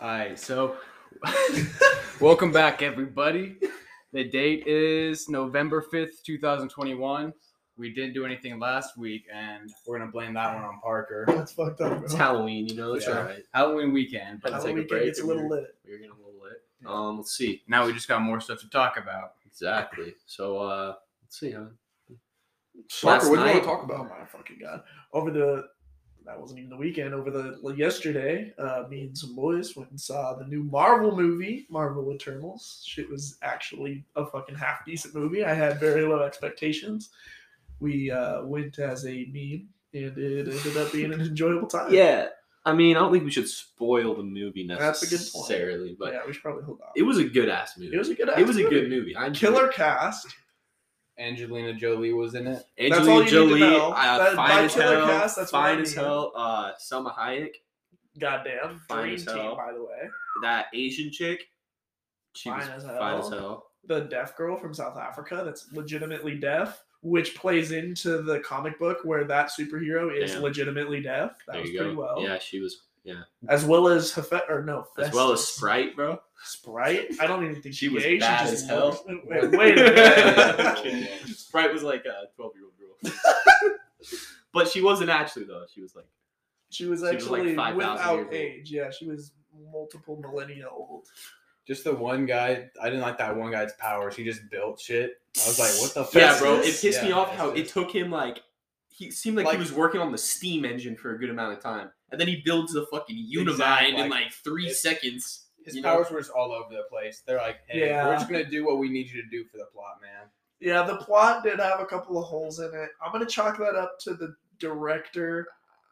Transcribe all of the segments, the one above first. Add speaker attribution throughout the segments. Speaker 1: All right, so welcome back, everybody. The date is November 5th, 2021. We didn't do anything last week, and we're going to blame that one on Parker.
Speaker 2: That's fucked up,
Speaker 3: It's
Speaker 2: bro.
Speaker 3: Halloween, you know. It's
Speaker 1: Yeah.
Speaker 3: all right.
Speaker 1: Halloween weekend, but
Speaker 3: Let's
Speaker 2: Halloween
Speaker 3: take a
Speaker 2: weekend
Speaker 3: break
Speaker 2: gets a
Speaker 3: and
Speaker 2: little lit.
Speaker 3: We were getting a little lit. Um, let's see
Speaker 1: now we just got more stuff to talk about.
Speaker 3: exactly. So, uh, let's see, huh?
Speaker 2: Parker,
Speaker 3: Last
Speaker 2: what do you want
Speaker 3: night-
Speaker 2: to talk about? My fucking god. Over the that wasn't even the weekend. Over the like, yesterday, uh, me and some boys went and saw the new Marvel movie, Marvel Eternals. Shit was actually a fucking half decent movie. I had very low expectations. We uh, went as a meme, and it ended up being an enjoyable time.
Speaker 3: Yeah, I mean, I don't think we should spoil the movie
Speaker 2: That's a good point.
Speaker 3: necessarily, but
Speaker 2: yeah, we should probably hold on.
Speaker 3: it was a good ass movie.
Speaker 2: It was a good.
Speaker 3: It was a good movie. I enjoyed
Speaker 2: Killer
Speaker 3: it.
Speaker 2: cast.
Speaker 1: Angelina Jolie was in it.
Speaker 2: That's
Speaker 3: Angelina
Speaker 2: all you need to
Speaker 3: Jolie,
Speaker 2: know.
Speaker 3: Uh,
Speaker 2: That- by
Speaker 3: fine as
Speaker 2: killer
Speaker 3: hell.
Speaker 2: cast, that's what I
Speaker 3: fine as
Speaker 2: mean.
Speaker 3: hell. Uh, Selma Hayek,
Speaker 2: Goddamn.
Speaker 3: Fine
Speaker 2: Dream
Speaker 3: as
Speaker 2: team,
Speaker 3: hell.
Speaker 2: by the way.
Speaker 3: that Asian chick. She
Speaker 2: Fine as
Speaker 3: was fine as
Speaker 2: hell.
Speaker 3: hell.
Speaker 2: the deaf girl from South Africa that's legitimately deaf, which plays into the comic book where that superhero is
Speaker 3: Damn.
Speaker 2: legitimately deaf. That
Speaker 3: There
Speaker 2: was
Speaker 3: you go.
Speaker 2: pretty well.
Speaker 3: Yeah, she was. Yeah,
Speaker 2: As well as Hefe- or no,
Speaker 3: as well as
Speaker 2: Festus.
Speaker 3: Sprite, bro.
Speaker 2: Sprite. I don't even think
Speaker 3: She
Speaker 2: she was
Speaker 3: was
Speaker 2: gay.
Speaker 3: bad
Speaker 2: she just
Speaker 3: as hell.
Speaker 2: Wait, wait a minute.
Speaker 3: Sprite was like a twelve-year-old girl, but she wasn't actually though. She was like,
Speaker 2: she was
Speaker 3: She was like
Speaker 2: actually
Speaker 3: 5,000 years
Speaker 2: without
Speaker 3: old.
Speaker 2: age. Yeah, she was multiple millennia old.
Speaker 1: Just the one guy, I didn't like that one guy's powers. He just built shit. I was like, what the fuck?
Speaker 3: yeah,
Speaker 2: Festus?
Speaker 3: bro. It pissed me
Speaker 1: Yeah,
Speaker 3: off how it
Speaker 1: Festus.
Speaker 3: took him like he seemed like,
Speaker 1: Like-
Speaker 3: he was working on the steam engine for a good amount of time, and then he builds the fucking Unimind
Speaker 1: Exactly,
Speaker 3: in
Speaker 1: like,
Speaker 3: like three
Speaker 1: it's-
Speaker 3: seconds.
Speaker 1: His
Speaker 3: you know?
Speaker 1: powers were just all over the place. They're like, hey,
Speaker 2: Yeah.
Speaker 1: we're just going to do what we need you to do for the plot, man.
Speaker 2: Yeah, the plot did have a couple of holes in it. I'm gonna chalk that up to the director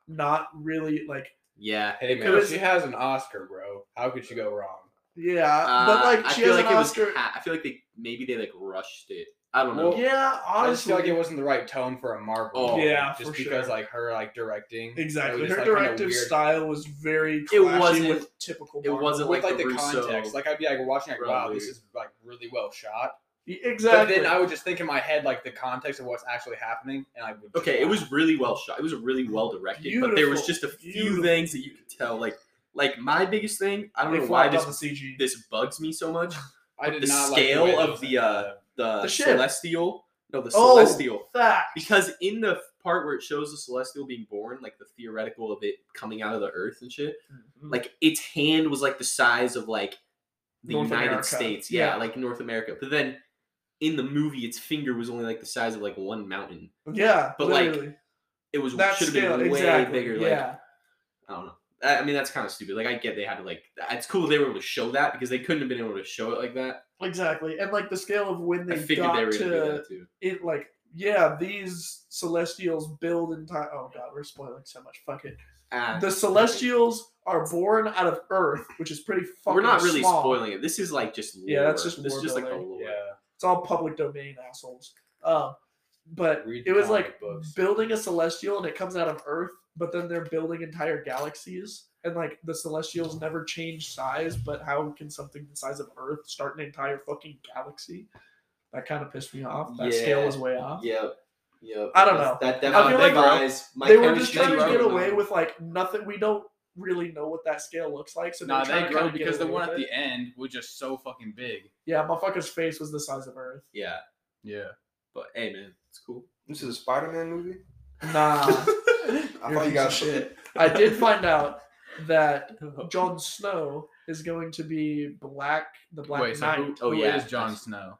Speaker 2: not really like
Speaker 3: Yeah,
Speaker 1: Hey
Speaker 2: It
Speaker 1: man,
Speaker 2: was-
Speaker 1: she has an Oscar, bro. How could she go wrong?
Speaker 2: yeah, but
Speaker 3: Uh,
Speaker 2: like
Speaker 3: I
Speaker 2: she
Speaker 3: feel
Speaker 2: has
Speaker 3: like
Speaker 2: an
Speaker 3: it
Speaker 2: Oscar.
Speaker 3: was. Ha- I feel like they maybe they like rushed it. I don't know.
Speaker 1: Well,
Speaker 2: yeah,
Speaker 1: I just
Speaker 2: honestly,
Speaker 1: feel like it wasn't the right tone for a Marvel.
Speaker 3: Oh,
Speaker 1: movie,
Speaker 2: yeah,
Speaker 1: just
Speaker 2: for
Speaker 1: because
Speaker 2: sure.
Speaker 1: like her like directing. it
Speaker 2: Exactly.
Speaker 1: was just,
Speaker 2: Her
Speaker 1: like, kinda
Speaker 2: directive
Speaker 1: weird.
Speaker 2: style was very
Speaker 3: It
Speaker 2: clashy
Speaker 3: wasn't-
Speaker 2: with typical.
Speaker 3: it
Speaker 2: Marvel.
Speaker 3: wasn't
Speaker 1: With
Speaker 3: like
Speaker 1: like the
Speaker 3: the Russo-
Speaker 1: context, like I'd be like watching, like wow, this
Speaker 3: Probably.
Speaker 1: is like really well shot.
Speaker 2: exactly.
Speaker 1: But then I would just think in my head like the context of what's actually happening, and I would.
Speaker 3: Okay, it was really well shot. It was really well directed, but there was just a few
Speaker 2: Beautiful.
Speaker 3: things that you could tell. Like, like my biggest thing. I don't
Speaker 2: They
Speaker 3: know why
Speaker 2: flopped
Speaker 3: this
Speaker 2: on the CG.
Speaker 3: this bugs me so much.
Speaker 1: I did
Speaker 3: the
Speaker 1: not
Speaker 3: scale
Speaker 1: like way
Speaker 3: of
Speaker 1: it was
Speaker 3: the, uh, The,
Speaker 2: The ship.
Speaker 3: celestial, no, the
Speaker 2: Oh.
Speaker 3: celestial.
Speaker 2: Fact.
Speaker 3: Because in the part where it shows the celestial being born, like the theoretical of it coming out of the earth and shit,
Speaker 2: Mm-hmm.
Speaker 3: like its hand was like the size of like the
Speaker 2: North
Speaker 3: United
Speaker 2: America.
Speaker 3: States, yeah,
Speaker 2: Yeah.
Speaker 3: like North America. But then in the movie, its finger was only like the size of like one mountain.
Speaker 2: yeah,
Speaker 3: but, like,
Speaker 2: literally.
Speaker 3: It was
Speaker 2: that
Speaker 3: should have
Speaker 2: scale,
Speaker 3: been way
Speaker 2: exactly.
Speaker 3: bigger. Like
Speaker 2: Yeah,
Speaker 3: I don't know. I I mean, that's kind of stupid. Like, I get they had to like. It's cool they were able to show that because they couldn't have been able to show it like that.
Speaker 2: exactly. And like the scale of when
Speaker 3: I
Speaker 2: they
Speaker 3: figured
Speaker 2: got
Speaker 3: they were gonna do
Speaker 2: to
Speaker 3: that too.
Speaker 2: it, like yeah, these celestials build in time. Oh god, we're spoiling so much. Fuck it.
Speaker 3: Ah,
Speaker 2: The celestials are born out of Earth, which is pretty fucking.
Speaker 3: we're not really
Speaker 2: small.
Speaker 3: spoiling it. This is like just lore.
Speaker 2: Yeah, that's just
Speaker 3: this
Speaker 2: lore
Speaker 3: is just like the
Speaker 2: building.
Speaker 3: lore.
Speaker 1: Yeah,
Speaker 2: It's all public domain, assholes. Um, but
Speaker 1: Read the
Speaker 2: it was
Speaker 1: comic
Speaker 2: like
Speaker 1: books.
Speaker 2: building a celestial, and it comes out of Earth. But then they're building entire galaxies, and like the celestials never change size. But how can something the size of Earth start an entire fucking galaxy? That kind of pissed me off. That scale
Speaker 3: Yeah.
Speaker 2: was way off.
Speaker 3: Yep. Yep.
Speaker 2: I don't know.
Speaker 3: That
Speaker 2: I feel like
Speaker 3: guys, my
Speaker 2: they were just
Speaker 3: chemistry
Speaker 2: trying to get
Speaker 3: broke.
Speaker 2: away with like nothing. We don't really know what that scale looks like. So
Speaker 1: nah, they
Speaker 2: grow
Speaker 1: grow because the one at the end was just so fucking big.
Speaker 2: yeah, motherfucker's face was the size of Earth.
Speaker 3: Yeah,
Speaker 1: Yeah,
Speaker 3: but hey, man, it's cool.
Speaker 4: This is a Spider-Man movie.
Speaker 2: Nah,
Speaker 4: I thought you got shit.
Speaker 2: I did find out that Jon Snow is going to be black, the Black
Speaker 1: Wait, so
Speaker 2: Knight.
Speaker 1: who,
Speaker 3: Oh,
Speaker 1: who
Speaker 3: yeah.
Speaker 1: is Jon Snow?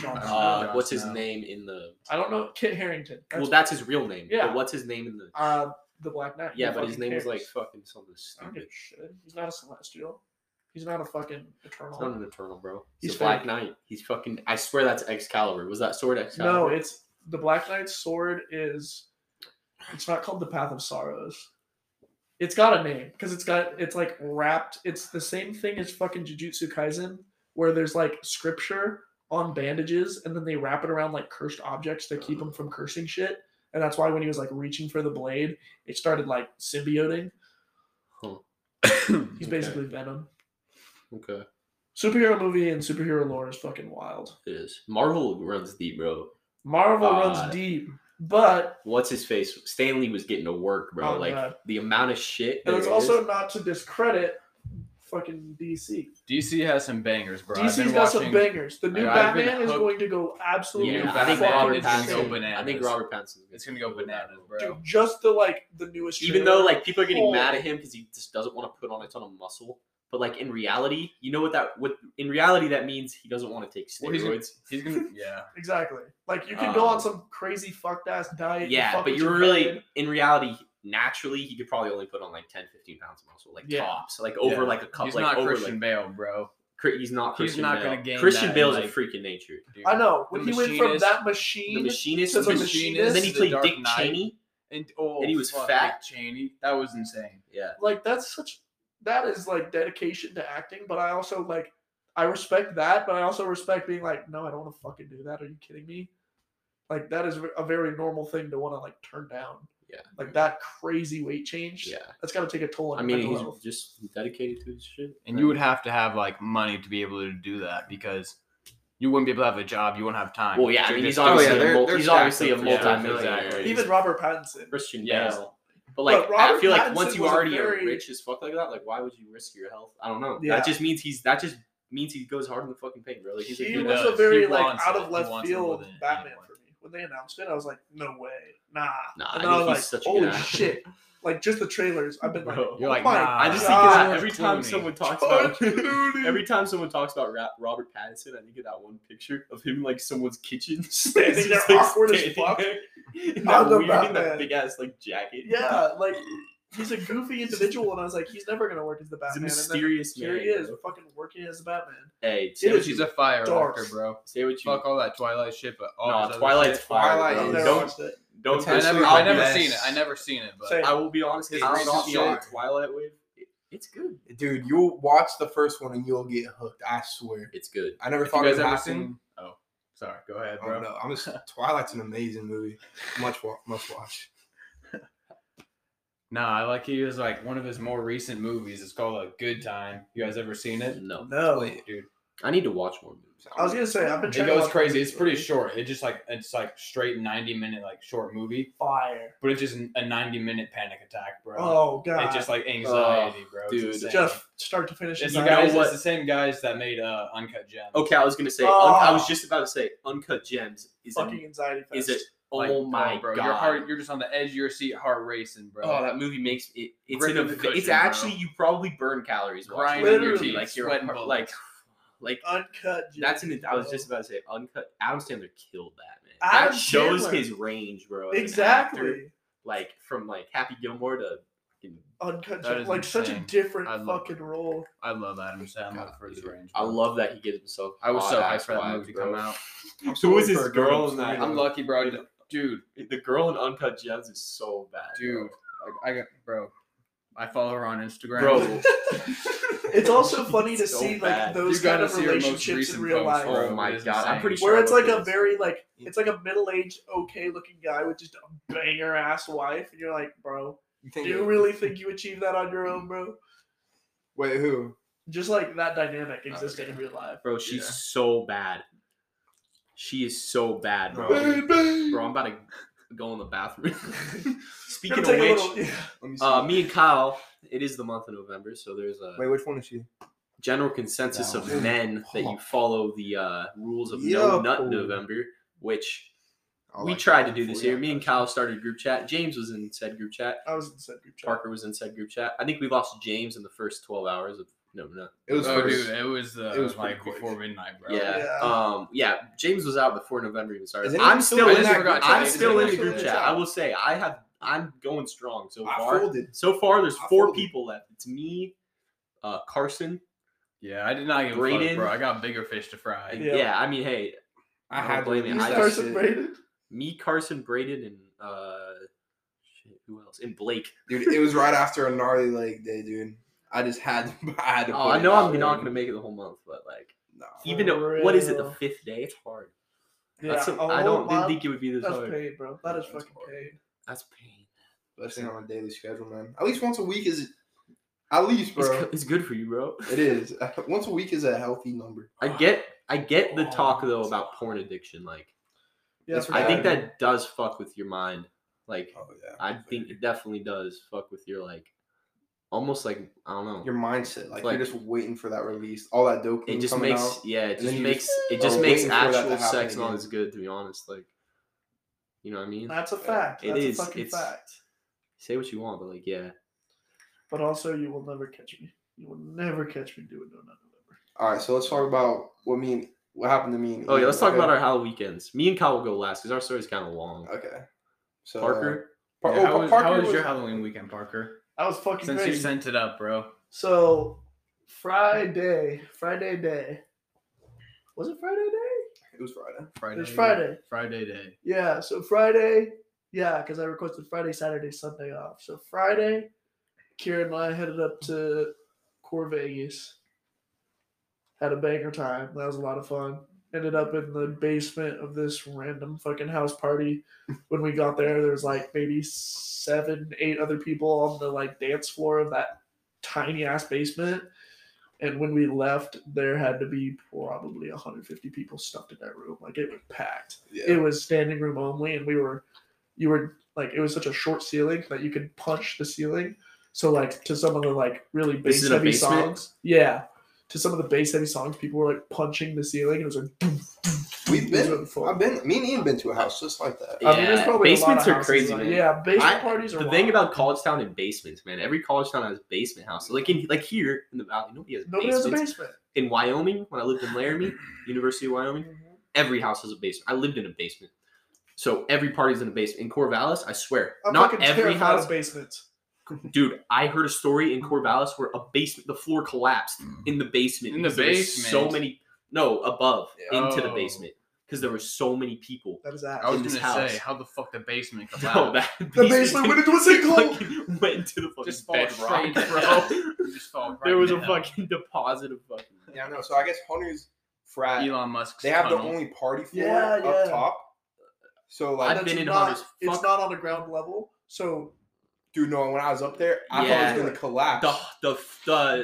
Speaker 2: Jon Snow.
Speaker 3: Uh,
Speaker 1: Jon
Speaker 3: what's his
Speaker 1: Snow.
Speaker 3: name in the?
Speaker 2: I don't know Kit Harrington.
Speaker 3: Well, that's his real name.
Speaker 2: Yeah.
Speaker 3: But what's his name in the?
Speaker 2: uh, the Black Knight.
Speaker 3: Yeah,
Speaker 2: Who
Speaker 3: but his
Speaker 2: fucking
Speaker 3: name was
Speaker 2: cares?
Speaker 3: like fucking something
Speaker 2: I don't
Speaker 3: stupid.
Speaker 2: give a shit. He's not a celestial. He's not a fucking eternal.
Speaker 3: It's not an Eternal, bro. He's,
Speaker 2: He's
Speaker 3: a Black
Speaker 2: fake.
Speaker 3: Knight. He's fucking. I swear that's Excalibur. Was that sword
Speaker 2: no,
Speaker 3: Excalibur?
Speaker 2: it's the Black Knight's sword is. It's not called the Path of Sorrows. It's got a name because it's got it's like wrapped. It's the same thing as fucking Jujutsu Kaisen, where there's like scripture on bandages, and then they wrap it around like cursed objects to keep him from cursing shit. And that's why when he was like reaching for the blade, it started like symbioting. He's
Speaker 3: Okay.
Speaker 2: basically Venom.
Speaker 3: Okay.
Speaker 2: Superhero movie and superhero lore is fucking wild.
Speaker 3: It is. Marvel runs deep, bro.
Speaker 2: Marvel
Speaker 3: Uh,
Speaker 2: runs deep, but
Speaker 3: What's his face? Stanley was getting to work, bro.
Speaker 2: Oh,
Speaker 3: like
Speaker 2: God.
Speaker 3: the amount of shit.
Speaker 2: And
Speaker 3: there
Speaker 2: it's
Speaker 3: is.
Speaker 2: also not to discredit fucking DC.
Speaker 1: DC has some bangers, bro. I've
Speaker 2: DC's
Speaker 1: been
Speaker 2: got some
Speaker 1: watching-
Speaker 2: bangers. The new
Speaker 1: Like, I've been
Speaker 2: Batman is
Speaker 1: hooked.
Speaker 2: going to go absolutely.
Speaker 1: Yeah,
Speaker 3: Yeah,
Speaker 1: I
Speaker 3: I think
Speaker 1: fucking
Speaker 3: Robert
Speaker 1: it's gonna
Speaker 3: Pattinson.
Speaker 1: go
Speaker 3: I
Speaker 1: bananas.
Speaker 3: think Robert Pattinson.
Speaker 1: It's gonna go bananas, bro.
Speaker 2: Dude, just the like the newest.
Speaker 3: Even
Speaker 2: trailer.
Speaker 3: though like people are getting
Speaker 2: Oh.
Speaker 3: mad at him because he just doesn't want to put on a ton of muscle, but like in reality, you know what that what in reality that means he doesn't want to take
Speaker 1: Well, he's gonna-
Speaker 3: steroids.
Speaker 1: He's gonna, yeah.
Speaker 2: exactly, like you can go on
Speaker 3: Um,
Speaker 2: some crazy fucked ass diet.
Speaker 3: yeah,
Speaker 2: fuck
Speaker 3: but
Speaker 2: with
Speaker 3: you're
Speaker 2: your
Speaker 3: really
Speaker 2: diet.
Speaker 3: in reality naturally he could probably only put on like 10, 15 pounds of muscle, like
Speaker 2: Yeah.
Speaker 3: tops, like over
Speaker 1: Yeah.
Speaker 3: like a cup,
Speaker 1: He's
Speaker 3: like
Speaker 1: not
Speaker 3: over
Speaker 1: Christian
Speaker 3: like
Speaker 1: Bale, bro.
Speaker 3: Cri- he's not.
Speaker 1: He's
Speaker 3: Christian
Speaker 1: not
Speaker 3: Bale.
Speaker 1: gonna gain
Speaker 3: Christian
Speaker 1: that,
Speaker 3: Bale's
Speaker 1: like-
Speaker 3: a freak in nature.
Speaker 1: Dude.
Speaker 2: I know
Speaker 1: The
Speaker 2: when he went from
Speaker 1: Machinist-
Speaker 2: that
Speaker 3: The
Speaker 2: machine.
Speaker 3: machinist,
Speaker 2: Says
Speaker 3: the
Speaker 2: The
Speaker 3: machinist, and then he
Speaker 1: The
Speaker 3: played
Speaker 1: Dark
Speaker 3: Dick
Speaker 1: Knight.
Speaker 3: Cheney.
Speaker 1: And, oh,
Speaker 3: And he was
Speaker 1: fuck,
Speaker 3: fat.
Speaker 1: Dick Cheney. That was insane.
Speaker 3: Yeah,
Speaker 2: like that's such that is like dedication to acting but i also like i respect that but i also respect being like no i don't want to fucking do that are you kidding me like that is a very normal thing to want to like turn down
Speaker 3: Yeah.
Speaker 2: like that crazy weight change
Speaker 3: yeah.
Speaker 2: that's got to take a toll on
Speaker 3: I
Speaker 2: your
Speaker 3: mean,
Speaker 2: mental
Speaker 3: he's
Speaker 2: health.
Speaker 3: just dedicated to his shit.
Speaker 1: And you would have to have like money to be able to do that because you wouldn't be able to have a job. You wouldn't have time.
Speaker 3: Well, yeah, I
Speaker 1: You're
Speaker 3: mean, he's
Speaker 1: just-
Speaker 4: Oh,
Speaker 3: obviously
Speaker 4: yeah, they're-
Speaker 3: a, mul-
Speaker 4: they're
Speaker 3: he's
Speaker 4: stacked
Speaker 3: obviously a
Speaker 4: up, yeah,
Speaker 3: multi-millionaire.
Speaker 1: exactly.
Speaker 2: even robert pattinson
Speaker 3: Christian
Speaker 1: Yes.
Speaker 3: Bale. But like,
Speaker 2: But Robert
Speaker 3: I feel like
Speaker 2: Pattinson
Speaker 3: once you
Speaker 2: was a
Speaker 3: already are
Speaker 2: very-
Speaker 3: rich as fuck like that, like why would you risk your health? I don't know.
Speaker 2: Yeah.
Speaker 3: That just means he's that just means he goes hard in the fucking paint, bro. Like he's
Speaker 2: he
Speaker 3: a good
Speaker 2: was
Speaker 1: does.
Speaker 2: a
Speaker 1: He
Speaker 2: very like
Speaker 1: wants
Speaker 2: out
Speaker 1: it.
Speaker 2: of
Speaker 1: He
Speaker 2: left
Speaker 1: wants it more
Speaker 2: field
Speaker 1: than
Speaker 2: batman
Speaker 1: anyone.
Speaker 2: for me when they announced it i was like no way nah
Speaker 3: Nah,
Speaker 2: and
Speaker 3: I
Speaker 2: then
Speaker 3: think
Speaker 2: was
Speaker 3: he's
Speaker 2: like
Speaker 3: such a
Speaker 2: holy
Speaker 3: good actor."
Speaker 2: shit like just the trailers i've been like
Speaker 3: Bro.
Speaker 1: You're
Speaker 2: oh
Speaker 1: like,
Speaker 2: my
Speaker 1: nah.
Speaker 3: I just think
Speaker 2: God.
Speaker 3: of
Speaker 1: Ah,
Speaker 3: that every
Speaker 1: George
Speaker 3: time
Speaker 1: Clooney.
Speaker 3: someone talks
Speaker 2: George
Speaker 3: about
Speaker 2: Clooney.
Speaker 3: every time someone talks about Ra- Robert Pattinson, I think of that one picture of him in, like someone's kitchen,
Speaker 2: Standing
Speaker 3: He's
Speaker 2: there,
Speaker 3: just,
Speaker 2: awkward as
Speaker 3: standing
Speaker 2: fuck.
Speaker 3: there in
Speaker 2: I'm
Speaker 3: that
Speaker 2: the
Speaker 3: weird, in
Speaker 2: Batman.
Speaker 3: that big ass like jacket.
Speaker 2: Yeah, like he's a goofy individual, and I was like, he's never gonna work as the
Speaker 3: he's a
Speaker 2: Batman. and then
Speaker 3: mysterious man.
Speaker 2: here he is,
Speaker 3: bro.
Speaker 2: fucking working as the Batman.
Speaker 3: Hey, say
Speaker 1: Dude,
Speaker 3: what
Speaker 1: he's
Speaker 3: you
Speaker 1: a fire
Speaker 2: dark.
Speaker 1: actor, bro.
Speaker 3: say what you.
Speaker 1: Fuck all that Twilight shit, but all
Speaker 3: Nah,
Speaker 1: this other
Speaker 3: Twilight's
Speaker 1: shit.
Speaker 3: fire.
Speaker 4: Twilight
Speaker 3: bro.
Speaker 2: I've
Speaker 4: is-
Speaker 2: never
Speaker 3: Don't
Speaker 2: watched it.
Speaker 3: don't.
Speaker 1: I never,
Speaker 4: Potentially
Speaker 1: I
Speaker 4: the
Speaker 1: never
Speaker 4: best.
Speaker 1: seen it. I never seen it, but
Speaker 2: Same.
Speaker 3: I will be honest. His
Speaker 1: I'll
Speaker 3: recent
Speaker 1: not
Speaker 3: be on
Speaker 4: share.
Speaker 3: Twilight Wave. it- It's good.
Speaker 4: Dude, you'll watch the first one and you'll get hooked. I swear.
Speaker 3: It's good.
Speaker 4: I never
Speaker 1: If
Speaker 4: thought
Speaker 1: you
Speaker 4: it
Speaker 1: guys
Speaker 4: would
Speaker 1: ever
Speaker 4: happen.
Speaker 1: seen? Oh, sorry. Go ahead,
Speaker 4: I
Speaker 1: bro.
Speaker 4: don't know. I'm just Twilight's an amazing movie. Much wa- must watch.
Speaker 1: No, I like he was like one of his more recent movies. It's called A Good Time. You guys ever seen it?
Speaker 3: No,
Speaker 2: No,
Speaker 4: Wait,
Speaker 1: Dude,
Speaker 3: I need to watch more movies.
Speaker 2: I was gonna say I've been.
Speaker 1: it
Speaker 2: Trying to
Speaker 1: goes
Speaker 2: watch
Speaker 1: crazy.
Speaker 2: that
Speaker 1: It's pretty
Speaker 2: movie.
Speaker 1: short. It just like it's like straight ninety minute like short movie,
Speaker 2: Fire.
Speaker 1: but it's just a ninety minute panic attack, bro.
Speaker 2: Oh god.
Speaker 1: It's just like anxiety, bro. It's
Speaker 3: dude.
Speaker 1: insane.
Speaker 2: Just start to finish.
Speaker 1: it's
Speaker 2: it
Speaker 1: the
Speaker 2: out.
Speaker 3: you know
Speaker 1: guys. It's
Speaker 3: what- Oh
Speaker 1: the same guys that made uh, Uncut Gems.
Speaker 3: Okay, I was gonna say. un- I was just about to say, Uncut Gems is
Speaker 2: Oh. fucking
Speaker 3: a,
Speaker 2: anxiety.
Speaker 3: is it?
Speaker 2: fest.
Speaker 3: Oh
Speaker 1: Like,
Speaker 3: my
Speaker 1: bro,
Speaker 3: god!
Speaker 1: Your heart, you're just on the edge of your seat, heart racing, bro.
Speaker 3: Oh, that movie makes it. It's
Speaker 1: Grip
Speaker 3: in a,
Speaker 1: of the cushion,
Speaker 3: it's
Speaker 1: bro.
Speaker 3: actually you probably burn calories watching
Speaker 1: Grinding
Speaker 3: it.
Speaker 2: your
Speaker 3: Literally,
Speaker 1: teeth,
Speaker 3: like your
Speaker 1: sweating
Speaker 3: heart, like
Speaker 1: bullets.
Speaker 3: like
Speaker 2: Uncut.
Speaker 3: that's an.
Speaker 2: Gems,
Speaker 3: I was
Speaker 2: bro.
Speaker 3: just about to say uncut. Adam Sandler killed that man.
Speaker 2: Adam
Speaker 3: that shows
Speaker 2: Sandler.
Speaker 3: his range, bro. as an actor.
Speaker 2: exactly
Speaker 3: Like from like Happy Gilmore to. fucking-
Speaker 2: uncut.
Speaker 1: That
Speaker 2: Gems.
Speaker 1: is
Speaker 2: Like such a
Speaker 1: insane.
Speaker 2: different
Speaker 1: I love
Speaker 2: fucking
Speaker 1: that.
Speaker 2: role.
Speaker 1: I love Adam Sandler
Speaker 3: God,
Speaker 1: for his
Speaker 3: dude.
Speaker 1: range.
Speaker 3: I
Speaker 1: bro.
Speaker 3: love that he gives himself.
Speaker 1: I was so
Speaker 3: hot
Speaker 1: hyped
Speaker 3: ass
Speaker 1: for that
Speaker 3: vibes,
Speaker 1: movie to
Speaker 3: bro.
Speaker 1: come out.
Speaker 3: Who was
Speaker 4: sorry
Speaker 3: this
Speaker 4: for growing
Speaker 3: girl
Speaker 4: up
Speaker 3: in that?
Speaker 4: screaming.
Speaker 1: I'm lucky, bro. Dude,
Speaker 3: The girl in Uncut Gems is so bad,
Speaker 1: dude, I, I got bro. I follow her on Instagram,
Speaker 3: Bro,
Speaker 2: It's also funny to
Speaker 3: so
Speaker 2: see like
Speaker 3: bad.
Speaker 2: those
Speaker 1: You
Speaker 2: kind
Speaker 1: gotta
Speaker 2: of
Speaker 1: see her most
Speaker 2: relationships in
Speaker 1: recent
Speaker 2: real
Speaker 1: post,
Speaker 2: life.
Speaker 1: bro.
Speaker 3: Oh my
Speaker 1: It is
Speaker 3: god!
Speaker 1: insane.
Speaker 3: I'm pretty sure.
Speaker 2: where
Speaker 3: I
Speaker 2: it's like
Speaker 3: looked
Speaker 2: a
Speaker 3: at
Speaker 2: very like it's like a middle aged okay looking guy with just a banger ass wife, and you're like, bro,
Speaker 4: You
Speaker 2: do
Speaker 4: think
Speaker 2: you really think you achieve that on your own, bro?
Speaker 4: Wait, who?
Speaker 2: Just like that dynamic existed in real life.
Speaker 3: this. bro. She's
Speaker 4: Yeah.
Speaker 3: so bad. She is so bad, bro.
Speaker 1: Bro.
Speaker 3: Bro, I'm about to go in the bathroom. Speaking of
Speaker 2: Take a
Speaker 3: which,
Speaker 2: little- yeah.
Speaker 4: Let me see.
Speaker 3: uh, me and Kyle, it is the month of November, so there's a
Speaker 4: Wait, which one is she?
Speaker 3: general consensus
Speaker 1: That
Speaker 3: of
Speaker 4: one.
Speaker 3: men that you follow the uh, rules of
Speaker 4: Yeah,
Speaker 3: no nut
Speaker 4: fool.
Speaker 3: November, which
Speaker 4: I
Speaker 3: we
Speaker 4: like
Speaker 3: tried
Speaker 4: that
Speaker 3: to do this
Speaker 4: before.
Speaker 3: year. Me and Kyle started a group chat. James was in said group chat.
Speaker 2: I was in said group chat.
Speaker 3: Parker was in said group chat. I think we lost James in the first 12 hours of no no.
Speaker 4: It was
Speaker 1: oh,
Speaker 4: first.
Speaker 1: dude, it was uh,
Speaker 4: It was pretty
Speaker 1: like
Speaker 4: quick.
Speaker 1: before midnight, bro.
Speaker 3: Yeah.
Speaker 2: Yeah.
Speaker 3: Um. Yeah. James was out before November even started.
Speaker 4: Is anyone
Speaker 3: I'm
Speaker 4: still
Speaker 3: still
Speaker 1: in
Speaker 3: in.
Speaker 1: that
Speaker 3: the-
Speaker 1: group chat?
Speaker 3: I'm
Speaker 1: Is
Speaker 3: still
Speaker 1: anyone
Speaker 3: in the
Speaker 1: still in
Speaker 3: group
Speaker 1: the
Speaker 3: chat.
Speaker 4: chat?
Speaker 3: I will say I have. I'm going strong so
Speaker 4: I
Speaker 3: far.
Speaker 4: folded.
Speaker 3: So far, there's
Speaker 4: I
Speaker 3: four
Speaker 4: folded.
Speaker 3: people left. It's me, uh, Carson.
Speaker 1: yeah. I did not give a fuck,
Speaker 3: Braden.
Speaker 1: bro. I got bigger fish to fry.
Speaker 3: and-
Speaker 2: Yeah.
Speaker 3: yeah. I mean, hey,
Speaker 4: I
Speaker 3: don't
Speaker 4: had
Speaker 3: blame
Speaker 4: to
Speaker 3: you.
Speaker 4: leave
Speaker 2: You
Speaker 3: I
Speaker 4: that
Speaker 2: start
Speaker 3: just-
Speaker 4: shit.
Speaker 2: separated?
Speaker 3: me, Carson, Braden, and uh, shit, who else? And Blake.
Speaker 4: Dude, it was right after a gnarly leg day, dude. I just had to. I had to.
Speaker 3: Oh,
Speaker 4: put
Speaker 3: I
Speaker 4: it
Speaker 3: know
Speaker 4: out
Speaker 3: I'm
Speaker 4: there.
Speaker 3: not gonna make it the whole month, but like,
Speaker 4: No.
Speaker 3: even
Speaker 2: For
Speaker 3: though what is it, the
Speaker 2: real.
Speaker 3: fifth day? It's hard.
Speaker 2: Yeah,
Speaker 3: That's
Speaker 2: a
Speaker 3: a, I
Speaker 2: whole
Speaker 3: don't
Speaker 2: month,
Speaker 3: think it would be this
Speaker 2: that's
Speaker 3: hard.
Speaker 2: pain, bro. That is
Speaker 4: That's
Speaker 2: fucking
Speaker 4: hard.
Speaker 2: pain.
Speaker 3: That's pain.
Speaker 4: Especially on a daily schedule, man. At least once a week is at least,
Speaker 3: It's,
Speaker 4: bro.
Speaker 3: go- it's good for you, bro.
Speaker 4: it is. Once a week is a healthy number.
Speaker 3: I get I get the
Speaker 2: Oh,
Speaker 3: talk though
Speaker 2: it's
Speaker 3: about porn addiction. Like
Speaker 2: Yeah,
Speaker 4: It's
Speaker 2: for
Speaker 3: I
Speaker 2: sure.
Speaker 3: think
Speaker 4: bad.
Speaker 3: that does fuck with your mind. Like
Speaker 4: Oh yeah.
Speaker 3: I think it definitely does fuck with your like almost like I don't know.
Speaker 4: Your mindset, like,
Speaker 3: Like-
Speaker 4: you're just waiting for that release, all that dopamine
Speaker 3: it just
Speaker 4: coming
Speaker 3: makes
Speaker 4: out.
Speaker 3: yeah, it
Speaker 4: and then
Speaker 3: just
Speaker 4: you
Speaker 3: makes it
Speaker 4: are
Speaker 3: just makes
Speaker 4: waiting for that to
Speaker 3: actual
Speaker 4: happen
Speaker 3: sex not
Speaker 4: again.
Speaker 3: as good to be honest. Like, you know what I mean?
Speaker 2: That's a fact.
Speaker 3: It
Speaker 2: That's
Speaker 3: is.
Speaker 2: a fucking
Speaker 3: It's-
Speaker 2: fact.
Speaker 3: Say what you want, but like yeah,
Speaker 2: But also, you will never catch me. You will never catch me doing no, no, November.
Speaker 4: All right, so let's talk about what me and what happened to me. And
Speaker 3: Oh yeah,
Speaker 4: Ian,
Speaker 3: let's talk
Speaker 4: okay?
Speaker 3: about our Halloween weekends. Me and Kyle will go last because our story's kind of long.
Speaker 4: Okay. So
Speaker 3: Parker,
Speaker 4: Par-
Speaker 1: Yeah,
Speaker 4: oh,
Speaker 1: how,
Speaker 4: Pa-
Speaker 1: was,
Speaker 4: Parker
Speaker 1: how was
Speaker 4: was-
Speaker 1: your Halloween weekend, Parker?
Speaker 2: That was fucking
Speaker 1: Since you
Speaker 2: crazy.
Speaker 1: sent it up, bro.
Speaker 2: so, Friday, Friday day. Was it Friday day?
Speaker 4: It was Friday.
Speaker 1: Friday.
Speaker 2: It was Friday.
Speaker 1: Friday day.
Speaker 2: Yeah. So Friday, yeah, because I requested Friday, Saturday, Sunday off. So Friday, Kieran and I headed up to Core Vegas. Had a banger time. That was a lot of fun. Ended up in the basement of this random fucking house party. When we got there, there was like maybe seven, eight other people on the like dance floor of that tiny ass basement. And when we left, there had to be probably 150 people stuffed in that room. Like it was packed
Speaker 4: Yeah.
Speaker 2: it was standing room only and we were you were like it was such a short ceiling that you could punch the ceiling so like to some of the like really bass
Speaker 3: This is in a
Speaker 2: heavy
Speaker 3: basement?
Speaker 2: songs yeah to some of the bass heavy songs people were like punching the ceiling and it was like
Speaker 4: We've
Speaker 2: it
Speaker 4: been.
Speaker 2: was full.
Speaker 4: I've been. Me and Ian been to a house just like that.
Speaker 2: I mean, there's
Speaker 3: Yeah,
Speaker 2: probably a lot
Speaker 3: basements
Speaker 2: of
Speaker 3: are
Speaker 2: houses
Speaker 3: crazy,
Speaker 2: like-
Speaker 3: man.
Speaker 2: yeah basement
Speaker 3: I-
Speaker 2: parties are
Speaker 3: the thing
Speaker 2: wild.
Speaker 3: about college town and basements, man. Every college town has basement house. So, like in like here in the valley, nobody has
Speaker 2: nobody
Speaker 3: basements.
Speaker 2: has a basement
Speaker 3: in Wyoming, when I lived in Laramie, University of Wyoming,
Speaker 2: Mm-hmm.
Speaker 3: every house has a basement. I lived in a basement. So every party's in a basement. In Corvallis, I swear,
Speaker 2: I'm
Speaker 3: not
Speaker 2: fucking
Speaker 3: every
Speaker 2: terrified
Speaker 3: house.
Speaker 2: of basements
Speaker 3: Dude, I heard a story in Corvallis where a basement, the floor collapsed
Speaker 2: Mm.
Speaker 3: in the basement.
Speaker 1: In the
Speaker 3: because there was So
Speaker 1: basement?
Speaker 3: many, no, above, into the
Speaker 1: Oh.
Speaker 3: basement because there were so many people.
Speaker 2: that is that
Speaker 1: I was gonna
Speaker 3: In this
Speaker 1: say,
Speaker 3: house.
Speaker 1: how the fuck the basement come
Speaker 3: No,
Speaker 1: out?
Speaker 3: that
Speaker 2: the basement went into a sinkhole
Speaker 3: fucking went to the fucking
Speaker 1: Just
Speaker 3: bed
Speaker 1: fall
Speaker 3: rock.
Speaker 1: straight, bro. You just fall right
Speaker 3: there was a
Speaker 1: down.
Speaker 3: fucking deposit of fucking.
Speaker 4: Yeah, I know. So I guess Hunter's frat.
Speaker 1: Elon Musk's
Speaker 4: they have the
Speaker 1: tunnel.
Speaker 4: only party floor
Speaker 2: Yeah,
Speaker 4: up
Speaker 2: yeah.
Speaker 4: top. So like,
Speaker 3: I've
Speaker 2: That's
Speaker 3: been in
Speaker 2: not,
Speaker 3: Hunter's
Speaker 2: it's
Speaker 3: fuck-
Speaker 2: not on the ground level so
Speaker 4: dude, no. When I was up there, I thought
Speaker 3: Yeah.
Speaker 4: it was gonna collapse.
Speaker 3: The, the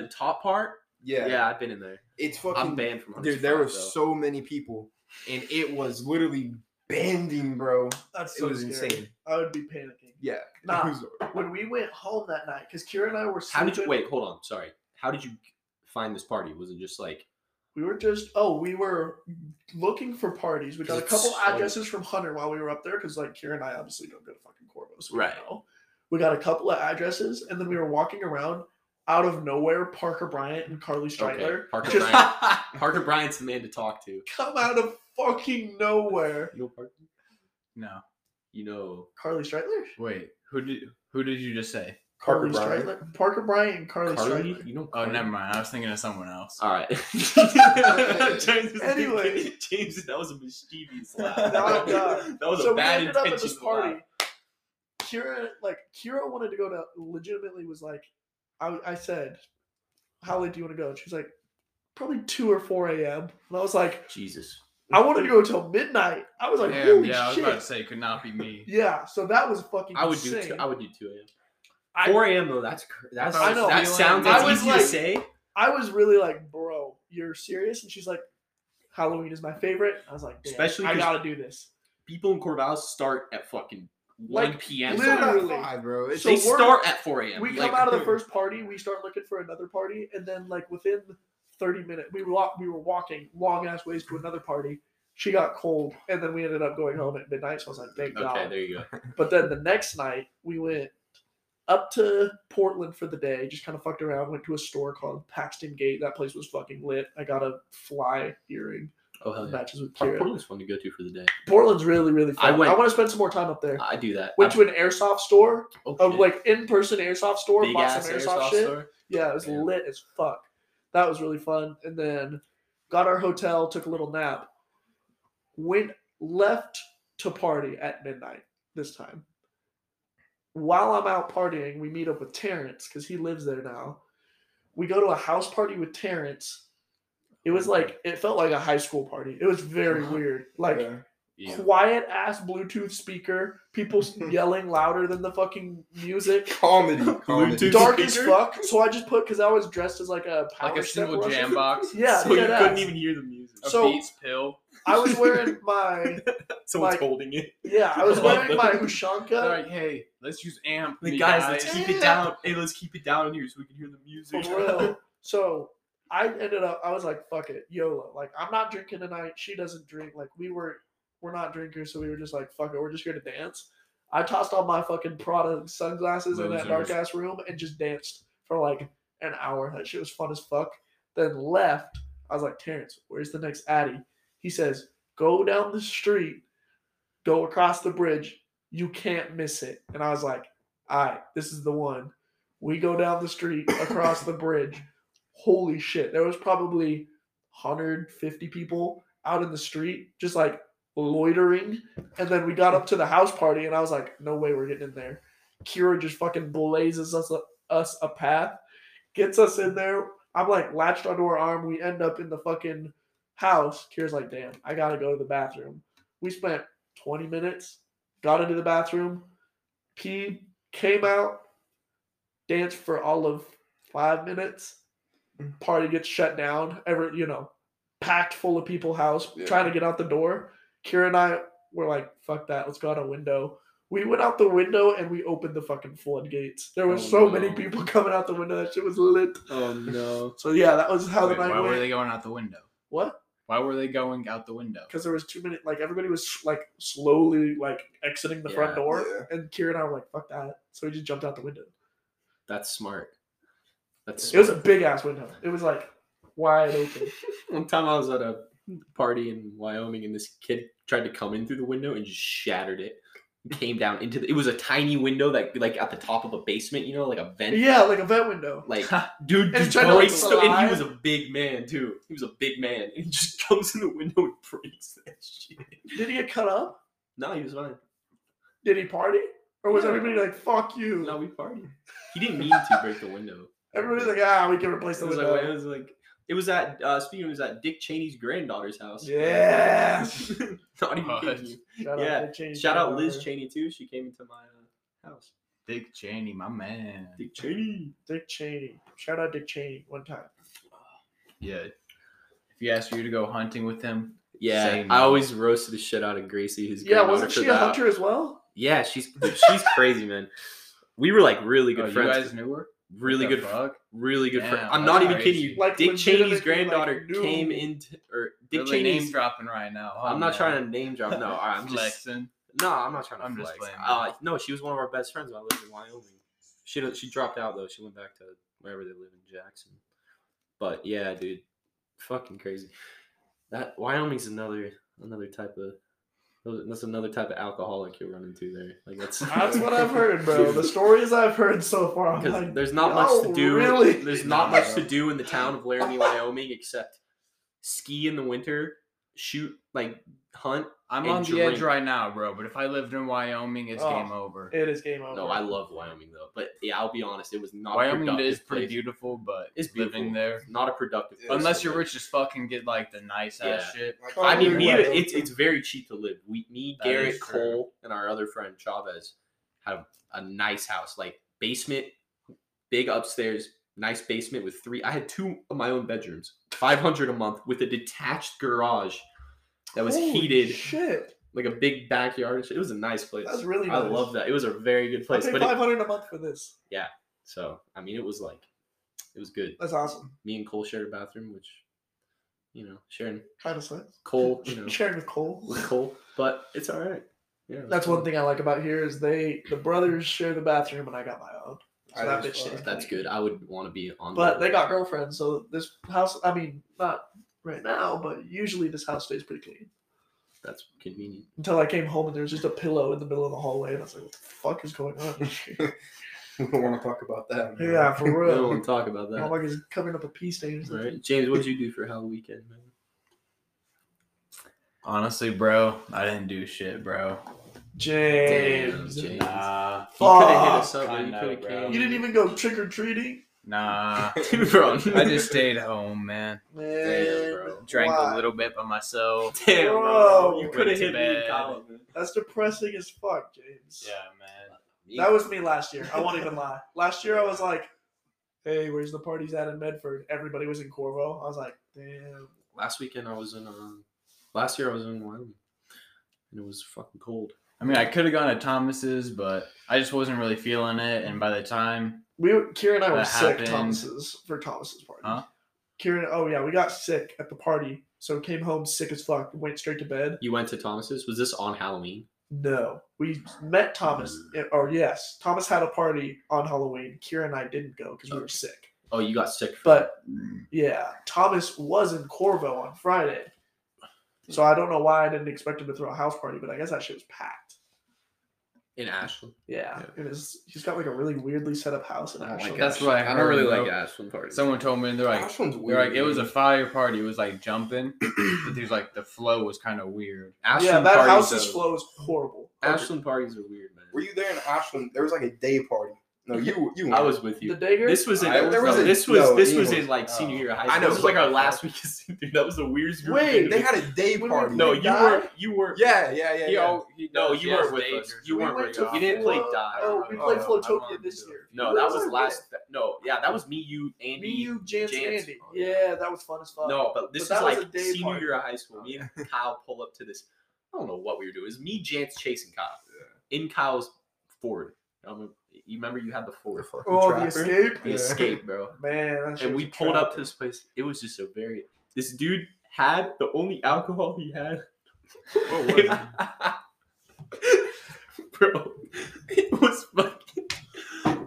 Speaker 3: the top part.
Speaker 4: Yeah.
Speaker 3: yeah I've been in there.
Speaker 4: It's
Speaker 3: I'm
Speaker 4: fucking.
Speaker 3: banned from Hunter's
Speaker 4: Dude, there
Speaker 3: Flat,
Speaker 4: were
Speaker 3: though.
Speaker 4: so many people, and it was literally bending, bro.
Speaker 2: that's
Speaker 4: It
Speaker 2: so
Speaker 4: was
Speaker 2: scary.
Speaker 4: insane.
Speaker 2: I would be panicking
Speaker 4: Yeah.
Speaker 2: Nah.
Speaker 4: It was-
Speaker 2: when we went home that night because Kira and I were
Speaker 3: How did you
Speaker 2: sleeping-
Speaker 3: wait? Hold on, sorry. How did you find this party? Was it just like
Speaker 2: We were just oh, we were looking for parties. We got a
Speaker 3: It's
Speaker 2: couple
Speaker 3: so-
Speaker 2: addresses from Hunter while we were up there because like Kira and I obviously don't go to fucking Corvos. we
Speaker 3: Right.
Speaker 2: know. We got a couple of addresses and then we were walking around out of nowhere. Parker Bryant and Carly Streitler
Speaker 3: Parker
Speaker 2: just
Speaker 3: Bryant. Parker Bryant's the man to talk to? You
Speaker 2: come out of fucking nowhere.
Speaker 3: know Parker.
Speaker 1: No,
Speaker 3: You know
Speaker 2: Carly Streitler.
Speaker 1: wait. Who did who did you just say?
Speaker 4: Parker
Speaker 2: Carly
Speaker 4: Bryant.
Speaker 2: Streitler. Parker Bryant and Carly,
Speaker 3: Carly.
Speaker 2: Streitler.
Speaker 3: You know.
Speaker 1: Oh,
Speaker 3: Carly?
Speaker 1: never mind. I was thinking of someone else.
Speaker 3: All right. James was
Speaker 2: Anyway.
Speaker 3: thinking- James, that was a mischievous laugh.
Speaker 2: No, no.
Speaker 3: that was
Speaker 2: so
Speaker 3: a
Speaker 2: we
Speaker 3: bad
Speaker 2: ended up at
Speaker 3: intention.
Speaker 2: this party. Kira, like Kira, wanted to go to. Legitimately, was like, I, I said, "How late do you want to go?" And she's like, "Probably two or four a.m." And I was like,
Speaker 3: Jesus.
Speaker 2: "I wanted to go till midnight." I was like,
Speaker 1: Damn,
Speaker 2: "Holy
Speaker 1: yeah, I was
Speaker 2: shit!"
Speaker 1: about to say could not be me.
Speaker 2: yeah, so that was fucking.
Speaker 3: I would do.
Speaker 2: insane.
Speaker 3: Two, I would do two a.m.
Speaker 2: I-
Speaker 3: Four a.m. though. That's cr- that's
Speaker 1: I
Speaker 2: know.
Speaker 3: that sounds
Speaker 2: I
Speaker 3: that's
Speaker 2: was
Speaker 3: easy
Speaker 2: like-
Speaker 3: to say.
Speaker 2: I was really like, "Bro, you're serious?" And she's like, "Halloween is my favorite." I was like, Damn,
Speaker 3: Especially
Speaker 2: I
Speaker 3: 'cause-
Speaker 2: gotta do this."
Speaker 3: People in Corvallis start at fucking
Speaker 2: Like,
Speaker 3: one p.m.
Speaker 4: It's not
Speaker 2: Literally.
Speaker 4: five, bro. It's
Speaker 2: So
Speaker 3: they
Speaker 2: we're-
Speaker 3: start at 4 a.m.
Speaker 2: we come
Speaker 3: like,
Speaker 2: out of the first party, we start looking for another party, and then like within thirty minutes, we walk, we were walking long ass ways to another party. She got cold, and then we ended up going home at midnight. So I was like, thank
Speaker 3: Okay,
Speaker 2: God.
Speaker 3: there you go.
Speaker 2: But then the next night, we went up to Portland for the day, just kind of fucked around. Went to a store called Paxton Gate. That place was fucking lit. I got a fly earring
Speaker 3: Oh hell yeah.
Speaker 2: matches with
Speaker 3: Park
Speaker 2: Kira.
Speaker 3: Portland's fun to go to for the day.
Speaker 2: Portland's really really fun.
Speaker 3: I
Speaker 2: I,
Speaker 3: went-
Speaker 2: want to spend some more time up there.
Speaker 3: I do that.
Speaker 2: Went
Speaker 3: I,
Speaker 2: to an airsoft store,
Speaker 3: oh,
Speaker 2: a
Speaker 3: shit.
Speaker 2: like in person airsoft store,
Speaker 3: Big
Speaker 2: bought
Speaker 3: ass
Speaker 2: some
Speaker 3: airsoft
Speaker 2: airsoft shit.
Speaker 3: store.
Speaker 2: Yeah, it was
Speaker 3: Yeah.
Speaker 2: lit as fuck. That was really fun. And then got our hotel, took a little nap, went left to party at midnight this time. While I'm out partying, we meet up with Terrence because he lives there now. We go to a house party with Terrence. It was like it felt like a high school party. It was very weird. Like
Speaker 4: yeah.
Speaker 1: Yeah.
Speaker 2: quiet ass Bluetooth speaker, people yelling louder than the fucking music
Speaker 4: comedy. comedy.
Speaker 3: Bluetooth.
Speaker 2: dark as
Speaker 3: speaker?
Speaker 2: fuck. So I just put because I was dressed as like a power
Speaker 1: Like a
Speaker 2: step
Speaker 1: single
Speaker 2: rusher.
Speaker 1: jam box.
Speaker 2: Yeah,
Speaker 3: so you
Speaker 2: dead
Speaker 3: couldn't
Speaker 2: ass.
Speaker 3: even hear the music.
Speaker 1: A
Speaker 2: So-
Speaker 1: Beats pill.
Speaker 2: I was wearing my
Speaker 3: Someone's
Speaker 2: like-
Speaker 3: holding it.
Speaker 2: yeah. I was
Speaker 3: Love
Speaker 2: wearing
Speaker 3: it.
Speaker 2: my Ushanka
Speaker 1: All right, hey, Let's use amp.
Speaker 3: Like,
Speaker 1: me,
Speaker 3: guys, let's keep it down. Hey, let's keep it down here so we can hear the music.
Speaker 2: For real. So I ended up. I was like, "Fuck it, YOLO." Like, I'm not drinking tonight. She doesn't drink. Like, we were, we're not drinkers, so we were just like, "Fuck it, we're just here to dance." I tossed all my fucking Prada sunglasses in that dark
Speaker 1: Losers.
Speaker 2: ass room and just danced for like an hour. That shit was fun as fuck. Then left. I was like, Terrence, where's the next Addy? He says, "Go down the street, go across the bridge. You can't miss it." And I was like, "All right, this is the one." We go down the street across the bridge. Holy shit. There was probably 150 people out in the street just like loitering. And then we got up to the house party and I was like, no way we're getting in there. Kira just fucking blazes us a, us a path, gets us in there. I'm like latched onto her arm. We end up in the fucking house. Kira's like, damn, I gotta go to the bathroom. We spent 20 minutes, got into the bathroom, peed, came out, danced for all of five minutes. Party gets shut down. Ever, you know, packed full of people. House
Speaker 4: Yeah.
Speaker 2: trying to get out the door. Kira and I were like, "Fuck that! Let's go out a window." We went out the window and we opened the fucking floodgates. There were
Speaker 3: Oh,
Speaker 2: so many
Speaker 3: no.
Speaker 2: people coming out the window. That shit was lit.
Speaker 3: Oh no.
Speaker 2: So yeah, that was how
Speaker 1: Wait,
Speaker 2: the night
Speaker 1: why
Speaker 2: went.
Speaker 1: were they going out the window?
Speaker 2: what?
Speaker 1: Why were they going out the window?
Speaker 2: Because there was two minutes. Like everybody was like slowly like exiting the front
Speaker 3: Yeah.
Speaker 2: door,
Speaker 4: Yeah.
Speaker 2: and Kira and I were like, "Fuck that!" So we just jumped out the window.
Speaker 3: That's smart. That's
Speaker 2: It was a big ass window. It was like wide open.
Speaker 3: One time I was at a party in Wyoming and this kid tried to come in through the window and just shattered it. It Came down into the, it was a tiny window that like at the top of a basement, you know, like a vent.
Speaker 2: yeah, like a vent window.
Speaker 3: Like dude
Speaker 2: And he
Speaker 3: just
Speaker 2: tried to, like,
Speaker 3: breaks the, and
Speaker 2: slide.
Speaker 3: he was a big man too. He was a big man and he just comes in the window and breaks that shit.
Speaker 2: Did he get cut up?
Speaker 3: No, he was fine.
Speaker 2: Did he party? Or was
Speaker 3: Yeah.
Speaker 2: everybody like, fuck you?
Speaker 3: No, we partied. He didn't mean to break the window.
Speaker 2: Everybody's like, ah, we can replace
Speaker 3: It
Speaker 2: the
Speaker 3: was like, it
Speaker 2: window.
Speaker 3: was like it was at uh speaking of it was at Dick Cheney's granddaughter's house.
Speaker 2: Yeah.
Speaker 3: Not even kidding you.
Speaker 2: Shout
Speaker 3: Yeah.
Speaker 2: Dick Cheney,
Speaker 3: Shout out
Speaker 2: Dick
Speaker 3: Liz
Speaker 2: Cheney.
Speaker 3: Cheney too. She came into my uh, house.
Speaker 1: Dick Cheney, my man.
Speaker 3: Dick Cheney.
Speaker 2: Dick Cheney. Shout out Dick Cheney one time.
Speaker 1: Yeah. If he asked you to go hunting with him,
Speaker 3: Yeah,
Speaker 1: Same.
Speaker 3: I always roasted the shit out of Gracie. His
Speaker 2: Yeah,
Speaker 3: granddaughter,
Speaker 2: wasn't
Speaker 3: for
Speaker 2: she a
Speaker 3: that.
Speaker 2: hunter as well?
Speaker 3: Yeah, she's she's crazy, man. We were like really
Speaker 1: oh,
Speaker 3: good
Speaker 1: you
Speaker 3: friends,
Speaker 1: guys knew her.
Speaker 3: really
Speaker 1: What the
Speaker 3: good,
Speaker 1: Fuck?
Speaker 3: really good friends.
Speaker 1: Damn,
Speaker 3: I'm not
Speaker 1: that's
Speaker 3: even kidding
Speaker 1: crazy.
Speaker 3: you.
Speaker 2: Like,
Speaker 3: Dick Cheney's
Speaker 2: legitimately, like,
Speaker 3: granddaughter
Speaker 2: knew-
Speaker 3: came into or Dick
Speaker 1: Dick really name
Speaker 3: Cheney's.
Speaker 1: dropping right now.
Speaker 3: I'm not trying to name drop. No, I'm just
Speaker 1: flexing.
Speaker 3: no, I'm not trying to
Speaker 1: I'm just
Speaker 3: flex.
Speaker 1: playing, man.
Speaker 3: uh, no, she was one of our best friends. when I lived in Wyoming. She don't- she dropped out though. She went back to wherever they live in Jackson. But yeah, dude, fucking crazy. That Wyoming's another another type of those- that's another type of alcoholic you'll run into there. Like that's
Speaker 2: That's what I've heard, bro. The stories I've heard so far. I'm
Speaker 3: Because
Speaker 2: like,
Speaker 3: there's not much
Speaker 2: "Yo,
Speaker 3: to do.
Speaker 2: really?"
Speaker 3: There's not
Speaker 1: Nah,
Speaker 3: much
Speaker 1: bro.
Speaker 3: to do in the town of Laramie, Wyoming, except ski in the winter, shoot, like hunt.
Speaker 1: I'm
Speaker 3: and
Speaker 1: on the edge
Speaker 3: drink.
Speaker 1: right now, bro. But if I lived in Wyoming, it's
Speaker 2: Oh,
Speaker 1: game over.
Speaker 2: it is game over.
Speaker 3: No, I love Wyoming though, but yeah, I'll be honest, it was not. a
Speaker 1: Wyoming
Speaker 3: productive
Speaker 1: is pretty
Speaker 3: place.
Speaker 1: beautiful, but
Speaker 3: It's
Speaker 1: living
Speaker 3: beautiful.
Speaker 1: there,
Speaker 3: Not a productive.
Speaker 4: Yeah.
Speaker 3: place
Speaker 1: unless
Speaker 3: to
Speaker 1: you're
Speaker 3: live.
Speaker 1: rich as fuck and get like the nice ass shit.
Speaker 4: Like,
Speaker 2: I
Speaker 3: I mean,
Speaker 2: Probably
Speaker 3: me,
Speaker 2: right.
Speaker 3: it's it's very cheap to live. We, me,
Speaker 1: That is
Speaker 3: Garrett,
Speaker 1: true.
Speaker 3: Cole, and our other friend Chavez have a nice house, like basement, big upstairs, nice basement with three. I had two of my own bedrooms, five hundred a month with a detached garage that was
Speaker 2: Holy
Speaker 3: heated,
Speaker 2: Shit.
Speaker 3: like a big backyard. and shit. It was a nice place.
Speaker 2: That's really
Speaker 3: I
Speaker 2: nice.
Speaker 3: love that. It was a very good
Speaker 2: I
Speaker 3: place.
Speaker 2: paid
Speaker 3: But it,
Speaker 2: 500 a month for this.
Speaker 3: so I mean, it was like it was good.
Speaker 2: That's awesome.
Speaker 3: Me and Cole shared a bathroom, which you know, sharing
Speaker 2: Kind of sucks.
Speaker 3: Cole, you know,
Speaker 2: Sharing with Cole.
Speaker 3: with Cole, but it's all right. Yeah, it was
Speaker 2: That's
Speaker 3: fun.
Speaker 2: one thing I like about here is they the brothers share the bathroom and I got my own. So
Speaker 4: I
Speaker 2: that
Speaker 4: just
Speaker 2: bitch
Speaker 4: thought-
Speaker 2: stays
Speaker 3: That's
Speaker 2: clean.
Speaker 3: good. I would want to be on.
Speaker 2: But
Speaker 3: the-
Speaker 2: they got girlfriends, so this house I mean, not right now, but usually this house stays pretty clean.
Speaker 3: that's convenient.
Speaker 2: Until I came home and there was just a pillow in the middle of the hallway and I was like, What the fuck is going on?
Speaker 4: we don't want to talk about that. man.
Speaker 2: yeah, for
Speaker 3: We don't
Speaker 2: real.
Speaker 3: want to talk about that.
Speaker 2: Motherfuckers covering up a pee stain or
Speaker 3: All
Speaker 2: something.
Speaker 3: right, James, what did you do for Halloween weekend, man?
Speaker 1: Honestly, bro, I didn't do shit, bro.
Speaker 2: James.
Speaker 3: Damn, James.
Speaker 1: Nah,
Speaker 3: You could have hit
Speaker 2: Fuck.
Speaker 3: us up.
Speaker 1: I
Speaker 3: man.
Speaker 1: know,
Speaker 3: You could
Speaker 1: bro.
Speaker 3: have came.
Speaker 2: You didn't even go trick or treating?
Speaker 1: nah.
Speaker 3: Dude, bro.
Speaker 1: I just stayed home, man.
Speaker 2: Man.
Speaker 3: bro.
Speaker 1: Drank
Speaker 2: Why?
Speaker 1: a little bit by myself.
Speaker 3: Damn,
Speaker 2: Bro,
Speaker 3: bro. You could
Speaker 1: went
Speaker 3: have
Speaker 1: to
Speaker 3: hit me in
Speaker 1: bed.
Speaker 3: college, man.
Speaker 2: That's depressing as fuck, James.
Speaker 1: Yeah, man.
Speaker 2: That was me last year. I won't even lie. Last year I was like, "Hey, where's the parties at in Medford?" Everybody was in Corvo. I was like, "Damn."
Speaker 3: last weekend. I was in. Um, last year I was in Wyoming, and it was fucking cold.
Speaker 1: I mean, I could have gone to Thomas's, but I just wasn't really feeling it. And by the time,
Speaker 2: We were, Kira and I were
Speaker 1: That
Speaker 2: sick
Speaker 1: happened.
Speaker 2: Thomas's for Thomas's party.
Speaker 1: Huh?
Speaker 2: Kieran, oh yeah, we got sick at the party, so came home sick as fuck, went straight to bed.
Speaker 3: You went to Thomas's. Was this on Halloween?
Speaker 2: No, we met Thomas. Or yes, Thomas had a party on Halloween. Kira and I didn't go because we were sick.
Speaker 3: Oh, you got sick. for
Speaker 2: But yeah, Thomas was in Corvo on Friday, so I don't know why I didn't expect him to throw a house party, but I guess that shit was packed.
Speaker 3: in Ashland.
Speaker 2: Yeah,
Speaker 5: Yeah.
Speaker 2: it is. He's got like a really weirdly set up house in
Speaker 3: Oh,
Speaker 5: I don't
Speaker 2: Ashland.
Speaker 5: like
Speaker 1: That's
Speaker 5: Ashland.
Speaker 1: what I
Speaker 5: I don't really
Speaker 1: heard,
Speaker 5: like
Speaker 1: though.
Speaker 5: Ashland parties.
Speaker 1: someone told me they're like,
Speaker 4: That one's
Speaker 1: they're
Speaker 4: weird.
Speaker 1: like, it was a fire party. It was like jumping, but there's like the flow was kind of weird.
Speaker 3: Ashland
Speaker 2: yeah, that
Speaker 3: parties
Speaker 2: house's
Speaker 3: are-
Speaker 2: flow is horrible.
Speaker 3: Ashland parties are weird, man.
Speaker 4: Were you there in Ashland? There was like a day party. No, you you.
Speaker 3: I
Speaker 4: weren't.
Speaker 3: was with you.
Speaker 2: The Dagger.
Speaker 3: This was in,
Speaker 4: I was-
Speaker 3: no,
Speaker 4: was a-
Speaker 3: this was
Speaker 4: no,
Speaker 3: this
Speaker 4: he
Speaker 3: was
Speaker 4: was-
Speaker 3: in like
Speaker 4: oh.
Speaker 3: senior year of high
Speaker 4: I
Speaker 3: school.
Speaker 4: know,
Speaker 3: This was
Speaker 4: but-
Speaker 3: like our last week of senior. Dude, that was the weirdest group. of
Speaker 2: Wait,
Speaker 3: dudes.
Speaker 4: They had a day
Speaker 2: When we-
Speaker 4: party.
Speaker 3: no.
Speaker 2: they
Speaker 3: You
Speaker 2: died?
Speaker 3: were you were
Speaker 4: Yeah, yeah, yeah.
Speaker 1: He
Speaker 4: yeah.
Speaker 1: al- he
Speaker 3: no.
Speaker 1: does,
Speaker 3: You
Speaker 1: yes,
Speaker 3: weren't with
Speaker 1: Dagers.
Speaker 3: us. You
Speaker 2: We
Speaker 3: weren't
Speaker 2: went
Speaker 3: with
Speaker 2: to
Speaker 3: us. You didn't play
Speaker 2: Flo-
Speaker 3: die.
Speaker 2: Oh, we
Speaker 1: Oh,
Speaker 2: played
Speaker 1: I
Speaker 2: Flotopia
Speaker 1: wanted
Speaker 2: this
Speaker 1: to.
Speaker 2: year.
Speaker 3: No, that
Speaker 2: Where
Speaker 3: was
Speaker 2: I?
Speaker 3: last. No, yeah, that was me, you, Andy. Oh,
Speaker 2: Me, you, Jans,
Speaker 3: Jans.
Speaker 2: Andy. Yeah, that was fun as fuck.
Speaker 3: No, but this
Speaker 2: But that
Speaker 3: is
Speaker 2: was a
Speaker 3: like
Speaker 2: day
Speaker 3: senior
Speaker 2: party.
Speaker 3: year of high school. Me and Kyle pull up to this. I don't know what we were doing. It was me, Jance, chasing Kyle in Kyle's Ford. Um, you remember you had the Ford,
Speaker 2: Oh, the
Speaker 4: Trapper.
Speaker 2: escape.
Speaker 3: the
Speaker 4: Yeah.
Speaker 3: Escape, bro.
Speaker 2: Man, that shit
Speaker 3: And we
Speaker 2: was
Speaker 3: pulled up to
Speaker 2: tragic.
Speaker 3: this place. It was just a very. This dude had the only alcohol he had.
Speaker 4: What was it?
Speaker 3: Bro, it was fucking.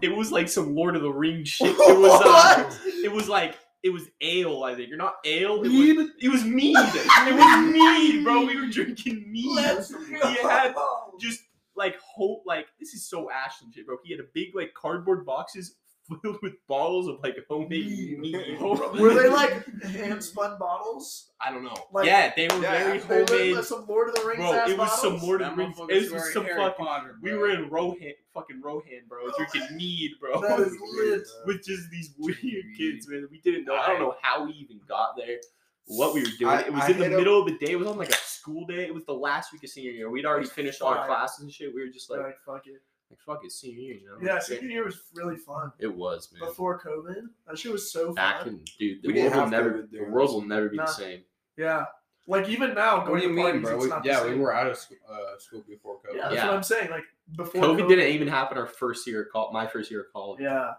Speaker 3: It was like some Lord of the Rings shit. It was. Uh, it was like it was ale. I think you're not ale. It was, it was mead. It was mead, bro. We were drinking mead.
Speaker 2: Let's
Speaker 3: He had just like hope. Like this is so Ashland shit, bro. He had a big like cardboard boxes filled with bottles of like homemade
Speaker 4: Mead.
Speaker 3: mead.
Speaker 2: Were they like hand spun bottles?
Speaker 3: I don't know.
Speaker 2: Like-
Speaker 3: yeah, they were
Speaker 4: Yeah,
Speaker 3: very
Speaker 2: They looked
Speaker 3: homemade.
Speaker 2: like some Lord of the Rings.
Speaker 3: Bro,
Speaker 2: ass
Speaker 3: it was some
Speaker 2: bottles?
Speaker 3: more
Speaker 1: That
Speaker 3: than
Speaker 1: motherfucker's
Speaker 3: it was
Speaker 1: wearing
Speaker 3: some
Speaker 1: Harry
Speaker 3: fucking.
Speaker 1: Potter,
Speaker 3: We
Speaker 1: bro.
Speaker 3: were in Rohan, fucking Rohan, bro, drinking mead, bro,
Speaker 2: That is
Speaker 4: Weird,
Speaker 2: lit.
Speaker 4: bro.
Speaker 3: with just these weird
Speaker 1: Drinking
Speaker 3: kids, man. We didn't know. I don't know how we even got there, what we were doing.
Speaker 4: I-
Speaker 3: it was
Speaker 4: I
Speaker 3: in the
Speaker 4: hit up-
Speaker 3: middle of the day. It was on like a school day. It was the last week of senior year. We'd already finished all our
Speaker 2: Fine.
Speaker 3: classes and shit. We were just like,
Speaker 2: Like, fuck it.
Speaker 3: like fuck it, senior year, you know?
Speaker 2: Yeah,
Speaker 3: Like,
Speaker 2: second year was really fun.
Speaker 3: It was, man.
Speaker 2: Before COVID, that shit was so
Speaker 3: Back
Speaker 2: fun.
Speaker 3: in, dude, the world
Speaker 4: We didn't
Speaker 3: will
Speaker 4: have
Speaker 3: never,
Speaker 4: COVID
Speaker 3: the
Speaker 4: during
Speaker 3: world will never be
Speaker 2: Nah.
Speaker 3: the same.
Speaker 2: Yeah, like even now,
Speaker 1: What
Speaker 2: going
Speaker 1: do you
Speaker 2: to
Speaker 1: mean,
Speaker 2: parties,
Speaker 1: bro?
Speaker 2: it's
Speaker 1: We-
Speaker 2: not the
Speaker 1: yeah, we
Speaker 2: same.
Speaker 1: were out of sc- uh, school before COVID.
Speaker 2: Yeah, that's
Speaker 3: Yeah.
Speaker 2: what I'm saying. Like before
Speaker 3: COVID, didn't even happen our first year of call, my first year of college.
Speaker 2: Yeah,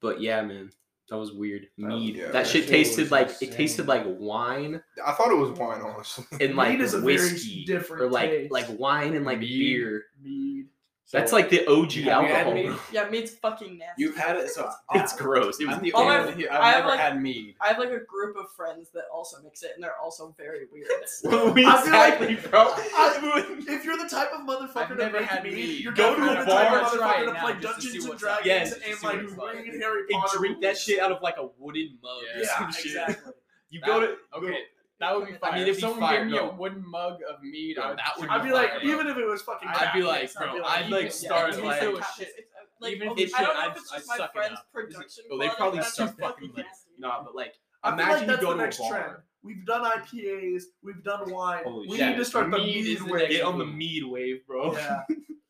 Speaker 3: But yeah, man, that was weird.
Speaker 2: That was-
Speaker 3: Mead.
Speaker 4: yeah,
Speaker 3: that,
Speaker 4: that
Speaker 3: shit
Speaker 4: shit
Speaker 3: tasted
Speaker 4: was
Speaker 3: like it
Speaker 1: insane.
Speaker 3: tasted like wine
Speaker 4: I thought it was wine, honestly.
Speaker 3: and like
Speaker 2: Mead is a very
Speaker 3: whiskey,
Speaker 2: different
Speaker 3: or like
Speaker 2: taste.
Speaker 3: like wine and like
Speaker 1: Mead.
Speaker 3: beer.
Speaker 2: mead.
Speaker 3: That's like the OG
Speaker 1: Have you had
Speaker 3: alcohol.
Speaker 1: mead?
Speaker 3: bro.
Speaker 6: Yeah, meat's fucking nasty.
Speaker 1: You've had it, so
Speaker 3: It's gross. It was
Speaker 1: I'm the
Speaker 6: Oh,
Speaker 1: only
Speaker 6: I've-
Speaker 1: one here.
Speaker 6: I
Speaker 1: I've
Speaker 6: have,
Speaker 1: never
Speaker 6: like-
Speaker 1: had mead.
Speaker 6: I have like a group of friends that also mix it, and they're also very weird.
Speaker 3: exactly, bro.
Speaker 2: If you're the type of
Speaker 1: I've
Speaker 2: motherfucker to
Speaker 1: never
Speaker 2: make
Speaker 1: had
Speaker 2: mead,
Speaker 1: mead.
Speaker 2: you're
Speaker 3: Go
Speaker 2: definitely
Speaker 3: to a
Speaker 2: the type of
Speaker 3: bar,
Speaker 2: motherfucker
Speaker 1: try it
Speaker 2: to
Speaker 1: now
Speaker 2: play
Speaker 1: just to
Speaker 2: Dungeons
Speaker 1: see
Speaker 2: and
Speaker 1: what's up.
Speaker 2: Dragons
Speaker 3: Yes, just to
Speaker 2: and
Speaker 3: see
Speaker 2: like
Speaker 3: what it's like.
Speaker 2: read Harry
Speaker 3: and
Speaker 2: Potter.
Speaker 3: drink that
Speaker 2: movies.
Speaker 3: shit out of like a wooden mug. or
Speaker 1: Yeah,
Speaker 3: some
Speaker 2: Yeah,
Speaker 3: shit.
Speaker 2: exactly.
Speaker 3: You
Speaker 1: That-
Speaker 3: go to
Speaker 1: Okay, that would be fire. I mean, if
Speaker 3: it'd be
Speaker 1: someone
Speaker 3: fire,
Speaker 1: gave me
Speaker 3: bro.
Speaker 1: a wooden mug of mead, I would, that would
Speaker 2: I'd
Speaker 1: be,
Speaker 2: be like,
Speaker 1: fire, bro.
Speaker 2: even if it was fucking,
Speaker 1: I'd be
Speaker 2: crack,
Speaker 1: like,
Speaker 2: yes, I'd
Speaker 1: bro,
Speaker 2: be
Speaker 1: I'd like
Speaker 2: even-
Speaker 1: start
Speaker 6: it's
Speaker 1: like-
Speaker 6: like
Speaker 1: Even
Speaker 6: it's, it's, uh, like
Speaker 1: if
Speaker 6: only-
Speaker 1: shit,
Speaker 6: I don't know
Speaker 1: I'd-
Speaker 6: if it's
Speaker 1: I'd
Speaker 6: just my
Speaker 1: suck it
Speaker 6: friend's
Speaker 1: up.
Speaker 6: production.
Speaker 3: Oh, they
Speaker 6: quality,
Speaker 3: probably
Speaker 6: that's
Speaker 3: suck
Speaker 6: just
Speaker 3: that
Speaker 6: fucking
Speaker 3: thing.
Speaker 6: nasty.
Speaker 3: nah, but like
Speaker 2: I feel
Speaker 3: imagine
Speaker 2: like
Speaker 3: you
Speaker 2: that's
Speaker 3: go
Speaker 2: the
Speaker 3: to a
Speaker 2: next trend.
Speaker 3: bar.
Speaker 2: We've done IPAs, we've done wine.
Speaker 3: Holy
Speaker 2: we
Speaker 3: shit.
Speaker 2: need to start the
Speaker 1: Mead is
Speaker 2: mead
Speaker 1: the
Speaker 2: wave.
Speaker 3: Get on the mead wave, bro.
Speaker 2: Yeah.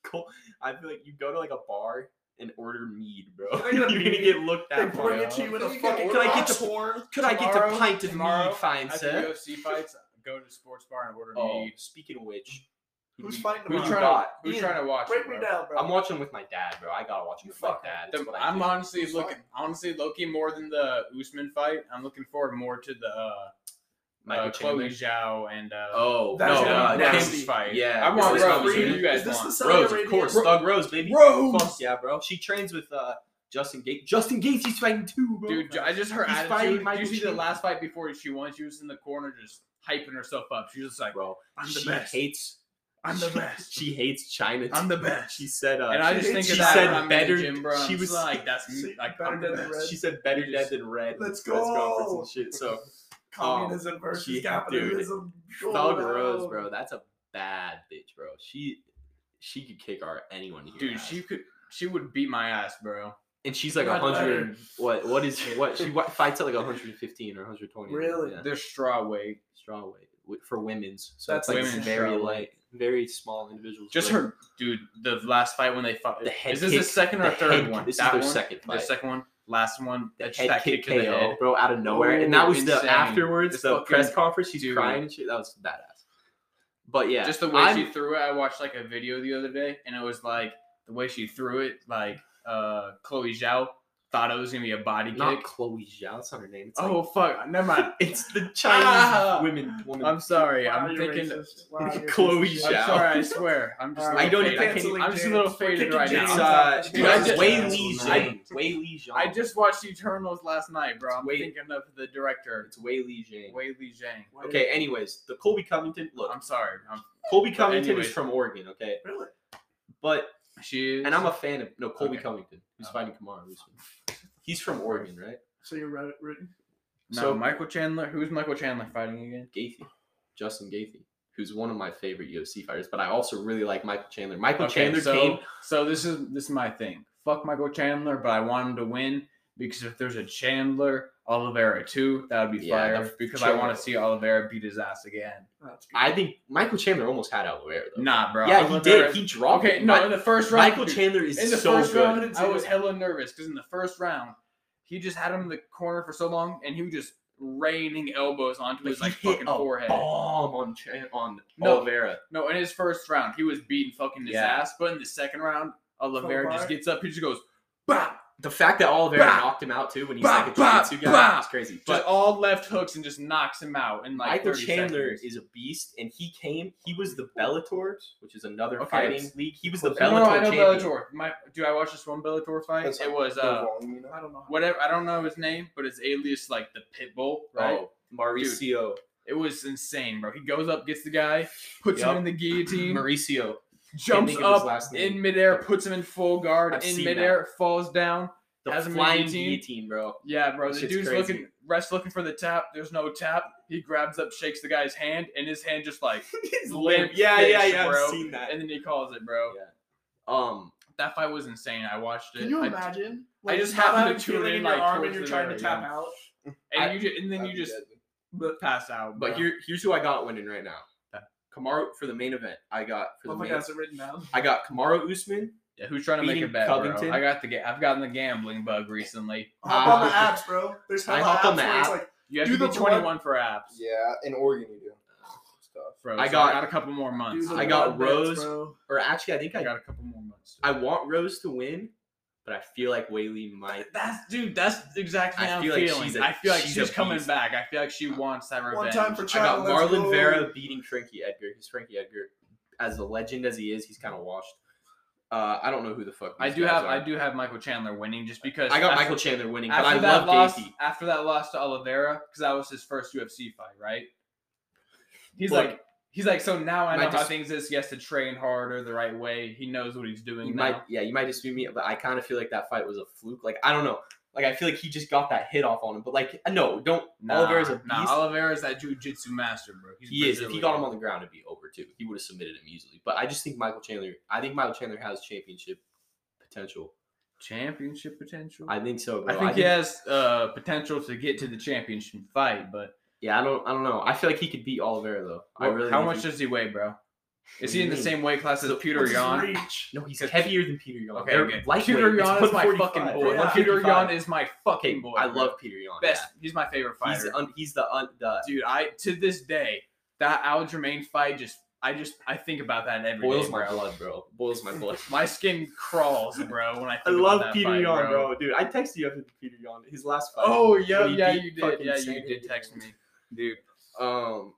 Speaker 3: Cool. I feel like you go to like a bar and order mead, bro.
Speaker 2: Can I get
Speaker 3: You're
Speaker 2: a
Speaker 3: gonna
Speaker 2: mead?
Speaker 3: get looked
Speaker 2: They
Speaker 3: at. bro.
Speaker 2: bring it to you in a
Speaker 4: You can
Speaker 2: fucking.
Speaker 4: order
Speaker 3: Can I get
Speaker 2: glass.
Speaker 3: the-
Speaker 2: horn?
Speaker 3: Could I get a
Speaker 1: Tomorrow-
Speaker 3: pint of
Speaker 1: tomorrow,
Speaker 3: mead, fine
Speaker 1: After
Speaker 3: sir?
Speaker 1: UFC fights, go to sports bar and order
Speaker 3: Oh,
Speaker 1: mead.
Speaker 3: speaking of which,
Speaker 2: Who's
Speaker 3: you-
Speaker 2: fighting
Speaker 3: who you
Speaker 1: tomorrow?
Speaker 3: got?
Speaker 1: Who's
Speaker 2: Ian,
Speaker 1: trying to watch?
Speaker 2: Break
Speaker 1: it,
Speaker 2: me
Speaker 1: bro?
Speaker 2: down, bro.
Speaker 3: I'm watching with my dad, bro. I gotta watch it with my
Speaker 2: fuck
Speaker 3: dad.
Speaker 1: The-
Speaker 3: That's what I
Speaker 1: I'm
Speaker 3: do.
Speaker 1: honestly
Speaker 4: It's
Speaker 1: looking, honestly looking more than the Usman fight. I'm looking forward more to the uh,
Speaker 3: Michael
Speaker 1: uh, Chloe
Speaker 3: Chandler.
Speaker 1: Zhao and uh,
Speaker 3: Oh
Speaker 2: That's
Speaker 3: no,
Speaker 2: gonna
Speaker 3: no,
Speaker 2: be
Speaker 3: no.
Speaker 2: nasty.
Speaker 1: Kim's fight.
Speaker 3: Yeah,
Speaker 1: I
Speaker 3: bro,
Speaker 1: want
Speaker 2: Is this
Speaker 1: Rose.
Speaker 2: the
Speaker 1: What do
Speaker 2: Saudi-
Speaker 1: you guys
Speaker 2: is this the
Speaker 1: want?
Speaker 2: Saudi
Speaker 3: Rose, of
Speaker 2: Arabian-
Speaker 3: course,
Speaker 2: Bro,
Speaker 3: Thug Rose, baby.
Speaker 1: Rose!
Speaker 3: Fuck yeah, bro. She trains with uh Justin Gates. Justin Gates, he's fighting too, bro.
Speaker 1: Dude, I just her
Speaker 3: He's fighting
Speaker 1: attitude. Did
Speaker 3: Michael
Speaker 1: you see the
Speaker 3: Chandler.
Speaker 1: last fight before she won? She was in the corner just hyping herself up. She was just like,
Speaker 3: bro.
Speaker 2: I'm the
Speaker 3: she
Speaker 2: best.
Speaker 3: hates.
Speaker 2: I'm the
Speaker 3: she-
Speaker 2: best.
Speaker 3: She hates China.
Speaker 2: I'm the
Speaker 3: too.
Speaker 2: best.
Speaker 3: She said. Uh,
Speaker 1: and I just
Speaker 2: she-
Speaker 1: think
Speaker 2: she
Speaker 1: of that.
Speaker 2: said
Speaker 1: when I'm in the
Speaker 3: better-
Speaker 1: Gym, bro. I'm
Speaker 3: she
Speaker 1: just
Speaker 3: was-
Speaker 1: like, that's
Speaker 2: she-
Speaker 1: me. Like,
Speaker 2: better
Speaker 1: I'm
Speaker 2: than
Speaker 1: the
Speaker 2: the
Speaker 1: best.
Speaker 2: rest.
Speaker 3: she said better dead than red.
Speaker 2: Let's
Speaker 3: in the press conference
Speaker 2: go.
Speaker 3: and shit. So
Speaker 2: communism
Speaker 3: she-
Speaker 2: versus
Speaker 3: dude,
Speaker 2: capitalism.
Speaker 3: Thug Rose, bro, that's a bad bitch, bro. She she could kick our anyone here.
Speaker 1: Dude,
Speaker 3: ass.
Speaker 1: she could. She would beat my ass, bro.
Speaker 3: and she's like a
Speaker 2: God,
Speaker 3: hundred.
Speaker 2: better.
Speaker 3: and- What what is what she what, fights at like hundred and fifteen or hundred twenty?
Speaker 2: Really?
Speaker 3: Yeah.
Speaker 1: They're straw weight.
Speaker 3: Straw weight w- for women's. So
Speaker 2: That's
Speaker 3: that's like
Speaker 1: women's
Speaker 3: very
Speaker 1: straw
Speaker 3: light, very small individuals.
Speaker 1: Just
Speaker 3: like,
Speaker 1: her, dude. The last fight when they fought.
Speaker 3: The head
Speaker 1: is this the
Speaker 3: kick-
Speaker 1: second or
Speaker 3: the
Speaker 1: third
Speaker 3: head-
Speaker 1: one?
Speaker 3: This
Speaker 1: that
Speaker 3: is their
Speaker 1: one?
Speaker 3: second
Speaker 1: The
Speaker 3: fight.
Speaker 1: second one, last one.
Speaker 3: the
Speaker 1: That's
Speaker 3: head
Speaker 1: that kick
Speaker 3: kick,
Speaker 1: to the
Speaker 3: KO,
Speaker 1: head.
Speaker 3: bro, out of nowhere, and that
Speaker 1: Ooh,
Speaker 3: was the
Speaker 1: insane.
Speaker 3: afterwards
Speaker 1: This
Speaker 3: the
Speaker 1: fucking
Speaker 3: press conference. She's
Speaker 1: dude.
Speaker 3: crying and shit. That was badass. But yeah,
Speaker 1: Just the way
Speaker 3: I'm-
Speaker 1: she threw it. I watched like a video the other day, and it was like the way she threw it. Like uh, Chloe Zhao thought it was gonna be a body
Speaker 3: not
Speaker 1: kick.
Speaker 3: Chloe Zhao. That's not her name. It's
Speaker 1: Oh fuck! Never mind.
Speaker 3: like, it's the Chinese
Speaker 1: Ah!
Speaker 3: women. Woman.
Speaker 1: I'm sorry.
Speaker 2: Wow,
Speaker 1: I'm
Speaker 2: you're
Speaker 1: thinking.
Speaker 2: racist. Wow, you're
Speaker 3: Chloe
Speaker 2: racist.
Speaker 1: I'm
Speaker 3: Zhao.
Speaker 1: sorry. I swear. I'm just. a
Speaker 2: All
Speaker 1: little
Speaker 2: right.
Speaker 3: I don't-
Speaker 1: faded.
Speaker 3: I
Speaker 1: can't-
Speaker 2: canceling
Speaker 1: I'm just a
Speaker 2: James.
Speaker 1: little
Speaker 2: We're
Speaker 1: faded
Speaker 2: kicking
Speaker 1: right
Speaker 2: James
Speaker 3: it's
Speaker 1: now.
Speaker 2: out.
Speaker 3: uh,
Speaker 6: Dude,
Speaker 3: dude,
Speaker 1: I
Speaker 3: it's
Speaker 1: just-
Speaker 3: Wei Li
Speaker 4: I-
Speaker 3: Zhang. Wei Li Zhang.
Speaker 1: I just watched Eternals last night, bro. I'm
Speaker 3: Wait.
Speaker 1: thinking of the director,
Speaker 3: It's Wei Li Zhang.
Speaker 1: Wei Li Zhang.
Speaker 3: Okay. Anyways, the Colby Covington. Look,
Speaker 1: I'm sorry. I'm,
Speaker 3: Colby
Speaker 1: But
Speaker 3: Covington
Speaker 1: anyways-
Speaker 3: is from Oregon. Okay,
Speaker 2: Really?
Speaker 3: but
Speaker 1: she is.
Speaker 3: and I'm a fan of no Colby
Speaker 1: Okay.
Speaker 3: Covington, who's
Speaker 1: Oh.
Speaker 3: fighting Kamara recently. He's from Oregon, right?
Speaker 2: So you're right, written.
Speaker 1: no
Speaker 3: so-
Speaker 1: Michael Chandler. Who's Michael Chandler fighting again?
Speaker 3: Gaethje, Justin Gaethje, who's one of my favorite UFC fighters, but I also really like Michael Chandler. Michael Chandler
Speaker 1: so,
Speaker 3: came.
Speaker 1: So this is this is my thing. Fuck Michael Chandler, but I want him to win because if there's a Chandler Oliveira too, that would be
Speaker 3: Yeah,
Speaker 1: fire.
Speaker 3: the
Speaker 1: Because I want
Speaker 3: Chandler.
Speaker 1: to see Oliveira beat his ass again.
Speaker 2: Oh, That's good.
Speaker 3: I think Michael Chandler almost had Oliveira though.
Speaker 1: Nah, bro.
Speaker 3: yeah, he
Speaker 1: Oliveira-
Speaker 3: did. He dropped.
Speaker 1: okay,
Speaker 3: him.
Speaker 1: no,
Speaker 3: Mi-
Speaker 1: in the first round,
Speaker 3: Michael
Speaker 1: dude,
Speaker 3: Chandler is
Speaker 1: in the
Speaker 3: so
Speaker 1: first
Speaker 3: good.
Speaker 1: round, I was hella nervous because in the first round, he just had him in the corner for so long, and he was just raining elbows onto
Speaker 3: But
Speaker 1: his
Speaker 3: he
Speaker 1: like
Speaker 3: hit
Speaker 1: fucking
Speaker 3: a
Speaker 1: forehead.
Speaker 3: bomb on Chan- on
Speaker 1: No.
Speaker 3: Oliveira.
Speaker 1: No, in his first round, he was beating fucking his
Speaker 3: Yeah.
Speaker 1: ass. But in the second round, Oliveira
Speaker 2: Crowbar.
Speaker 1: just gets up. He just goes, bah,
Speaker 3: The fact that Oliveira
Speaker 1: Bah!
Speaker 3: knocked him out too when he's
Speaker 1: Bah,
Speaker 3: like a
Speaker 1: bah,
Speaker 3: jiu-jitsu guy
Speaker 1: bah!
Speaker 3: is crazy.
Speaker 1: just
Speaker 3: But
Speaker 1: all left hooks and just knocks him out. And like
Speaker 3: Michael
Speaker 1: 30
Speaker 3: Chandler
Speaker 1: seconds.
Speaker 3: is a beast, and he came. He was the Bellator, which is another
Speaker 1: Okay.
Speaker 3: fighting league. He was the
Speaker 1: No,
Speaker 3: Bellator
Speaker 1: no, I know
Speaker 3: champion.
Speaker 1: Bellator. My, do I watch this one Bellator fight?
Speaker 4: That's
Speaker 1: it
Speaker 4: like
Speaker 1: was
Speaker 4: the
Speaker 1: uh,
Speaker 4: volume, you know?
Speaker 2: I don't know.
Speaker 1: whatever. I don't know his name, but his alias like the Pitbull, right?
Speaker 3: Oh, Mauricio.
Speaker 1: It was insane, bro. He goes up, gets the guy, puts
Speaker 3: Yup.
Speaker 1: him in the guillotine,
Speaker 3: Mauricio.
Speaker 1: jumps
Speaker 3: think of his
Speaker 1: up
Speaker 3: last name.
Speaker 1: in midair, puts him in full guard
Speaker 3: I've
Speaker 1: in
Speaker 3: seen that.
Speaker 1: midair, falls down.
Speaker 3: The
Speaker 1: Has him in
Speaker 3: flying
Speaker 1: guillotine.
Speaker 3: guillotine. bro.
Speaker 1: Yeah, bro.
Speaker 3: That
Speaker 1: The
Speaker 3: shit's
Speaker 1: dude's
Speaker 3: crazy.
Speaker 1: looking, ref's looking for the tap. There's no tap. He grabs up, shakes the guy's hand, and his hand just like,
Speaker 3: His
Speaker 1: limp
Speaker 3: Yeah,
Speaker 1: fish,
Speaker 3: yeah, yeah.
Speaker 1: bro.
Speaker 3: I've seen that.
Speaker 1: and then he calls it, bro.
Speaker 3: Yeah. Um,
Speaker 1: That fight was insane. I watched it.
Speaker 2: Can you
Speaker 1: I-
Speaker 2: imagine?
Speaker 1: I just
Speaker 2: not
Speaker 1: happened to
Speaker 2: having
Speaker 1: tune
Speaker 2: feeling
Speaker 1: in,
Speaker 2: your
Speaker 1: like,
Speaker 2: arm
Speaker 1: towards
Speaker 2: and you're
Speaker 1: the
Speaker 2: trying to
Speaker 1: very
Speaker 2: tap
Speaker 1: end.
Speaker 2: out.
Speaker 1: and
Speaker 3: I-
Speaker 1: you just, and then
Speaker 4: That'd
Speaker 1: you
Speaker 4: be
Speaker 1: just
Speaker 4: deadly.
Speaker 1: pass out.
Speaker 3: but
Speaker 1: bro.
Speaker 3: here, here's who I got winning right now.
Speaker 1: Okay.
Speaker 3: Kamaro for the main event. I got for the
Speaker 2: Oh my
Speaker 3: main.
Speaker 2: god, is it written down?
Speaker 3: I got Kamaro Usman.
Speaker 1: yeah, who's trying to make a
Speaker 3: beating
Speaker 1: bet, bro?
Speaker 3: Covington.
Speaker 1: I got the, ga- I've gotten the gambling bug recently.
Speaker 2: Hop
Speaker 3: Uh,
Speaker 2: on the apps, bro. There's
Speaker 3: I
Speaker 2: hella
Speaker 3: hopped
Speaker 2: apps
Speaker 3: on the
Speaker 2: where it's
Speaker 3: app.
Speaker 2: like
Speaker 1: You have
Speaker 2: Do
Speaker 1: to
Speaker 2: the
Speaker 1: be
Speaker 2: blood-
Speaker 1: 21 for apps,
Speaker 4: Yeah, in Oregon you do. It's tough.
Speaker 1: bro.
Speaker 3: I
Speaker 1: so
Speaker 3: got-
Speaker 1: I got a couple more
Speaker 2: do
Speaker 1: months.
Speaker 2: the
Speaker 3: I got
Speaker 2: blood bets,
Speaker 3: Rose.
Speaker 2: bro.
Speaker 3: Or actually, I think
Speaker 1: I
Speaker 3: I
Speaker 1: got a couple more months.
Speaker 3: I want Rose to win, but I feel like Whaley might.
Speaker 1: That's dude. That's exactly
Speaker 3: I
Speaker 1: how I'm
Speaker 3: feel like
Speaker 1: feeling.
Speaker 3: she's a-
Speaker 1: I feel like
Speaker 3: she's
Speaker 1: she's,
Speaker 3: a
Speaker 1: coming
Speaker 3: beast.
Speaker 1: back. I feel like she wants that revenge.
Speaker 2: One time for
Speaker 3: I
Speaker 2: China.
Speaker 3: got
Speaker 2: let's
Speaker 3: Marlon
Speaker 2: go.
Speaker 3: Vera beating Frankie Edgar. Because Frankie Edgar, as the legend as he is, he's kind of washed. Uh, I don't know who the fuck.
Speaker 1: I
Speaker 3: these
Speaker 1: do
Speaker 3: guys
Speaker 1: have
Speaker 3: are.
Speaker 1: I do have Michael Chandler winning just because
Speaker 3: I got
Speaker 1: after-
Speaker 3: Michael Chandler winning, but
Speaker 1: after
Speaker 3: I
Speaker 1: that
Speaker 3: love
Speaker 1: loss
Speaker 3: Gaethje.
Speaker 1: after that loss to Oliveira because that was his first UFC fight, right? He's
Speaker 3: Look,
Speaker 1: like he's like so now I
Speaker 3: my
Speaker 1: know how
Speaker 3: dis-
Speaker 1: things is. He has to train harder the right way. He knows what he's doing
Speaker 3: You
Speaker 1: now.
Speaker 3: might, yeah, you might dispute me, but I kind of feel like that fight was a fluke. Like I don't know. Like I feel like he just got that hit off on him, but like no, don't.
Speaker 1: Nah,
Speaker 3: Oliveira's a beast.
Speaker 1: Nah, Oliveira's that jujitsu master, bro. He's
Speaker 3: he is. If he
Speaker 1: Brazilian.
Speaker 3: got him on the ground, it'd be over too. He would have submitted him easily. But I just think Michael Chandler. I think Michael Chandler has championship potential.
Speaker 1: championship potential.
Speaker 3: I think so. Bro.
Speaker 1: I think he has uh, potential to get to the championship fight, but
Speaker 3: Yeah, I don't. I don't know. I feel like he could beat Oliveira though. I
Speaker 1: Well,
Speaker 3: really.
Speaker 1: how
Speaker 3: think
Speaker 1: much
Speaker 3: he-
Speaker 1: does he weigh, bro? Is
Speaker 3: What
Speaker 1: he
Speaker 3: do
Speaker 1: in
Speaker 3: you
Speaker 1: the
Speaker 3: mean?
Speaker 1: same weight class as
Speaker 3: So-
Speaker 1: Peter
Speaker 2: What's his
Speaker 1: Yan?
Speaker 2: reach?
Speaker 3: No, he's
Speaker 1: 'Cause-
Speaker 3: heavier than Peter Yan.
Speaker 1: Okay,
Speaker 3: They're
Speaker 1: good.
Speaker 3: lightweight.
Speaker 1: Peter
Speaker 3: It's
Speaker 1: Yan is my
Speaker 3: 145.
Speaker 1: fucking boy.
Speaker 2: Yeah.
Speaker 1: Peter Yan
Speaker 3: 155.
Speaker 1: is my fucking
Speaker 3: Okay,
Speaker 1: boy.
Speaker 3: I
Speaker 1: bro.
Speaker 3: love Peter Yan.
Speaker 1: best. He's my favorite
Speaker 3: Oh, Yeah.
Speaker 1: fighter.
Speaker 3: He's un, he's the un, the
Speaker 1: dude. I to this day that Aljamain fight just I just I think about that every day,
Speaker 3: boils my
Speaker 1: bro.
Speaker 3: blood, bro. Boils my blood.
Speaker 1: My skin crawls, bro, when I think
Speaker 3: I
Speaker 1: about
Speaker 3: love
Speaker 1: that
Speaker 3: Peter
Speaker 1: fight,
Speaker 3: Yan,
Speaker 1: bro.
Speaker 3: bro. Dude, I texted you after Peter Yan. His last fight.
Speaker 1: Oh yeah,
Speaker 3: When he
Speaker 1: yeah,
Speaker 3: beat
Speaker 1: you did.
Speaker 3: fucking
Speaker 1: Yeah, you
Speaker 3: Sandy.
Speaker 1: did text me, dude.
Speaker 3: Um.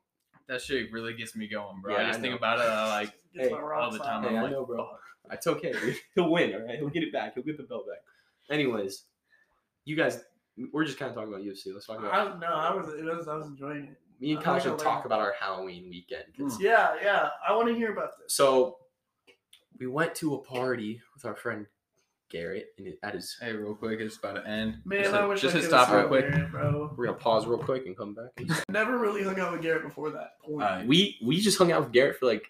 Speaker 1: That shit really gets me going, bro. I
Speaker 3: Yeah,
Speaker 1: just
Speaker 3: I
Speaker 1: think
Speaker 3: know.
Speaker 1: about it uh, like
Speaker 2: Gets
Speaker 3: Hey,
Speaker 2: my raw
Speaker 1: all the time.
Speaker 2: side.
Speaker 1: I'm
Speaker 3: Hey, I
Speaker 1: like,
Speaker 3: know, bro.
Speaker 1: fuck.
Speaker 3: It's okay. dude. He'll win. All right. He'll get it back. He'll get the belt back. Anyways, you guys, we're just kind of talking about UFC. Let's talk
Speaker 2: I
Speaker 3: about
Speaker 2: don't know. I was, it was, I was enjoying it.
Speaker 3: me and
Speaker 2: I
Speaker 3: Kyle
Speaker 2: like
Speaker 3: should
Speaker 2: it,
Speaker 3: talk
Speaker 2: like-
Speaker 3: about our Halloween weekend.
Speaker 1: Hmm.
Speaker 3: 'cause-
Speaker 2: Yeah, yeah. I want to hear about this.
Speaker 3: So we went to a party with our friend Garrett, and it, at his.
Speaker 1: Hey, real quick, it's about to end.
Speaker 2: Man,
Speaker 1: just
Speaker 2: I
Speaker 1: to-
Speaker 2: wish
Speaker 1: just
Speaker 2: I
Speaker 1: to
Speaker 2: could
Speaker 1: stop
Speaker 2: have
Speaker 1: real quick.
Speaker 2: bro.
Speaker 3: We're gonna pause real quick and come back.
Speaker 2: Never really hung out with Garrett before that point.
Speaker 1: Alright.
Speaker 3: we we just hung out with Garrett for like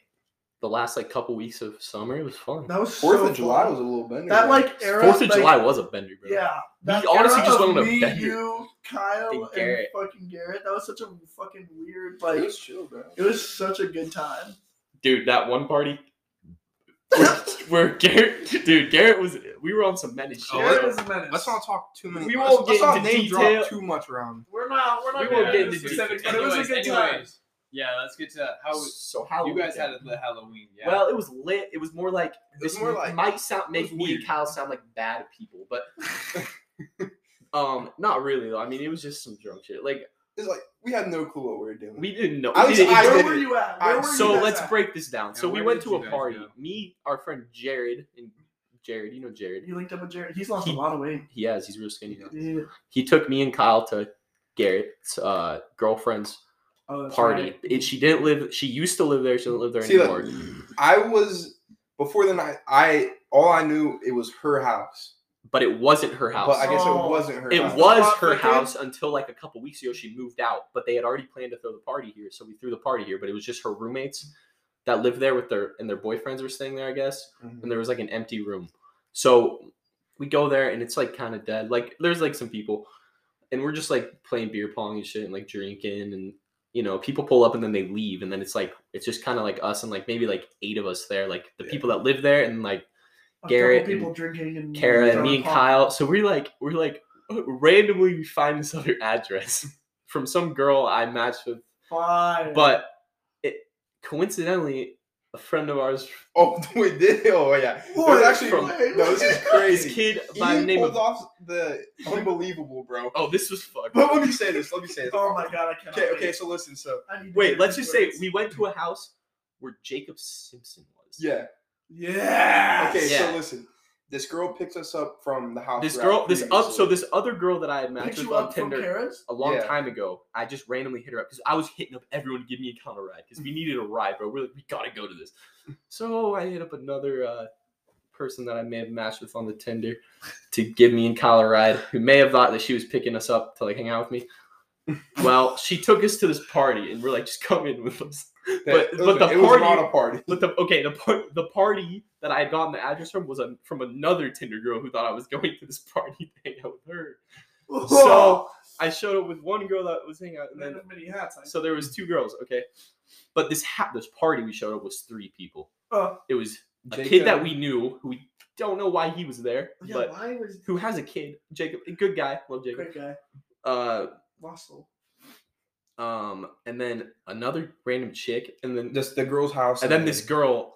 Speaker 3: the last like couple weeks of summer. It was fun.
Speaker 2: that was
Speaker 4: Fourth
Speaker 2: so
Speaker 4: of July
Speaker 2: fun.
Speaker 4: was a little bender.
Speaker 2: that
Speaker 4: bro.
Speaker 2: like era.
Speaker 3: Fourth of
Speaker 2: like,
Speaker 3: July was a bender, bro.
Speaker 2: Yeah. that
Speaker 3: honestly
Speaker 2: era
Speaker 3: just
Speaker 2: of
Speaker 3: went on a
Speaker 2: me,
Speaker 3: bender.
Speaker 2: you,
Speaker 3: And
Speaker 2: Kyle, and
Speaker 3: Garrett.
Speaker 2: fucking Garrett. That was such a fucking weird.
Speaker 4: it
Speaker 2: Like
Speaker 4: was chill, bro.
Speaker 2: it was such a good time.
Speaker 3: dude, that one party where, where Garrett, dude, Garrett was. We were on some menace shit.
Speaker 4: Oh,
Speaker 2: Garrett
Speaker 4: let-
Speaker 2: was a menace.
Speaker 4: Let's not talk too many.
Speaker 3: We
Speaker 4: let's-
Speaker 3: won't
Speaker 4: let's
Speaker 3: get
Speaker 4: not
Speaker 3: into
Speaker 4: name
Speaker 3: detail.
Speaker 4: drop too much around.
Speaker 2: We're not. We're
Speaker 3: We
Speaker 2: not
Speaker 3: won't
Speaker 2: gonna
Speaker 3: get
Speaker 2: do
Speaker 3: into
Speaker 2: specifics,
Speaker 3: detail.
Speaker 2: but it was a
Speaker 1: Anyways,
Speaker 2: good time.
Speaker 1: anyways, Yeah, let's get to that. How was
Speaker 3: so Halloween.
Speaker 1: you guys
Speaker 3: yeah.
Speaker 1: had it the Halloween? Yeah.
Speaker 3: Well, it was lit. It was more like
Speaker 4: was
Speaker 3: this
Speaker 4: more like-
Speaker 3: might sound
Speaker 4: it was
Speaker 3: make me
Speaker 4: weird.
Speaker 3: and Kyle sound like bad people, but um, not really though. I mean, it was just some drunk shit. Like
Speaker 4: It's like we had no clue what we were doing.
Speaker 3: we didn't know.
Speaker 4: I
Speaker 3: we
Speaker 4: was-
Speaker 3: didn't
Speaker 4: I
Speaker 3: even-
Speaker 2: Where
Speaker 4: did
Speaker 2: were
Speaker 4: it.
Speaker 2: you at?
Speaker 4: I-
Speaker 2: Where were you
Speaker 3: so
Speaker 2: guys
Speaker 3: let's
Speaker 2: at?
Speaker 3: break this down.
Speaker 1: Yeah,
Speaker 3: so we
Speaker 1: where
Speaker 3: went
Speaker 1: did
Speaker 3: to
Speaker 1: you
Speaker 3: a
Speaker 1: guys
Speaker 3: party.
Speaker 1: go?
Speaker 3: Me, our friend Jared, and Jared, you know Jared.
Speaker 2: You linked up with Jared. He's lost
Speaker 3: He-
Speaker 2: a lot of weight. uh,
Speaker 3: He has. He's real skinny now.
Speaker 2: Yeah.
Speaker 3: He took me and Kyle to Garrett's uh, girlfriend's
Speaker 2: Oh, that's
Speaker 3: party,
Speaker 2: right.
Speaker 3: and she didn't live. She used to live there. She doesn't live there
Speaker 4: See, look,
Speaker 3: anymore.
Speaker 4: I was before the night. I all I knew it was her house,
Speaker 3: but it wasn't her house.
Speaker 4: but I guess
Speaker 2: Oh.
Speaker 4: it wasn't her.
Speaker 3: It
Speaker 4: house.
Speaker 3: was
Speaker 2: Rock
Speaker 3: her
Speaker 2: Rick in?
Speaker 3: house until like a couple weeks ago. She moved out, but they had already planned to throw the party here, so we threw the party here. But it was just her roommates that lived there with their and their boyfriends were staying there, I guess.
Speaker 4: Mhm.
Speaker 3: And there was like an empty room, so we go there and it's like kind of dead. Like there's like some people, and we're just like playing beer pong and shit and like drinking and you know people pull up and then they leave and then it's like it's just kind of like us and like maybe like eight of us there, like the
Speaker 4: Yeah.
Speaker 3: people that live there and like
Speaker 2: A couple
Speaker 3: Garrett
Speaker 2: people
Speaker 3: and
Speaker 2: drinking and
Speaker 3: Kara and me and
Speaker 2: Kyle.
Speaker 3: Kyle. So we're like, we're like, randomly we find this other address from some girl I matched with,
Speaker 2: Fine.
Speaker 3: but it coincidentally a friend of ours,
Speaker 4: Oh, we did. Oh, yeah.
Speaker 2: Boy,
Speaker 4: There's actually
Speaker 3: from-
Speaker 4: no. This is
Speaker 3: this
Speaker 4: crazy.
Speaker 3: kid by
Speaker 4: he
Speaker 3: the name
Speaker 4: pulled
Speaker 3: of
Speaker 4: off the unbelievable, bro.
Speaker 3: oh this was fucked.
Speaker 4: But let me say this. Let me say this.
Speaker 2: oh my god, I cannot.
Speaker 4: Okay,
Speaker 2: wait.
Speaker 4: okay. So listen. So
Speaker 2: I need to
Speaker 3: Wait,
Speaker 2: hear
Speaker 3: let's
Speaker 2: these
Speaker 3: just say
Speaker 2: words.
Speaker 3: we went to a house where Jacob Simpson was.
Speaker 4: yeah.
Speaker 2: Yeah.
Speaker 4: Okay.
Speaker 3: Yeah.
Speaker 4: So listen. This girl picks us up from the house.
Speaker 3: This
Speaker 4: we're at
Speaker 3: girl, this up, so
Speaker 4: previously.
Speaker 3: this other girl that I had matched
Speaker 2: Picked
Speaker 3: with
Speaker 2: you
Speaker 3: on
Speaker 2: up from
Speaker 3: Tinder.
Speaker 2: Kara's.
Speaker 3: a long
Speaker 4: Yeah.
Speaker 3: time ago, I just randomly hit her up because I was hitting up everyone to give me a counter ride because we needed a ride, bro. We're like, we gotta go to this. So I hit up another uh, person that I may have matched with on the Tinder to give me and Kyle a ride, who may have thought that she was picking us up to like hang out with me. Well, she took us to this party and we're like, just come in with us. but-
Speaker 4: That-
Speaker 3: but
Speaker 4: listen,
Speaker 3: the
Speaker 4: it was
Speaker 3: party-
Speaker 4: not a party.
Speaker 3: But the okay, the par- the party that I had gotten the address from was a, from another Tinder girl who thought I was going to this party to hang out with her. So I showed up with one girl that was hanging out, and then
Speaker 2: Man of many hats. I-
Speaker 3: so there was two girls, okay. But this ha- this party we showed up was three people.
Speaker 2: Uh,
Speaker 3: It was a kid
Speaker 4: Jacob-
Speaker 3: that we knew who we don't know why he was there,
Speaker 2: yeah,
Speaker 3: but
Speaker 2: why was
Speaker 3: who has a kid. Jacob, a good guy, love Jacob.
Speaker 2: great guy
Speaker 3: Uh,
Speaker 2: Russell?
Speaker 3: um, and then another random chick, and then
Speaker 4: Just the girl's house.
Speaker 3: and then this girl.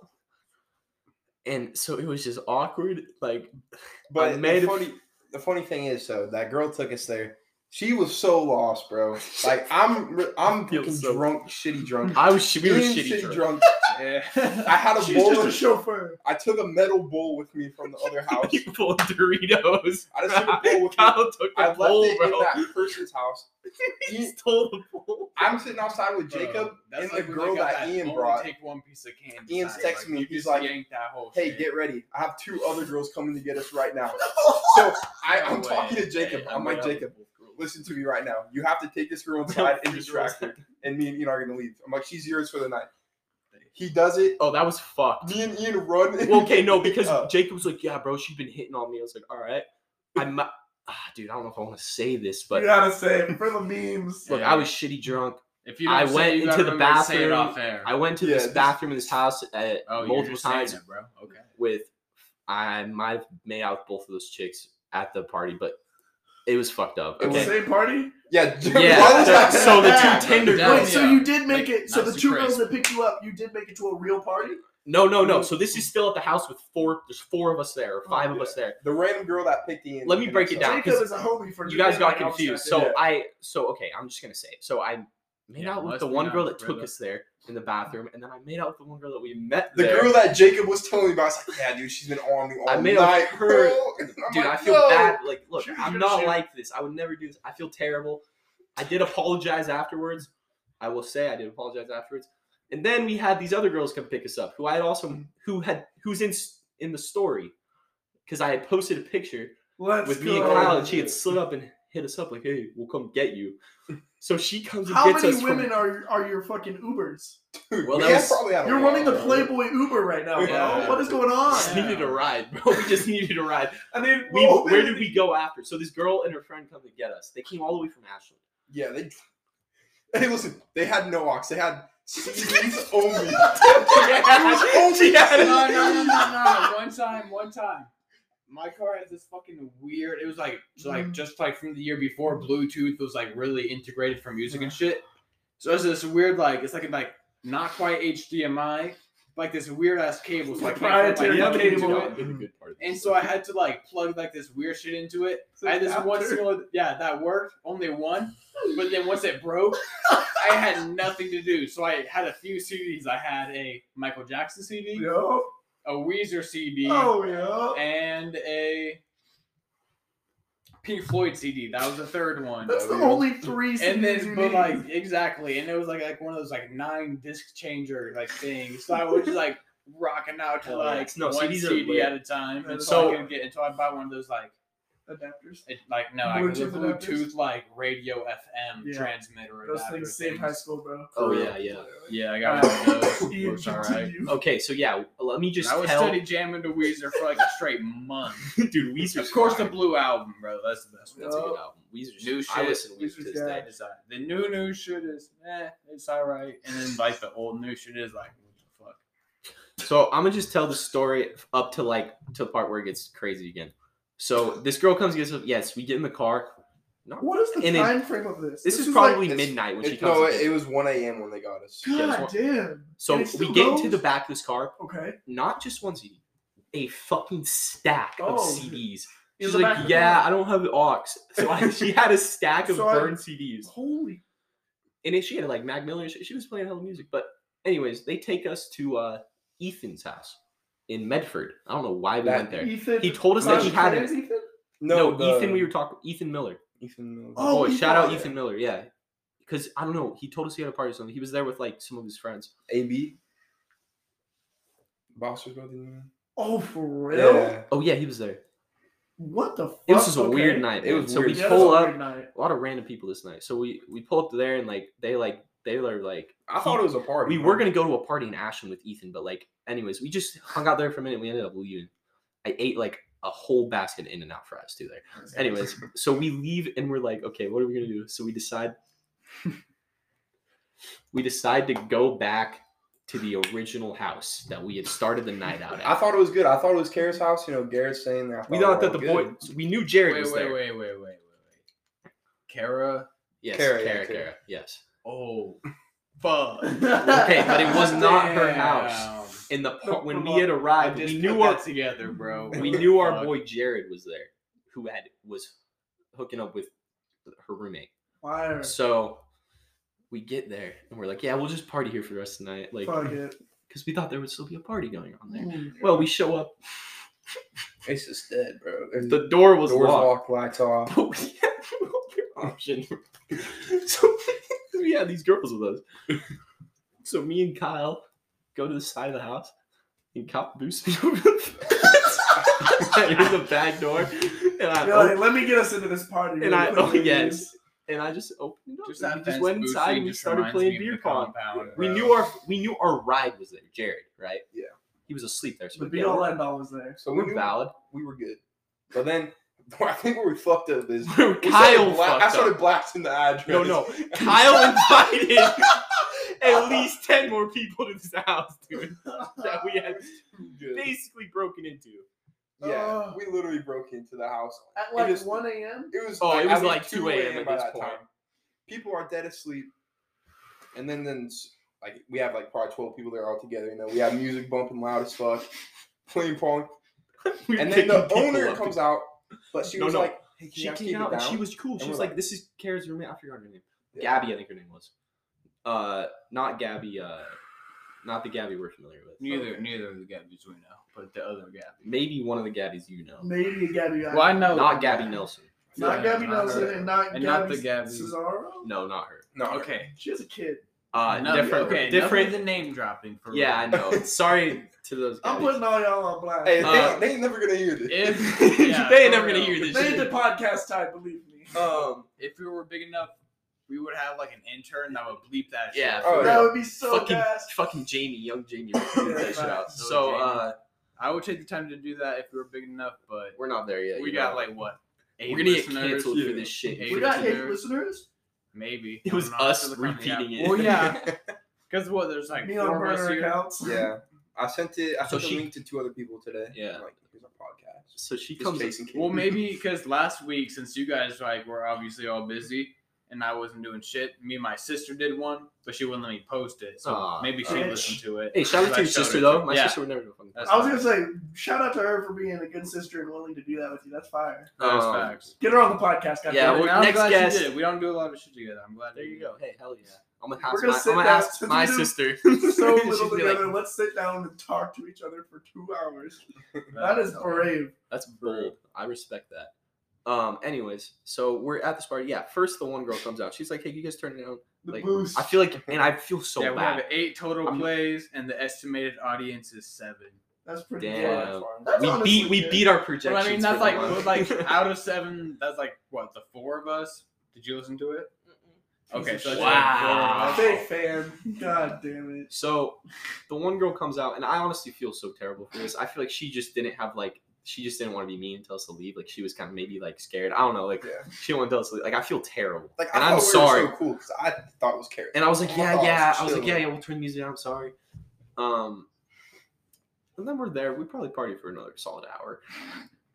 Speaker 3: And so it was just awkward. Like I
Speaker 4: But
Speaker 3: made
Speaker 4: the
Speaker 3: a-
Speaker 4: funny, the funny thing is, though, that girl took us there. She was so lost, bro. Like I'm, re- I'm
Speaker 3: Feel
Speaker 4: fucking
Speaker 3: so-
Speaker 4: drunk, shitty drunk.
Speaker 3: I was, we were
Speaker 4: Being
Speaker 3: shitty drunk.
Speaker 4: I
Speaker 1: Yeah.
Speaker 4: had a
Speaker 2: She's
Speaker 4: bowl.
Speaker 2: just a
Speaker 4: of-
Speaker 2: chauffeur.
Speaker 4: I took a metal bowl with me from the other house.
Speaker 3: You pulled Doritos.
Speaker 4: I just took a bowl with me.
Speaker 3: Kyle took
Speaker 4: I
Speaker 3: the
Speaker 4: left
Speaker 3: bowl,
Speaker 4: it
Speaker 3: bro.
Speaker 4: in that person's house.
Speaker 3: he stole the bowl.
Speaker 4: I'm sitting outside
Speaker 3: Uh.
Speaker 4: with Jacob.
Speaker 1: Uh, That's
Speaker 4: and the
Speaker 1: like when they
Speaker 4: girl
Speaker 1: got
Speaker 4: that Ian
Speaker 1: only
Speaker 4: brought.
Speaker 1: Take one piece of candy.
Speaker 4: Ian's
Speaker 1: back, like,
Speaker 4: texting me,
Speaker 1: you
Speaker 4: he's
Speaker 1: just
Speaker 4: like,
Speaker 1: yanked that whole
Speaker 4: Hey,
Speaker 1: shit.
Speaker 4: get ready. I have two other girls coming to get us right now. So I,
Speaker 1: No
Speaker 4: I'm
Speaker 1: way.
Speaker 4: talking to Jacob.
Speaker 3: Hey,
Speaker 4: I'm
Speaker 3: way
Speaker 4: like,
Speaker 3: up with
Speaker 4: Jacob,
Speaker 3: both girls.
Speaker 4: listen to me right now. You have to take this girl inside and
Speaker 3: Three
Speaker 4: distract
Speaker 3: girls.
Speaker 4: her. And me and Ian are gonna leave. I'm like, she's yours for the night. He does it.
Speaker 3: Oh, that was fucked.
Speaker 4: Me and Ian run. and
Speaker 3: Well, okay, no, because
Speaker 4: Oh.
Speaker 3: Jacob was like, "Yeah, bro, she's been hitting on me." I was like, "All right, I might, ah, dude, I don't know if I want to say this, but
Speaker 2: you gotta say it for the memes.
Speaker 3: look, I was shitty drunk.
Speaker 1: If you don't
Speaker 3: I
Speaker 1: say
Speaker 3: went
Speaker 1: it, you
Speaker 3: into
Speaker 1: gotta
Speaker 3: the
Speaker 1: remember to Say it
Speaker 3: bathroom.
Speaker 1: off air.
Speaker 3: I went to
Speaker 4: Yeah,
Speaker 3: this
Speaker 4: this-
Speaker 3: bathroom in this house at
Speaker 1: oh, you're
Speaker 3: multiple
Speaker 1: just saying
Speaker 3: times
Speaker 1: it, bro. Okay.
Speaker 3: with. I might have made out with both of those chicks at the party, but it was fucked up.
Speaker 4: It was
Speaker 3: Okay,
Speaker 2: Same party.
Speaker 4: Yeah.
Speaker 3: yeah.
Speaker 4: was
Speaker 3: the-
Speaker 4: that-
Speaker 3: so the
Speaker 2: Yeah,
Speaker 3: two Tinder
Speaker 1: Yeah,
Speaker 2: Wait,
Speaker 1: that's-
Speaker 3: girls.
Speaker 2: so
Speaker 1: yeah.
Speaker 2: you did make
Speaker 1: Like,
Speaker 2: it. So
Speaker 1: not
Speaker 2: the two girls
Speaker 1: surprised.
Speaker 2: that picked you up, you did make it to a real party.
Speaker 3: No, no, no. So this is still at the house with four. There's four of us there, or five of us there.
Speaker 4: The random girl that picked Ian.
Speaker 3: Let me break it down.
Speaker 2: Jacob
Speaker 3: 'cause
Speaker 2: is a homie for
Speaker 3: you guys got
Speaker 2: Jacob and
Speaker 3: confused.
Speaker 2: Alston.
Speaker 3: So I, so okay, I'm just gonna say. It. So I made
Speaker 1: Yeah,
Speaker 3: out with
Speaker 1: must
Speaker 3: the
Speaker 1: be
Speaker 3: one girl
Speaker 1: nice,
Speaker 3: that took
Speaker 1: brother.
Speaker 3: us there in the bathroom, and then I made out with the one girl that we met
Speaker 4: The
Speaker 3: there.
Speaker 4: girl that Jacob was telling me about, I was like, yeah, dude, she's been on me all
Speaker 3: I made up
Speaker 4: night.
Speaker 3: her-
Speaker 4: bro." And I'm
Speaker 3: Dude,
Speaker 4: like,
Speaker 3: I feel
Speaker 4: "Yo."
Speaker 3: bad. Like, look,
Speaker 2: Sure,
Speaker 3: I'm
Speaker 2: sure,
Speaker 3: not
Speaker 2: sure.
Speaker 3: like this. I would never do this. I feel terrible. I did apologize afterwards. I will say I did apologize afterwards. And then we had these other girls come pick us up, who I had also, who had, who's in s- in the story, because I had posted a picture
Speaker 2: Let's
Speaker 3: with me and
Speaker 2: go.
Speaker 3: Kyle, and she had slid up and hit us up like, "Hey, we'll come get you." So she comes and
Speaker 2: How
Speaker 3: gets
Speaker 2: many
Speaker 3: us
Speaker 2: women
Speaker 3: from.
Speaker 2: are are your fucking Ubers?
Speaker 4: Dude,
Speaker 3: Well,
Speaker 4: we
Speaker 3: that
Speaker 4: had
Speaker 3: was-
Speaker 4: probably had a
Speaker 2: You're
Speaker 4: lot,
Speaker 2: running the
Speaker 4: bro.
Speaker 2: Playboy Uber right now, bro.
Speaker 1: Yeah.
Speaker 2: What is going on?
Speaker 3: just needed a ride, bro. We just needed a ride.
Speaker 2: And then
Speaker 3: We, where did we go after? So this girl and her friend come to get us. They came all the way from Ashland.
Speaker 4: Yeah, they. Hey, listen, they had no ox. They had CDs only.
Speaker 3: She had-
Speaker 1: no, no, no, no, no. One time, one time. My car has this fucking weird. It was Mm-hmm. Mm-hmm. like, it's like just like from the year before, Bluetooth was like really integrated for music and shit. So it's this weird like it's like a, like not quite HDMI, like this weird ass cable. So I can't plug
Speaker 2: Proprietary
Speaker 1: my
Speaker 2: cable.
Speaker 1: cable into it.
Speaker 3: Get the good part of
Speaker 1: And
Speaker 3: this.
Speaker 1: so I had to like plug like this weird shit into it. I had this one single, yeah, that worked, only one. But then once it broke, I had nothing to do. So I had a few CDs. I had a Michael Jackson CD,
Speaker 2: Yo.
Speaker 1: a Weezer CD,
Speaker 2: Oh yeah.
Speaker 1: and a Pink Floyd CD. That was the third one.
Speaker 2: That's the
Speaker 4: W.
Speaker 2: only three.
Speaker 1: And
Speaker 2: CDs
Speaker 1: then,
Speaker 2: you
Speaker 1: but
Speaker 2: need.
Speaker 1: like exactly, and it was like like one of those like nine disc changer like things. So I was just like rocking out to
Speaker 3: Hell yeah.
Speaker 1: like
Speaker 3: No,
Speaker 1: one
Speaker 3: CDs are
Speaker 1: CD
Speaker 3: lit.
Speaker 1: at a time, and so,
Speaker 2: So-
Speaker 1: I could get until I bought one of those like
Speaker 2: adapters.
Speaker 1: it, like no, like the
Speaker 2: Bluetooth adapters?
Speaker 1: Bluetooth like radio FM
Speaker 2: Yeah.
Speaker 1: transmitter.
Speaker 2: Those
Speaker 1: adapter
Speaker 2: things saved high school, bro.
Speaker 3: oh yeah, yeah.
Speaker 1: Yeah, I got one of those.
Speaker 2: Ian,
Speaker 1: Works all right.
Speaker 2: continue.
Speaker 3: Okay, so yeah, let me just
Speaker 1: I was
Speaker 3: tell
Speaker 1: steady jamming to Weezer for like a straight month.
Speaker 3: dude Weezer.
Speaker 1: of course, the Blue Album, bro. That's the best one.
Speaker 2: Oh,
Speaker 3: That's a good album. Weezer's
Speaker 1: New
Speaker 3: I
Speaker 1: shit.
Speaker 3: listen to Weezer to
Speaker 2: Weezer's
Speaker 3: this
Speaker 2: got-
Speaker 3: day.
Speaker 1: It's all right. uh, The new new shit is eh, it's all right, and then like the old new shit is like what
Speaker 3: So I'm gonna just tell the story up to like to the part where it gets crazy again. So this girl comes and gets us. Yes, we get in the car. Not,
Speaker 2: What is the
Speaker 3: And it-
Speaker 2: time frame of this?
Speaker 3: this, is,
Speaker 2: like-
Speaker 3: probably
Speaker 4: it's-
Speaker 3: midnight when she
Speaker 4: It,
Speaker 3: comes.
Speaker 4: no,
Speaker 3: and
Speaker 4: it,
Speaker 3: gets
Speaker 4: it
Speaker 3: us.
Speaker 4: was 1 a.m. when they got us.
Speaker 3: yeah,
Speaker 2: God
Speaker 3: it's
Speaker 2: damn.
Speaker 3: so
Speaker 2: and it
Speaker 3: we
Speaker 2: still
Speaker 3: get into
Speaker 2: goes?
Speaker 3: the back of this car.
Speaker 2: Okay.
Speaker 3: Not just one CD, a fucking stack of
Speaker 2: Oh,
Speaker 3: CDs.
Speaker 2: In
Speaker 3: She's
Speaker 2: the back of
Speaker 3: like,
Speaker 2: the
Speaker 3: yeah,
Speaker 2: car."
Speaker 3: I don't have aux. So I, she had a stack of
Speaker 2: So I-
Speaker 3: burned CDs.
Speaker 2: Holy.
Speaker 3: and then she had like Mac Miller. and She, she was playing hella music. But anyways, they take us to uh, Ethan's house in Medford. I don't know why we
Speaker 4: That-
Speaker 3: went there.
Speaker 2: Ethan.
Speaker 3: He told us that he
Speaker 2: Clash of
Speaker 3: had
Speaker 2: Clans,
Speaker 3: it.
Speaker 2: Ethan?
Speaker 3: No,
Speaker 4: the-
Speaker 3: Ethan. We were talking Ethan Miller.
Speaker 4: uh, Ethan uh, Miller.
Speaker 2: Oh,
Speaker 3: Boy,
Speaker 2: Ethan
Speaker 3: shout out
Speaker 2: Miller.
Speaker 3: Ethan Miller. Yeah, because I don't know. He told us he had a party or something. He was there with like some of his friends.
Speaker 4: AB. Boster's brother. you know?
Speaker 2: Oh, for real?
Speaker 4: Yeah.
Speaker 3: Oh yeah, he was there.
Speaker 2: What the fuck?
Speaker 3: It was just a
Speaker 2: Okay.
Speaker 3: weird night.
Speaker 4: It
Speaker 3: man.
Speaker 4: was
Speaker 3: so
Speaker 4: weird.
Speaker 3: we
Speaker 2: Yeah, that's
Speaker 3: pull
Speaker 2: a
Speaker 3: up
Speaker 2: weird night.
Speaker 3: a lot of random people this night. So we we pull up to there and like they like they were like
Speaker 4: I thought it was a party.
Speaker 3: we were gonna go to a party in Ashland with Ethan, but like, anyways, we just hung out there for a minute. We ended up leaving. I ate like a whole basket in and out fries too there. Anyways, so we leave and we're like, okay, what are we gonna do? So we decide, we decide to go back to the original house that we had started the night out at.
Speaker 4: I thought it was good. I thought it was Kara's house. You know, Garrett's saying that. I
Speaker 3: we
Speaker 4: it
Speaker 3: thought
Speaker 4: was
Speaker 3: that the
Speaker 4: Oh, good.
Speaker 3: boy, we knew Jared
Speaker 1: Wait,
Speaker 3: was
Speaker 1: wait, wait,
Speaker 3: there.
Speaker 1: wait, wait, wait, wait. Kara.
Speaker 3: Yes,
Speaker 4: Kara,
Speaker 3: Kara,
Speaker 4: yeah,
Speaker 3: Kara,
Speaker 4: Kara.
Speaker 3: yes.
Speaker 1: Oh, fuck.
Speaker 3: Okay, but it was not her
Speaker 1: Damn.
Speaker 3: house. In the par- when
Speaker 2: Come
Speaker 3: we had
Speaker 1: I
Speaker 3: arrived,
Speaker 1: just
Speaker 3: we
Speaker 1: we
Speaker 3: knew
Speaker 1: put
Speaker 3: our
Speaker 1: that together, bro.
Speaker 3: we knew our
Speaker 1: Fuck.
Speaker 3: boy Jared was there, who had was hooking up with her roommate.
Speaker 2: Fire.
Speaker 3: So we get there and we're like, yeah, we'll just party here for the rest of the night, like,
Speaker 2: Fuck it.
Speaker 3: because we thought there would still be a party going on there.
Speaker 2: Mm.
Speaker 3: Well, we show up,
Speaker 4: It's just dead, bro. There's
Speaker 3: the door was
Speaker 4: doors
Speaker 3: locked.
Speaker 4: locked, lights off.
Speaker 3: But Oh, we had no other option. So we had these girls with us. So me and Kyle go to the side of the house, and Kyle boosts me over the fence. I hear the back door, and I
Speaker 2: You're like, let me get us into this party.
Speaker 3: and
Speaker 2: really
Speaker 3: I oh
Speaker 2: quickly,
Speaker 3: yes, and I just opened it up.
Speaker 1: Just
Speaker 3: and
Speaker 1: that
Speaker 3: we
Speaker 1: fence
Speaker 3: just went
Speaker 1: booth
Speaker 3: inside
Speaker 1: thing
Speaker 3: and we
Speaker 1: just
Speaker 3: started
Speaker 1: reminds
Speaker 3: playing
Speaker 1: me of
Speaker 3: beer
Speaker 1: the
Speaker 3: pong.
Speaker 1: compound,
Speaker 3: We
Speaker 1: bro.
Speaker 3: knew our we knew our ride was there, Jared. Right?
Speaker 4: Yeah.
Speaker 3: He was asleep there,
Speaker 2: dude.
Speaker 3: so
Speaker 2: The
Speaker 3: we
Speaker 2: be all end all was there.
Speaker 4: So we
Speaker 3: we're
Speaker 4: knew
Speaker 3: valid.
Speaker 4: we were good. But then I think where we fucked up is
Speaker 3: Kyle
Speaker 4: we started bla- I
Speaker 3: fucked
Speaker 4: started
Speaker 3: up.
Speaker 4: blasting the address.
Speaker 3: No, no. Kyle invited at least ten more people to this house, dude. That we had
Speaker 4: Good.
Speaker 3: basically broken into.
Speaker 4: Yeah, we literally broke into the house.
Speaker 2: At
Speaker 4: It
Speaker 2: like
Speaker 4: was-
Speaker 2: 1 a.m.?
Speaker 4: It was
Speaker 3: Oh, it
Speaker 4: like,
Speaker 3: was
Speaker 4: at least
Speaker 3: like 2 a.m. at
Speaker 4: by
Speaker 3: this
Speaker 4: that
Speaker 3: point.
Speaker 4: time. People are dead asleep, and then then s- like we have like probably twelve people there all together. You know, we have music bumping loud as fuck, playing pong,
Speaker 3: We were
Speaker 4: and then
Speaker 3: picking
Speaker 4: the
Speaker 3: people
Speaker 4: owner
Speaker 3: up.
Speaker 4: comes out, but she
Speaker 3: No,
Speaker 4: was
Speaker 3: no.
Speaker 4: like, "Hey, can
Speaker 3: She
Speaker 4: you guys keep
Speaker 3: came
Speaker 4: it
Speaker 3: out and she
Speaker 4: down?"
Speaker 3: was cool. She
Speaker 4: And
Speaker 3: was
Speaker 4: we're
Speaker 3: like, "This is Kara's roommate." I forgot her name.
Speaker 4: Yeah.
Speaker 3: Gabby, I think her name was. Uh, not Gabby. Uh, not the Gabby we're familiar with. Um,
Speaker 1: Neither, neither of the Gabbies we know, but the other Gabby.
Speaker 3: Maybe one of the Gabbies you know.
Speaker 2: Maybe a Gabby.
Speaker 1: Well, I know
Speaker 3: Not Gabby Nelson.
Speaker 2: Not
Speaker 1: Yeah,
Speaker 2: Gabby
Speaker 1: not
Speaker 2: Nelson
Speaker 1: her.
Speaker 2: and not
Speaker 1: And
Speaker 2: Gabby
Speaker 1: not the Gabby.
Speaker 2: Cesaro?
Speaker 3: No, not her.
Speaker 4: No,
Speaker 1: Okay,
Speaker 2: She has a kid.
Speaker 3: Uh,
Speaker 1: No,
Speaker 3: different.
Speaker 1: Okay,
Speaker 3: different.
Speaker 1: The name dropping for
Speaker 3: yeah, I
Speaker 1: real.
Speaker 3: know. Sorry to those.
Speaker 2: I'm
Speaker 3: Gabbies.
Speaker 2: putting all y'all on blast.
Speaker 4: Hey, they,
Speaker 3: Uh,
Speaker 4: they ain't never gonna hear this.
Speaker 1: If yeah,
Speaker 3: they ain't
Speaker 1: for
Speaker 3: never gonna
Speaker 1: real.
Speaker 3: hear this.
Speaker 2: they
Speaker 3: shit.
Speaker 2: did podcast time, believe me.
Speaker 4: um,
Speaker 1: If we were big enough, we would have like an intern that would bleep Oh, that.
Speaker 3: Oh, Yeah,
Speaker 1: shit.
Speaker 4: for
Speaker 2: that
Speaker 4: yeah.
Speaker 2: would be so
Speaker 3: fucking,
Speaker 2: fast.
Speaker 3: fucking Jamie, young Jamie. figured that shit out.
Speaker 1: Little
Speaker 3: So
Speaker 1: Jamie.
Speaker 3: uh,
Speaker 1: I would take the time to do that if we were big enough, but
Speaker 3: we're not there yet.
Speaker 1: we
Speaker 3: you
Speaker 1: got
Speaker 3: know.
Speaker 1: like what?
Speaker 3: we're gonna get
Speaker 1: listeners?
Speaker 3: canceled for
Speaker 1: Yeah.
Speaker 3: this shit.
Speaker 1: Eight
Speaker 2: We got eight
Speaker 1: listeners.
Speaker 2: listeners.
Speaker 1: Maybe
Speaker 3: It was
Speaker 1: I'm not
Speaker 3: us
Speaker 1: sure the company-
Speaker 3: repeating
Speaker 1: yeah.
Speaker 3: it.
Speaker 1: Well, yeah, because what? There's like
Speaker 2: Me on
Speaker 1: four of us
Speaker 2: burner
Speaker 1: here.
Speaker 2: accounts.
Speaker 4: yeah, I sent it. I
Speaker 3: So
Speaker 4: sent the
Speaker 3: she-
Speaker 4: link to two other people today.
Speaker 3: Yeah.
Speaker 4: like here's our podcast.
Speaker 3: So she
Speaker 4: Just
Speaker 3: comes.
Speaker 4: Jason Kidd.
Speaker 1: Well, maybe because last week, since you guys like were obviously all busy, and I wasn't doing shit. Me and my sister did one, but she wouldn't let me post it. So
Speaker 3: Aw.
Speaker 1: maybe she
Speaker 2: bitch.
Speaker 1: listened to it.
Speaker 3: Hey, shout out
Speaker 1: I
Speaker 3: to your
Speaker 1: showed
Speaker 3: sister
Speaker 1: it to
Speaker 3: though.
Speaker 1: her.
Speaker 3: My
Speaker 1: Yeah. Uh,
Speaker 3: sister would never go fucking.
Speaker 1: That's
Speaker 2: I was gonna say, shout out to her for being a good sister and willing to do that with you. That's fire.
Speaker 1: That's
Speaker 3: Um,
Speaker 1: facts.
Speaker 2: Get her on the podcast, guys.
Speaker 3: yeah,
Speaker 1: And
Speaker 3: we're-
Speaker 1: I'm
Speaker 3: next
Speaker 1: glad she
Speaker 3: guest.
Speaker 1: did. We don't do a lot of shit together. I'm glad.
Speaker 3: There
Speaker 1: we
Speaker 3: you
Speaker 1: did.
Speaker 3: go. Hey, hell yeah. I'm gonna ask
Speaker 2: gonna
Speaker 3: my,
Speaker 2: sit
Speaker 3: I'm gonna
Speaker 2: down
Speaker 3: ask
Speaker 2: since
Speaker 3: my
Speaker 2: we do
Speaker 3: sister.
Speaker 2: so
Speaker 3: She's
Speaker 2: little
Speaker 3: gonna be like,
Speaker 2: together. Let's sit down and talk to each other for two hours.
Speaker 1: But-
Speaker 2: That is brave.
Speaker 3: That's bold. I respect that. Um. Anyways, so we're at this party. Yeah. First, the one girl comes out. She's like, "Hey, can you guys turn it down."
Speaker 2: The
Speaker 3: Like,
Speaker 2: boost.
Speaker 3: I feel like, and I feel so
Speaker 1: yeah, we
Speaker 3: bad.
Speaker 1: have eight total
Speaker 3: I'm-
Speaker 1: plays, and the estimated audience is seven.
Speaker 2: that's pretty
Speaker 3: Damn.
Speaker 2: good.
Speaker 3: We,
Speaker 2: That's honestly
Speaker 3: beat we
Speaker 2: good.
Speaker 3: beat our
Speaker 1: Well,
Speaker 3: projections.
Speaker 1: I mean,
Speaker 3: for
Speaker 1: that's
Speaker 3: the
Speaker 1: like
Speaker 3: month.
Speaker 1: like out of seven. That's like what the four of us. Did you listen to it? Okay, so it's like
Speaker 3: Wow.
Speaker 1: four of
Speaker 2: Big
Speaker 1: us.
Speaker 2: fan. God damn it.
Speaker 3: So the one girl comes out, and I honestly feel so terrible for this. I feel like she just didn't have like she just didn't want to be mean and tell us to leave. Like she was kind of maybe like scared. I don't know. Like
Speaker 4: Yeah.
Speaker 3: she didn't want to tell us to leave. Like I feel terrible.
Speaker 4: Like
Speaker 3: and
Speaker 4: I
Speaker 3: I'm
Speaker 4: thought
Speaker 3: sorry.
Speaker 4: We were so cool because I thought it was carrots.
Speaker 3: and I was like,
Speaker 4: Oh,
Speaker 3: yeah,
Speaker 4: it's
Speaker 3: yeah. I was like,
Speaker 4: chilling.
Speaker 3: yeah, yeah. We'll turn the music down. I'm sorry. Um, and then we're there. We probably party for another solid hour.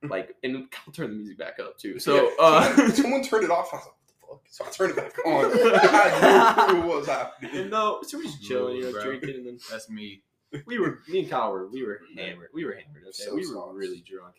Speaker 3: Like, and I'll turn the music back up too. So,
Speaker 4: Yeah,
Speaker 3: uh,
Speaker 4: someone turned it off. And I was like, what the fuck? So I turned it back on. I had no clue what was happening.
Speaker 3: and no, so we're just chilling, you know,
Speaker 1: Bro.
Speaker 3: drinking, and then
Speaker 1: That's me.
Speaker 3: we were me and Kyle were we were
Speaker 4: Yeah.
Speaker 3: hammered. We were hammered. Okay?
Speaker 4: So
Speaker 3: we were
Speaker 4: sauced.
Speaker 3: really drunk.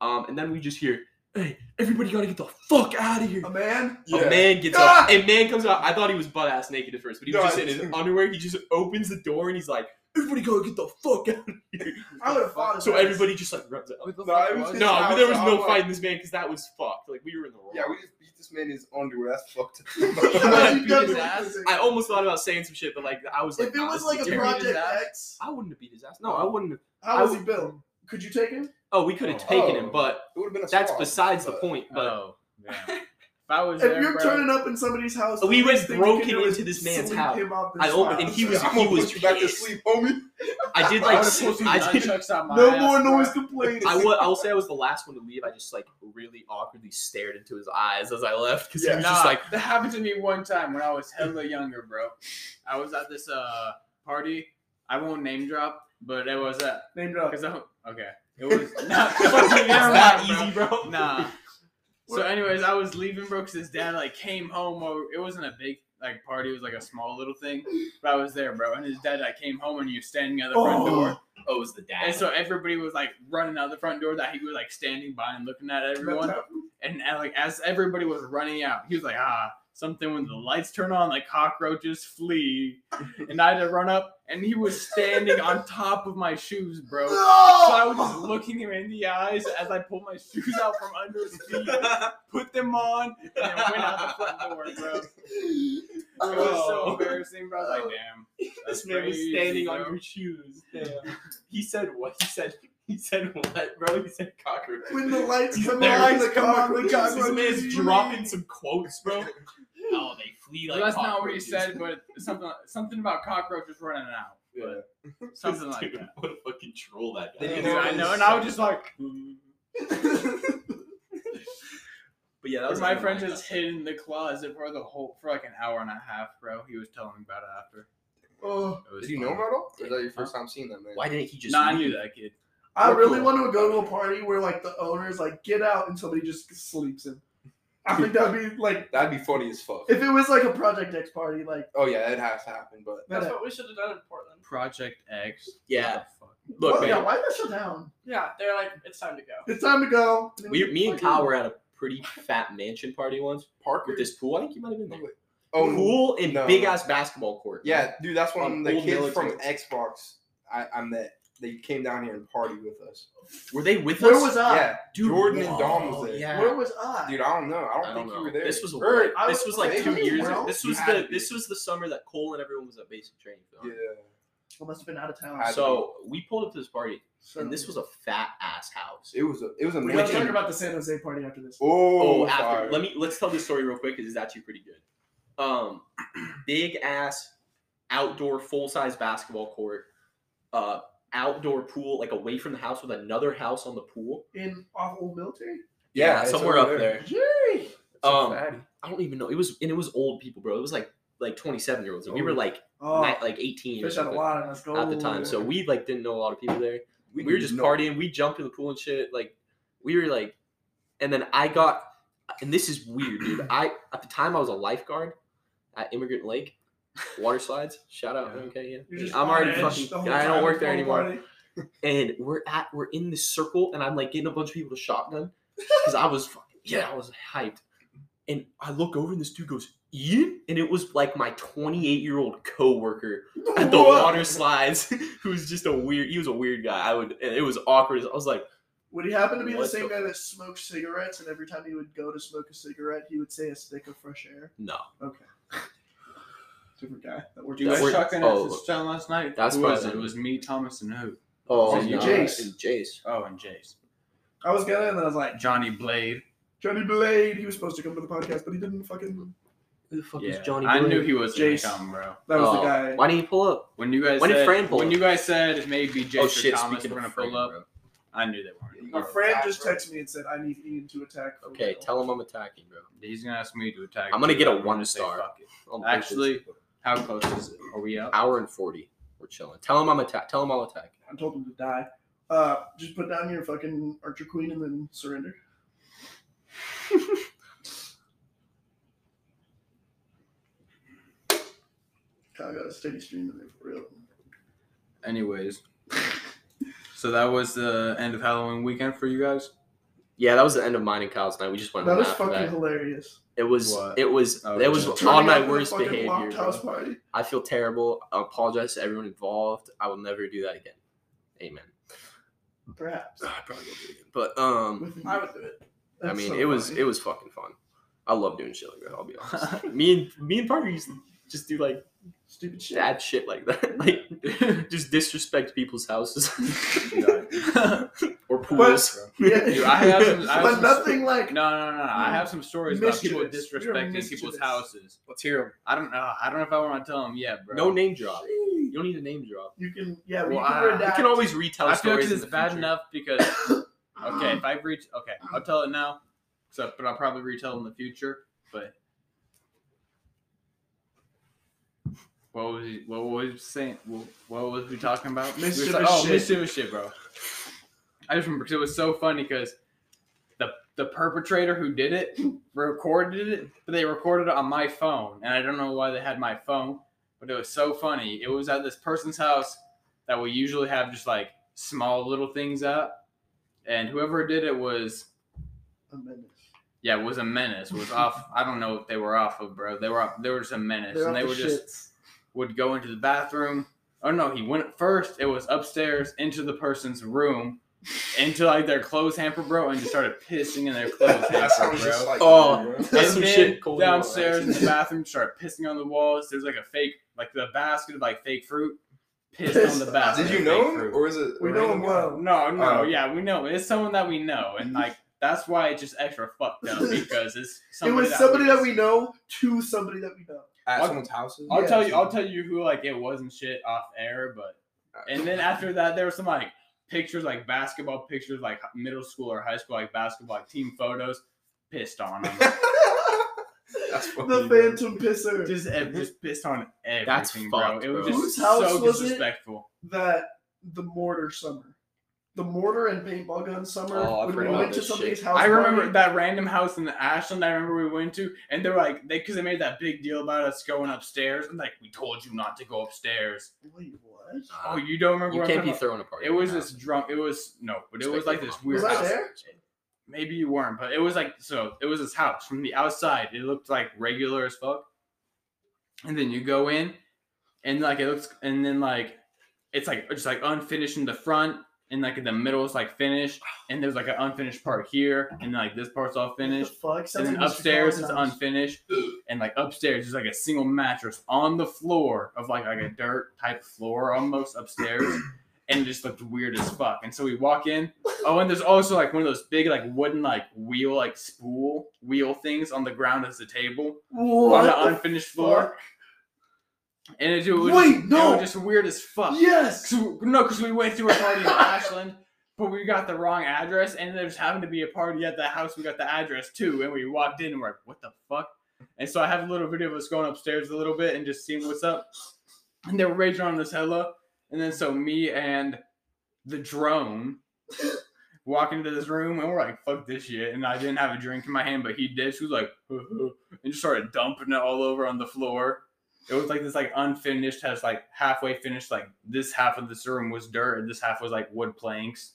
Speaker 3: Um, and then we just hear, "Hey, everybody, gotta get the fuck out of here!"
Speaker 2: A man?
Speaker 3: A man gets
Speaker 4: Ah!
Speaker 3: up. A man comes out. I thought he was butt ass naked at first, but he was
Speaker 4: No,
Speaker 3: just in
Speaker 4: it's-
Speaker 3: his underwear. He just opens the door and he's like, "Everybody, gotta get the fuck out!" of here."
Speaker 2: I would have fought his
Speaker 3: So
Speaker 2: ass.
Speaker 3: everybody just like runs out.
Speaker 4: No, I was
Speaker 3: No, but there was
Speaker 2: Oh
Speaker 4: I'm
Speaker 3: no
Speaker 4: like-
Speaker 3: fighting this man because that was fucked. Like we were in the wrong.
Speaker 4: Yeah, we just beat this man in his underwear. That's fucked.
Speaker 2: Imagine
Speaker 1: Beat
Speaker 2: doing
Speaker 1: his
Speaker 2: that.
Speaker 1: ass.
Speaker 3: I almost thought about saying some shit, but like I was like,
Speaker 2: If it
Speaker 3: nah,
Speaker 2: was
Speaker 3: this
Speaker 2: like
Speaker 3: is
Speaker 2: a
Speaker 3: Jerry.
Speaker 2: Project X,
Speaker 3: I wouldn't have beat his ass. No, I wouldn't. have.
Speaker 2: how was he built? Could you take him?
Speaker 3: Oh, we could have taken him,
Speaker 4: Oh.
Speaker 3: but
Speaker 4: It would have been a
Speaker 3: that's
Speaker 4: swap,
Speaker 3: besides the
Speaker 4: but-
Speaker 3: point. But
Speaker 1: oh, yeah. If I was
Speaker 2: If
Speaker 1: there,
Speaker 2: you're
Speaker 1: bro,
Speaker 2: turning up in somebody's house, the
Speaker 3: We went
Speaker 2: least thing you can
Speaker 3: broken
Speaker 2: do is
Speaker 3: into this man's
Speaker 2: sleep
Speaker 3: house.
Speaker 2: him out this
Speaker 3: I opened-
Speaker 2: house.
Speaker 3: and he was-
Speaker 4: I'm
Speaker 3: he
Speaker 4: gonna
Speaker 3: was
Speaker 4: put you back to
Speaker 3: pissed.
Speaker 4: sleep, homie.
Speaker 3: I did
Speaker 1: I
Speaker 3: like
Speaker 1: would've pulled some
Speaker 3: I did.
Speaker 1: nunchucks out my
Speaker 2: no
Speaker 1: ass,
Speaker 2: more
Speaker 1: bro.
Speaker 2: noise complaints.
Speaker 3: I wa- I will say I was the last one to leave. I just like really awkwardly stared into his eyes as I left because he
Speaker 4: Yeah.
Speaker 3: was
Speaker 1: Nah,
Speaker 3: just like,
Speaker 1: that happened to me one time when I was hella younger, bro. I was at this uh party. I won't name drop, but it was at
Speaker 2: Name drop.
Speaker 1: because okay. It was not
Speaker 3: "It's that easy, bro."
Speaker 1: Nah. So, anyways, I was leaving, bro, because his dad like came home. Over, it wasn't a big like party; it was like a small little thing. But I was there, bro, and his dad like came home, and he was standing at the front door,
Speaker 3: Oh, it was the dad.
Speaker 1: and so everybody was like running out the front door that he was like standing by and looking at everyone. And uh, like as everybody was running out, he was like, "Ah, something when the lights turn on, like cockroaches flee." And I had to run up, and he was standing on top of my shoes, bro. So I was just
Speaker 3: Oh.
Speaker 1: looking him in the eyes as I pulled my shoes out from under his feet, put them on, and then went out the front door, bro. It was so
Speaker 3: Oh.
Speaker 1: embarrassing, bro. I was like, damn. That's
Speaker 3: this man was
Speaker 1: crazy,
Speaker 3: standing on
Speaker 1: bro.
Speaker 3: your shoes. Damn. he said what? He said he said what, bro? He said cockroach.
Speaker 2: When the lights come
Speaker 3: There
Speaker 2: on,
Speaker 3: is
Speaker 2: the cockroaches.
Speaker 3: cockroaches. This man's
Speaker 2: flee.
Speaker 3: dropping some quotes, bro. oh, they flee
Speaker 1: Well, that's not what he said, but something something about cockroaches running out. But something like
Speaker 3: Dude,
Speaker 1: that.
Speaker 3: What a fucking troll that guy.
Speaker 4: They
Speaker 3: is.
Speaker 1: Dude, I know, and I was just like,
Speaker 3: But yeah, that
Speaker 1: Or
Speaker 3: was
Speaker 1: my
Speaker 3: kinda
Speaker 1: friend
Speaker 3: like
Speaker 1: just hid in the closet for the whole for like an hour and a half, bro. He was telling me about it after.
Speaker 2: Oh,
Speaker 1: It was
Speaker 4: Did you know him
Speaker 1: funny.
Speaker 4: at all? Or Is that your first time seeing that man?
Speaker 3: Why didn't he just?
Speaker 1: Nah, I
Speaker 3: leave?
Speaker 1: knew that kid.
Speaker 2: I
Speaker 4: We're
Speaker 2: really
Speaker 4: cool.
Speaker 2: want to go to a party where like the owner's like get out and somebody just sleeps in. I think that'd be like
Speaker 4: That'd be funny as fuck.
Speaker 2: if it was like a Project X party, like
Speaker 4: Oh yeah, it has to happen, but
Speaker 6: That's
Speaker 2: that.
Speaker 6: what we should have done in Portland.
Speaker 1: Project X.
Speaker 3: Yeah.
Speaker 1: What
Speaker 3: Look,
Speaker 2: Well,
Speaker 3: man,
Speaker 2: yeah, why is that shut down?
Speaker 6: Yeah, they're like, it's time to go.
Speaker 2: It's time to go. And then
Speaker 3: we, me and
Speaker 2: fucking-
Speaker 3: Kyle were at a pretty fat mansion party once
Speaker 4: Parker.
Speaker 3: with this pool. I think you might have been there.
Speaker 4: oh
Speaker 3: pool and
Speaker 4: no.
Speaker 3: big ass basketball court.
Speaker 4: yeah, dude, that's when
Speaker 3: On
Speaker 4: the
Speaker 3: old
Speaker 4: kids
Speaker 3: military.
Speaker 4: from Xbox I, I met. They came down here and partied with us.
Speaker 3: were they with
Speaker 2: Where
Speaker 3: us?
Speaker 2: was I?
Speaker 4: yeah,
Speaker 3: Dude,
Speaker 4: Jordan and Dom
Speaker 3: whoa,
Speaker 4: was there.
Speaker 3: Yeah.
Speaker 2: Where was I?
Speaker 4: dude, I don't know. I don't,
Speaker 3: I don't
Speaker 4: think
Speaker 3: know.
Speaker 4: you were there.
Speaker 3: This was a
Speaker 4: Or-
Speaker 3: while- this was like
Speaker 4: I
Speaker 3: two
Speaker 4: was
Speaker 3: years
Speaker 2: around.
Speaker 3: ago. This
Speaker 4: You
Speaker 3: was
Speaker 4: had
Speaker 3: the
Speaker 4: to be.
Speaker 3: this was the summer that Cole and everyone was at basic training. for.
Speaker 4: Yeah,
Speaker 2: I must have been out of town.
Speaker 4: Had to
Speaker 3: So we pulled up to this party,
Speaker 2: So-
Speaker 3: and this was a fat ass house.
Speaker 4: it was a it was a
Speaker 2: We're gonna
Speaker 3: Which is-
Speaker 2: talk
Speaker 4: mansion.
Speaker 2: about the San Jose party after this.
Speaker 4: Oh,
Speaker 3: oh, after
Speaker 4: fire.
Speaker 3: let me let's tell this story real quick because it's actually pretty good. Um, big ass outdoor full size basketball court, uh, outdoor pool like away from the house with another house on the pool.
Speaker 2: In off old military.
Speaker 4: yeah, it's
Speaker 3: somewhere up
Speaker 4: over
Speaker 3: there.
Speaker 2: Jerry.
Speaker 4: It's a
Speaker 3: Um,
Speaker 4: fatty.
Speaker 3: I don't even know. It was and it was old people, bro. It was like like twenty seven year olds. and We
Speaker 4: Oh.
Speaker 3: were like
Speaker 2: Oh,
Speaker 3: ni- like eighteen or
Speaker 2: fish out a
Speaker 3: something
Speaker 2: lot. Let's go.
Speaker 3: at the time,
Speaker 2: Oh,
Speaker 3: so we like didn't know a lot of people there. we, were
Speaker 4: did
Speaker 3: just
Speaker 4: not-
Speaker 3: partying. We jumped in the pool and shit. Like we were like, and then I got and this is weird, dude. I at the time I was a lifeguard at Immigrant Lake, water slides. Shout out,
Speaker 1: Yeah.
Speaker 3: okay, yeah.
Speaker 2: You're just
Speaker 3: I'm
Speaker 2: on
Speaker 3: already
Speaker 2: edge
Speaker 3: fucking.
Speaker 2: the whole
Speaker 3: I
Speaker 2: time
Speaker 3: don't work there
Speaker 2: before the
Speaker 3: anymore.
Speaker 2: party.
Speaker 3: And we're at we're in this circle, and I'm like getting a bunch of people to shotgun because I was fucking yeah, I was hyped. And I look over, and this dude goes Ian, and it was like my 28 year old coworker at the
Speaker 2: What?
Speaker 3: water slides, who's just a weird. He was a weird guy. I would. and It was awkward. I was like.
Speaker 2: Would he happen to be the
Speaker 3: What
Speaker 2: same
Speaker 3: the-
Speaker 2: guy that smoked cigarettes and every time he would go to smoke a cigarette, he would say a stick of fresh air?
Speaker 3: No.
Speaker 2: Okay. Different guy. That worked
Speaker 1: Do you
Speaker 3: That
Speaker 2: out.
Speaker 1: guys
Speaker 3: we're-
Speaker 1: chuck in
Speaker 3: oh.
Speaker 1: a touchdown last night?
Speaker 3: That's
Speaker 1: Who was
Speaker 3: probably-
Speaker 1: it? It was me, Thomas, and who?
Speaker 3: Oh,
Speaker 2: Is it
Speaker 3: no.
Speaker 2: Jace?
Speaker 3: It was Jace.
Speaker 1: Oh, and Jace.
Speaker 2: I was gonna, and then I was like,
Speaker 1: Johnny Blade.
Speaker 2: Johnny Blade. He was supposed to come to the podcast, but he didn't fucking.
Speaker 3: Who the fuck
Speaker 1: Yeah.
Speaker 3: is Johnny?
Speaker 1: I
Speaker 3: Blade?
Speaker 1: knew he was going
Speaker 2: Jace.
Speaker 1: to come, bro.
Speaker 2: That was
Speaker 3: Oh,
Speaker 2: the guy.
Speaker 3: Why didn't he pull up?
Speaker 1: When you guys
Speaker 3: When did
Speaker 1: said,
Speaker 3: Fran pull
Speaker 1: when
Speaker 3: up?
Speaker 1: you guys said it may be Jace
Speaker 3: oh
Speaker 1: or
Speaker 3: shit!
Speaker 1: Thomas
Speaker 3: Speaking
Speaker 1: we're gonna
Speaker 3: of
Speaker 1: pull
Speaker 3: Fran,
Speaker 1: up,
Speaker 3: bro.
Speaker 1: I knew they weren't.
Speaker 2: My friend just texted me and said, "I need Ian to attack." for
Speaker 3: Okay,
Speaker 2: real."
Speaker 3: tell him I'm attacking, bro.
Speaker 1: He's gonna ask me to attack.
Speaker 3: I'm gonna
Speaker 1: too.
Speaker 3: get a
Speaker 1: I'm gonna
Speaker 3: one
Speaker 1: say,
Speaker 3: star.
Speaker 1: fuck it.
Speaker 3: On purpose.
Speaker 1: Actually, how close is it? Are we up?
Speaker 3: hour and forty. We're chilling. Tell him I'm attack. Tell him I'll attack.
Speaker 2: I told him to die. Uh, just put down your fucking archer queen and then surrender. Kyle got a steady stream in there for real.
Speaker 1: Anyways, so that was the end of Halloween weekend for you guys.
Speaker 3: Yeah, that was the end of mine and Kyle's night. We just went
Speaker 2: That
Speaker 3: home
Speaker 2: was
Speaker 3: after
Speaker 2: fucking
Speaker 3: that.
Speaker 2: hilarious.
Speaker 3: It was.
Speaker 1: What?
Speaker 3: It was.
Speaker 1: Oh,
Speaker 3: it was
Speaker 1: yeah.
Speaker 3: on
Speaker 2: Turning
Speaker 3: my
Speaker 2: up in a
Speaker 3: worst
Speaker 2: fucking
Speaker 3: behavior.
Speaker 2: locked
Speaker 3: bro.
Speaker 2: house party.
Speaker 3: I feel terrible. I apologize to everyone involved. I will never do that again. Amen.
Speaker 2: Perhaps.
Speaker 3: I probably will do it again. But um,
Speaker 2: I would do it.
Speaker 3: I
Speaker 2: That's
Speaker 3: mean,
Speaker 2: so
Speaker 3: it was
Speaker 2: funny.
Speaker 3: it was fucking fun. I love doing shit like that. I'll be honest. me and me and Parker used to just do like
Speaker 2: stupid shit.
Speaker 3: bad shit like that, like just disrespect people's houses or pools.
Speaker 2: But, yeah.
Speaker 1: Dude, I have some- I have
Speaker 2: but
Speaker 1: some-
Speaker 2: nothing like.
Speaker 1: No, no, no, no. I have some stories about people
Speaker 2: Mischievous. You're
Speaker 1: disrespecting people's
Speaker 2: mischievous.
Speaker 1: houses.
Speaker 3: Let's hear them.
Speaker 1: I don't know. I don't know if I want to tell them yet, bro.
Speaker 3: No name drop. You don't need a name drop.
Speaker 2: You can, yeah, we
Speaker 1: Well,
Speaker 2: can
Speaker 1: I-
Speaker 2: redact.
Speaker 3: You can always retell
Speaker 1: I feel like
Speaker 3: stories.
Speaker 1: this is
Speaker 3: in the
Speaker 1: bad
Speaker 3: future.
Speaker 1: enough because okay, if I reach okay, I'll tell it now. So, but I'll probably retell in the future. But what was he, what was he saying? What, what was we talking about? We were
Speaker 2: Mischievous
Speaker 1: ta- oh,
Speaker 2: shit.
Speaker 1: mischievous shit, bro. I just remember 'cause it was so funny because the the perpetrator who did it recorded it, but they recorded it on my phone, and I don't know why they had my phone, but it was so funny. It was at this person's house that we usually have just like small little things at, and whoever did it was
Speaker 2: A menace.
Speaker 1: yeah, it was a menace. Was off. I don't know if they were off of, bro. They were off, they were just a menace,
Speaker 2: They're
Speaker 1: and they
Speaker 2: off the
Speaker 1: were just
Speaker 2: shits.
Speaker 1: would go into the bathroom. Oh no, he went first. It was upstairs into the person's room, into like their clothes hamper, bro, and just started pissing in their clothes
Speaker 4: That
Speaker 1: hamper,
Speaker 4: sounds just
Speaker 1: bro.
Speaker 4: like
Speaker 3: Oh.
Speaker 4: bro.
Speaker 3: That's
Speaker 1: and
Speaker 3: some
Speaker 1: then
Speaker 3: shit Cole
Speaker 1: downstairs in
Speaker 3: Moore,
Speaker 1: the bathroom, started pissing on the walls. There's like a fake, like the basket of like fake fruit, pissed
Speaker 2: Piss.
Speaker 1: on the basket.
Speaker 4: Did you
Speaker 1: of
Speaker 4: know
Speaker 1: fake
Speaker 4: him,
Speaker 1: fruit.
Speaker 4: or is it?
Speaker 2: We know him well.
Speaker 1: No, no,
Speaker 4: Oh.
Speaker 1: yeah, we know. It's someone that we know, and like that's why it's just extra fucked up because it's
Speaker 2: It
Speaker 1: somebody
Speaker 2: was somebody that
Speaker 1: just-
Speaker 2: we know to somebody that we know.
Speaker 4: At
Speaker 1: I'll-
Speaker 4: someone's houses.
Speaker 1: I'll
Speaker 2: Yeah.
Speaker 1: tell you. I'll tell you who like it wasn't shit off air, but
Speaker 2: Uh,
Speaker 1: and then after that there were some like pictures like basketball pictures like middle school or high school like basketball like team photos pissed on them.
Speaker 4: That's
Speaker 2: The
Speaker 4: funny, bro.
Speaker 2: Phantom Pisser.
Speaker 1: just ev- just pissed on everything,
Speaker 3: That's
Speaker 1: bro.
Speaker 3: fucked,
Speaker 1: It was
Speaker 3: bro.
Speaker 1: just
Speaker 2: Whose house
Speaker 1: so
Speaker 2: was it?
Speaker 1: disrespectful.
Speaker 2: that the mortar summer. The mortar and paintball gun summer
Speaker 3: Oh, I
Speaker 2: when we
Speaker 3: forgot
Speaker 2: went to
Speaker 3: this
Speaker 2: somebody's
Speaker 3: shit.
Speaker 2: house.
Speaker 1: I remember
Speaker 2: party.
Speaker 1: that random house in the Ashland. I remember we went to, and they're like, they because they made that big deal about us going upstairs. and like, we told you not to go upstairs.
Speaker 2: Wait, what?
Speaker 1: Oh, you don't remember?
Speaker 3: Uh, you
Speaker 1: what I'm
Speaker 3: can't
Speaker 1: talking
Speaker 3: be
Speaker 1: about?
Speaker 3: throwing a party.
Speaker 1: It was this drunk. It was no, but it was like this weird.
Speaker 2: Was I
Speaker 1: house.
Speaker 2: there?
Speaker 1: Maybe you weren't, but it was like so. It was this house from the outside. It looked like regular as fuck. And then you go in, and like it looks, and then like it's like just like unfinished in the front, and like in the middle is like finished, and there's like an unfinished part here, and like this part's all
Speaker 2: What
Speaker 1: finished.
Speaker 2: the fuck?
Speaker 1: And
Speaker 2: Sounds
Speaker 1: then
Speaker 2: like Mr.
Speaker 1: upstairs is
Speaker 2: Collins' house.
Speaker 1: unfinished, and like upstairs is like a single mattress on the floor of like like a dirt type floor almost upstairs, and it just looked weird as fuck. And so we walk in. Oh, and there's also like one of those big like wooden like wheel like spool wheel things on the ground as a table
Speaker 2: What
Speaker 1: on
Speaker 2: the
Speaker 1: the unfinished floor. And it, was
Speaker 2: Wait,
Speaker 1: just,
Speaker 2: no!
Speaker 1: it was just weird as fuck.
Speaker 2: fuck? Yes.
Speaker 1: 'Cause we- no, because we went to a party in Ashland, but we got the wrong address, and there just happened to be a party at the house. We got the address too, and we walked in and we're like, "What the fuck?" And so I have a little video of us going upstairs a little bit and just seeing what's up. And they were raging on this hella, and then so me and the drone walk into this room and we're like, fuck this shit. And I didn't have a drink in my hand, but he did. She was like, and just started dumping it all over on the floor. It was like this like unfinished, has like halfway finished, like this half of this room was dirt and this half was like wood planks.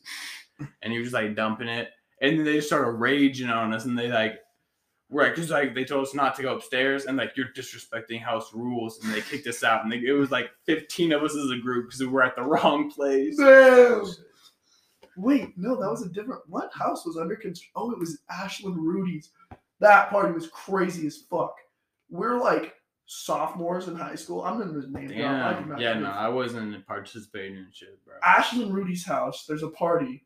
Speaker 1: And he was like dumping it. And then they just started raging on us and they like Right, because like they told us not to go upstairs, and like you're disrespecting house rules, and they kicked us out. And they, it was like 15 of us as a group because we were at the wrong place.
Speaker 2: Damn. Wait, no, that was a different. What house was under construction? Oh, it was Ashland Rudy's. That party was crazy as fuck. We're like sophomores in high school. I'm gonna name drop. I do
Speaker 1: Damn.
Speaker 2: not
Speaker 1: Yeah,
Speaker 2: give a
Speaker 1: no, I wasn't participating in shit, bro.
Speaker 2: Ashlyn Rudy's house, there's a party.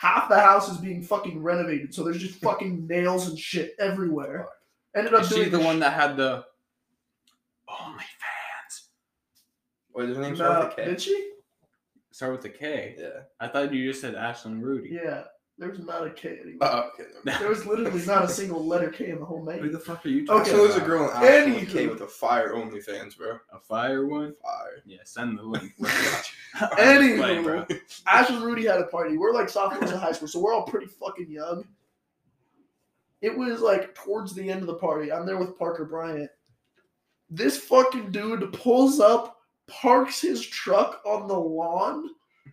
Speaker 2: Half the house is being fucking renovated, so there's just fucking nails and shit everywhere. Ended up
Speaker 1: Is she
Speaker 2: doing
Speaker 1: the one that had the oh OnlyFans?
Speaker 4: Wait, does her name start
Speaker 2: No,
Speaker 4: with a K?
Speaker 2: did she?
Speaker 1: Start with a K.
Speaker 4: Yeah.
Speaker 1: I thought you just said Ashlyn Rudy.
Speaker 2: Yeah, there's not a K anymore.
Speaker 1: Uh,
Speaker 4: Oh, okay. never mind.
Speaker 2: there was literally not a single letter K in the whole
Speaker 1: Who
Speaker 2: name.
Speaker 1: the fuck are you
Speaker 4: Oh,
Speaker 1: talking
Speaker 2: Okay.
Speaker 4: so there's a
Speaker 1: about?
Speaker 4: girl in Ashland
Speaker 2: Anywho.
Speaker 4: with a K with a fire OnlyFans, bro.
Speaker 1: A fire one?
Speaker 4: Fire.
Speaker 1: Yeah, send the link.
Speaker 2: Anywho.
Speaker 1: Play, bro.
Speaker 2: Ashland Rudy had a party. We're like sophomores in high school, so we're all pretty fucking young. It was like towards the end of the party. I'm there with Parker Bryant. This fucking dude pulls up, parks his truck on the lawn,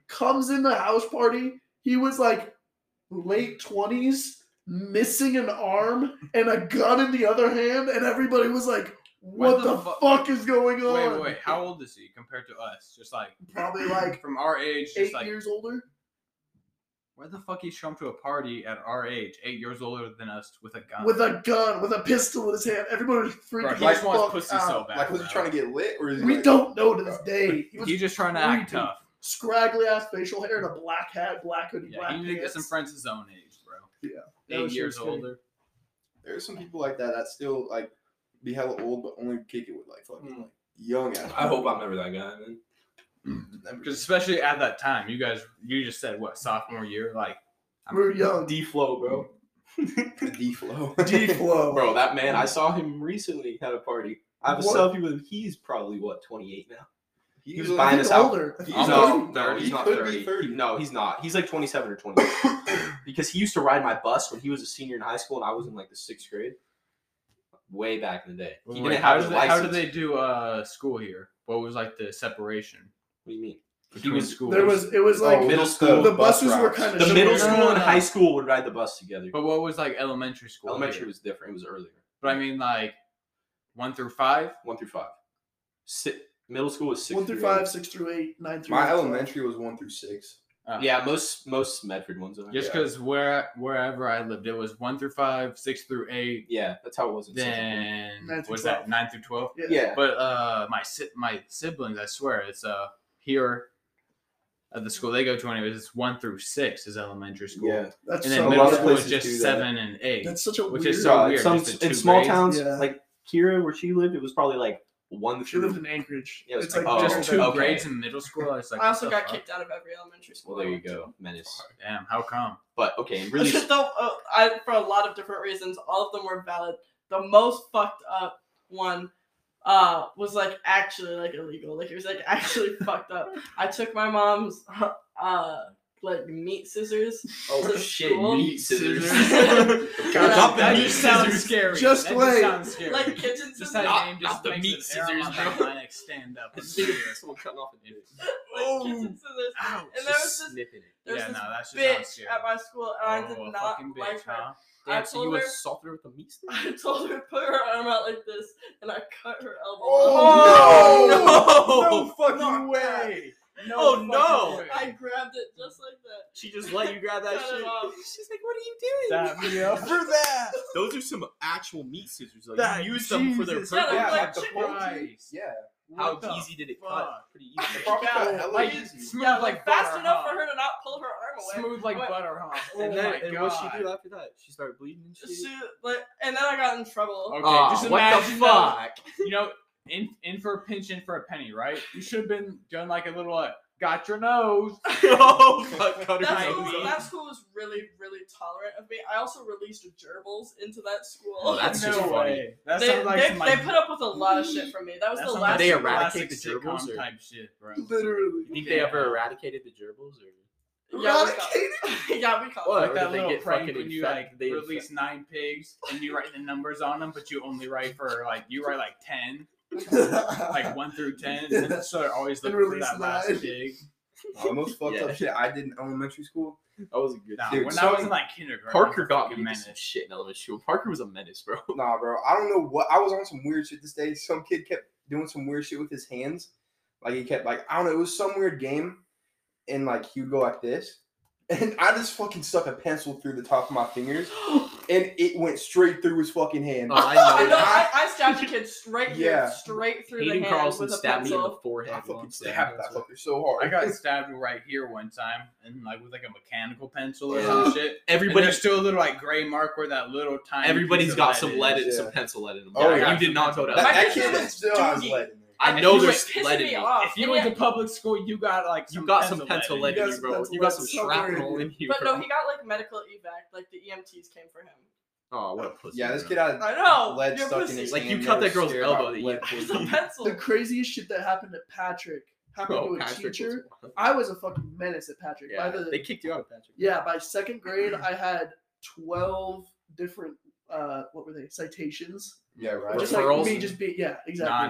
Speaker 2: comes in the house party. He was like late 20s, missing an arm and a gun in the other hand, and everybody was like, what, the,
Speaker 1: fu-
Speaker 2: fuck is going on?
Speaker 1: Wait, wait, wait. How old is he compared to us? Just like
Speaker 2: Probably like
Speaker 1: from our age,
Speaker 2: eight
Speaker 1: just like
Speaker 2: years older.
Speaker 1: where the fuck he come to a party at our age, eight years older than us, with a gun.
Speaker 2: with a gun, with a pistol in his hand. Everybody was
Speaker 1: Bro,
Speaker 2: freaking
Speaker 1: he
Speaker 2: the
Speaker 1: just wants
Speaker 2: fuck
Speaker 1: pussy
Speaker 2: out.
Speaker 1: so bad.
Speaker 4: Like, was he
Speaker 1: bro.
Speaker 4: trying to get lit, or is he
Speaker 2: We
Speaker 4: like-
Speaker 2: don't know to this day. He was
Speaker 1: He's just trying to act
Speaker 2: creepy.
Speaker 1: tough.
Speaker 2: scraggly ass facial hair and a black hat, black hoodie,
Speaker 1: Yeah,
Speaker 2: black
Speaker 1: he need to get some
Speaker 2: pants.
Speaker 1: friends his own age, bro.
Speaker 2: Yeah. That
Speaker 1: eight
Speaker 2: was
Speaker 1: years
Speaker 2: scary.
Speaker 1: older.
Speaker 4: There's some people like that that still like be hella old, but only kick it with like fucking like young ass.
Speaker 3: I hope I'm never that guy, man.
Speaker 1: Because especially at that time, you guys, you just said what sophomore year, like
Speaker 2: We We're young.
Speaker 3: D Flow, bro.
Speaker 4: the D flow.
Speaker 2: D flow.
Speaker 3: Bro, that man, I saw him recently at a party. I have a
Speaker 2: What?
Speaker 3: selfie with him. He's probably what, 28 now?
Speaker 4: He
Speaker 3: He was
Speaker 4: was
Speaker 3: buying
Speaker 2: He's
Speaker 3: us out.
Speaker 2: older.
Speaker 4: He's
Speaker 3: no,
Speaker 4: not-
Speaker 3: no, he's
Speaker 4: he
Speaker 3: not
Speaker 4: could
Speaker 3: 30.
Speaker 4: be 30.
Speaker 3: No, he's not. He's like 27 or 28. because he used to ride my bus when he was a senior in high school and I was in like the sixth grade. Way back in the day. He
Speaker 1: Wait,
Speaker 3: didn't
Speaker 1: how
Speaker 3: have his
Speaker 1: did they,
Speaker 3: license.
Speaker 1: How did they do uh, school here? What was like the separation?
Speaker 3: What do you mean? He
Speaker 1: between
Speaker 3: was-
Speaker 1: schools?
Speaker 2: There was it was like
Speaker 4: Oh,
Speaker 3: middle
Speaker 4: the
Speaker 3: school,
Speaker 2: the
Speaker 4: bus
Speaker 2: buses were
Speaker 4: routes.
Speaker 2: kind of
Speaker 3: The middle
Speaker 1: No,
Speaker 3: school
Speaker 1: no,
Speaker 3: and
Speaker 1: no.
Speaker 3: high school would ride the bus together.
Speaker 1: but what was like elementary school?
Speaker 3: Elementary
Speaker 1: here?
Speaker 3: was different. It was earlier.
Speaker 1: But I mean, like one through five.
Speaker 3: One through five. Si- middle school was six.
Speaker 2: one through five, six through eight, nine through.
Speaker 4: My
Speaker 2: 12.
Speaker 4: elementary was one through six.
Speaker 1: Uh,
Speaker 3: Yeah, most most Medford ones are.
Speaker 1: Just
Speaker 4: Yeah.
Speaker 1: because where wherever I lived, it was one through five, six through eight,
Speaker 3: Yeah, that's how it was in Central Florida.
Speaker 1: then
Speaker 2: Nine through
Speaker 1: was
Speaker 2: 12.
Speaker 1: that nine through twelve?
Speaker 2: Yeah.
Speaker 3: Yeah.
Speaker 1: But uh, my si- my siblings, I swear, it's uh here at the school they go to, anyways. It's one through six is elementary school,
Speaker 3: Yeah.
Speaker 2: That's
Speaker 1: and
Speaker 2: so
Speaker 1: then
Speaker 3: a
Speaker 1: middle
Speaker 3: lot of
Speaker 1: school is
Speaker 3: places do
Speaker 1: just
Speaker 3: that.
Speaker 1: seven and eight.
Speaker 2: That's such a
Speaker 1: which
Speaker 2: weird.
Speaker 1: is
Speaker 3: No,
Speaker 1: so
Speaker 3: in
Speaker 1: weird.
Speaker 3: some-
Speaker 1: just the
Speaker 3: in
Speaker 1: two
Speaker 3: small
Speaker 1: grades.
Speaker 3: towns,
Speaker 2: Yeah.
Speaker 3: like Kira, where she lived, it was probably like one
Speaker 2: she lived in
Speaker 3: through.
Speaker 2: Anchorage.
Speaker 3: Yeah, it was
Speaker 2: it's
Speaker 3: like-
Speaker 2: like
Speaker 3: Oh,
Speaker 1: just two
Speaker 3: okay.
Speaker 1: grades in middle school. I was like,
Speaker 6: I also
Speaker 1: what the
Speaker 6: got
Speaker 1: fuck?
Speaker 6: kicked out of every elementary school.
Speaker 3: Well, there
Speaker 6: I
Speaker 3: you
Speaker 6: went to.
Speaker 3: go, menace.
Speaker 1: Damn, how come?
Speaker 3: But okay, and really,
Speaker 6: though, uh, I, for a lot of different reasons, all of them were valid. The most fucked up one uh, was like actually like illegal. Like it was like actually fucked up. I took my mom's uh, like meat scissors.
Speaker 3: oh
Speaker 6: to
Speaker 3: shit,
Speaker 6: school.
Speaker 3: meat scissors.
Speaker 6: Scissors.
Speaker 3: Got
Speaker 6: Yeah.
Speaker 3: up
Speaker 1: That
Speaker 3: and
Speaker 1: just
Speaker 3: meat
Speaker 1: sounds
Speaker 3: scissors.
Speaker 1: scary.
Speaker 2: Just
Speaker 1: that
Speaker 2: wait.
Speaker 1: Just sounds scary.
Speaker 6: like kitchen
Speaker 1: just
Speaker 6: scissors.
Speaker 1: that
Speaker 3: Not-
Speaker 1: name just
Speaker 3: not the
Speaker 1: makes
Speaker 3: meat
Speaker 1: an arrow
Speaker 3: scissors,
Speaker 1: on my
Speaker 3: bro.
Speaker 1: back stand up.
Speaker 3: Someone cutting off a dick.
Speaker 6: like, kitchen scissors.
Speaker 1: Ouch.
Speaker 6: And there was this
Speaker 3: Snipping it.
Speaker 6: there's
Speaker 1: yeah,
Speaker 6: this
Speaker 1: no, that shit sounds
Speaker 6: bitch
Speaker 1: scary.
Speaker 6: at my school, and I did
Speaker 1: Oh, a
Speaker 6: not
Speaker 1: fucking bitch,
Speaker 6: like her.
Speaker 1: huh?
Speaker 6: I
Speaker 3: Damn, so you
Speaker 6: told her-
Speaker 3: assaulted her with a meat stick?
Speaker 6: I told her to put her arm out like this, and I cut her elbow.
Speaker 4: Oh,
Speaker 6: off.
Speaker 4: No fucking
Speaker 6: Not that.
Speaker 4: way.
Speaker 1: No
Speaker 3: Oh,
Speaker 1: fucking
Speaker 3: no.
Speaker 1: way.
Speaker 6: I grabbed it just like that.
Speaker 3: She just let you grab
Speaker 6: Cut it off.
Speaker 3: She's like, "What are you doing?"
Speaker 1: That video.
Speaker 3: for that. Those are some actual meat scissors. Like
Speaker 1: That-
Speaker 3: you use them for their
Speaker 1: Jesus.
Speaker 3: purpose.
Speaker 6: Yeah, they're
Speaker 4: Yeah,
Speaker 6: like
Speaker 4: like the
Speaker 6: chicken
Speaker 4: poultry.
Speaker 1: wings.
Speaker 4: Yeah.
Speaker 3: How
Speaker 1: What the
Speaker 3: easy did it
Speaker 1: fuck?
Speaker 3: cut? Pretty easy.
Speaker 4: Probably got
Speaker 2: Yeah,
Speaker 4: hella
Speaker 1: like,
Speaker 4: easy.
Speaker 1: smooth
Speaker 6: Yeah,
Speaker 1: like
Speaker 6: like fast
Speaker 1: butter,
Speaker 6: enough
Speaker 1: huh?
Speaker 6: for her to not pull her arm away.
Speaker 1: Smooth like
Speaker 6: What?
Speaker 1: butter, huh?
Speaker 3: and
Speaker 1: oh
Speaker 3: then,
Speaker 1: my
Speaker 3: and
Speaker 1: god.
Speaker 3: what she do after that? She started bleeding and shit.
Speaker 6: She, like, and then I got in trouble.
Speaker 1: Okay,
Speaker 3: Aw,
Speaker 1: just
Speaker 3: Ah, what the
Speaker 1: imagine that-
Speaker 3: fuck?
Speaker 1: You know, in in for a pinch, in for a penny, right? You should have been done like a little uh, got your nose.
Speaker 3: oh, fuck, cut her
Speaker 6: That
Speaker 1: Right,
Speaker 6: school,
Speaker 1: we-
Speaker 3: nose
Speaker 6: that
Speaker 3: off.
Speaker 6: school was really, really tolerant of me. I also released gerbils into that school.
Speaker 3: Oh, that's
Speaker 1: no
Speaker 3: just
Speaker 1: way.
Speaker 3: funny.
Speaker 1: That
Speaker 6: they,
Speaker 1: sounds like
Speaker 6: they,
Speaker 1: some,
Speaker 6: they
Speaker 1: like,
Speaker 6: put up with a lot of shit from me. That was
Speaker 1: that
Speaker 6: the
Speaker 1: sounds
Speaker 6: last.
Speaker 3: They
Speaker 1: some classic
Speaker 3: eradicate the
Speaker 1: sitcom
Speaker 3: gerbils, or-
Speaker 1: type shit, bro.
Speaker 2: literally.
Speaker 3: You think they
Speaker 1: Yeah.
Speaker 3: ever eradicated the gerbils? Or?
Speaker 6: Yeah, we caught-
Speaker 4: Eradicated?
Speaker 6: yeah, we caught
Speaker 3: What? Or
Speaker 6: it.
Speaker 1: Like that
Speaker 3: did they
Speaker 1: little
Speaker 3: get
Speaker 1: prank
Speaker 3: fucking
Speaker 1: when you
Speaker 3: infect-
Speaker 1: like
Speaker 3: they infect-
Speaker 1: release nine pigs and you write the numbers on them, but you only write for like you write like ten, like one through ten, and then, so they're always
Speaker 4: And
Speaker 1: looking for
Speaker 4: release
Speaker 1: that last
Speaker 4: nine.
Speaker 1: pig.
Speaker 4: Oh, the most fucked
Speaker 3: Yeah.
Speaker 4: up shit I did in elementary school.
Speaker 3: That was a good.
Speaker 1: Nah,
Speaker 4: Dude,
Speaker 1: when I
Speaker 4: so-
Speaker 1: was in like kindergarten,
Speaker 5: Parker got
Speaker 1: a
Speaker 5: me into some
Speaker 1: menace.
Speaker 5: shit in elementary school. Parker was a menace, bro.
Speaker 4: Nah, bro. I don't know what I was on some weird shit this day. Some kid kept doing some weird shit with his hands. Like he kept like I don't know, it was some weird game. And like he would go like this. And I just fucking stuck a pencil through the top of my fingers and it went straight through his fucking hand.
Speaker 5: Oh, I
Speaker 6: I
Speaker 5: know.
Speaker 6: know. I, I stabbed a kid straight
Speaker 4: Yeah.
Speaker 6: here, straight through the
Speaker 5: Hayden
Speaker 6: hand
Speaker 5: Carlson
Speaker 6: with a
Speaker 5: stabbed me in the
Speaker 6: pencil.
Speaker 5: forehead.
Speaker 4: I fucking
Speaker 5: once.
Speaker 4: stabbed that fucker so hard.
Speaker 1: I got stabbed right here one time, and like with like a mechanical pencil or
Speaker 5: Yeah.
Speaker 1: some shit. But
Speaker 5: Everybody,
Speaker 1: there's still a little like gray mark where that little tiny. piece
Speaker 5: everybody's
Speaker 1: of
Speaker 5: got
Speaker 1: lead
Speaker 5: some
Speaker 1: is.
Speaker 5: lead, in,
Speaker 4: yeah.
Speaker 5: some pencil lead in them.
Speaker 4: Oh,
Speaker 5: Oh,
Speaker 4: yeah.
Speaker 5: You did not go to.
Speaker 4: that, that
Speaker 5: elementary
Speaker 4: kid
Speaker 5: school.
Speaker 4: was still has lead in
Speaker 6: Doogie.
Speaker 4: there.
Speaker 5: I
Speaker 1: If
Speaker 5: know
Speaker 1: you were
Speaker 5: there's
Speaker 6: pissing
Speaker 5: lead in
Speaker 6: me
Speaker 5: you.
Speaker 6: off.
Speaker 1: If you
Speaker 6: And
Speaker 1: went
Speaker 6: yeah,
Speaker 1: to public school, you got like some
Speaker 5: You got some pencil
Speaker 1: in
Speaker 5: lead
Speaker 1: you.
Speaker 5: in
Speaker 4: got
Speaker 5: you,
Speaker 4: some
Speaker 5: bro.
Speaker 4: pencil
Speaker 5: You got
Speaker 4: lead
Speaker 5: some
Speaker 4: somewhere.
Speaker 5: shrapnel in you.
Speaker 6: But
Speaker 5: bro.
Speaker 6: no, he got like medical evac. Like the EMTs came for him.
Speaker 5: Oh, what a pussy.
Speaker 4: Yeah, this
Speaker 5: bro. Oh,
Speaker 4: kid had
Speaker 6: I know.
Speaker 4: lead
Speaker 6: you're
Speaker 4: stuck
Speaker 6: pussy.
Speaker 4: in his
Speaker 5: Like,
Speaker 4: hand.
Speaker 5: you cut
Speaker 4: They
Speaker 5: that
Speaker 4: were
Speaker 5: girl's
Speaker 4: scared
Speaker 5: elbow
Speaker 4: about
Speaker 5: that you-
Speaker 4: lead
Speaker 6: It's
Speaker 4: poisoning.
Speaker 6: a pencil.
Speaker 2: The craziest shit that happened to Patrick happened
Speaker 3: Oh,
Speaker 5: Bro,
Speaker 2: to a
Speaker 5: Patrick was
Speaker 2: teacher.
Speaker 5: wild.
Speaker 2: I was a fucking menace at Patrick.
Speaker 5: Yeah,
Speaker 2: By the
Speaker 5: they kicked you out of Patrick.
Speaker 2: yeah, by second grade, I had twelve different uh what were they citations?
Speaker 4: Yeah, right.
Speaker 2: Just
Speaker 5: Referrals
Speaker 2: like me,
Speaker 5: and-
Speaker 2: just be yeah, exactly.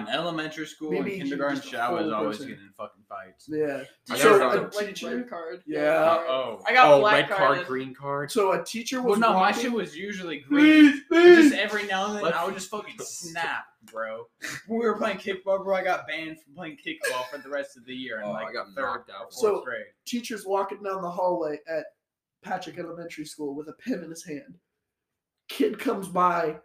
Speaker 1: Nah, in elementary school and
Speaker 2: Maybe you
Speaker 1: kindergarten
Speaker 2: just
Speaker 1: shit, I was
Speaker 2: whole
Speaker 1: always
Speaker 2: person.
Speaker 1: getting in fucking fights.
Speaker 2: Yeah.
Speaker 5: I
Speaker 2: So,
Speaker 5: never found
Speaker 2: uh,
Speaker 5: it.
Speaker 2: a teacher?
Speaker 6: red card.
Speaker 2: Yeah.
Speaker 1: Uh
Speaker 2: Uh,
Speaker 1: oh.
Speaker 6: I got
Speaker 5: oh,
Speaker 6: black
Speaker 5: red card,
Speaker 6: carded.
Speaker 5: green card.
Speaker 2: So a teacher was
Speaker 1: Well, no, my
Speaker 2: walking-
Speaker 1: shit was usually green. Just
Speaker 2: Please, please.
Speaker 1: every now and then, I would just fucking snap, bro. When we were playing kickball, bro, I got banned from playing kickball for the rest of the year. And
Speaker 5: Oh,
Speaker 1: like
Speaker 5: I got
Speaker 1: third
Speaker 5: knocked
Speaker 1: or
Speaker 5: out.
Speaker 1: fourth
Speaker 2: So-
Speaker 1: grade.
Speaker 2: Teacher's walking down the hallway at Patrick Elementary School with a pen in his hand. Kid comes by,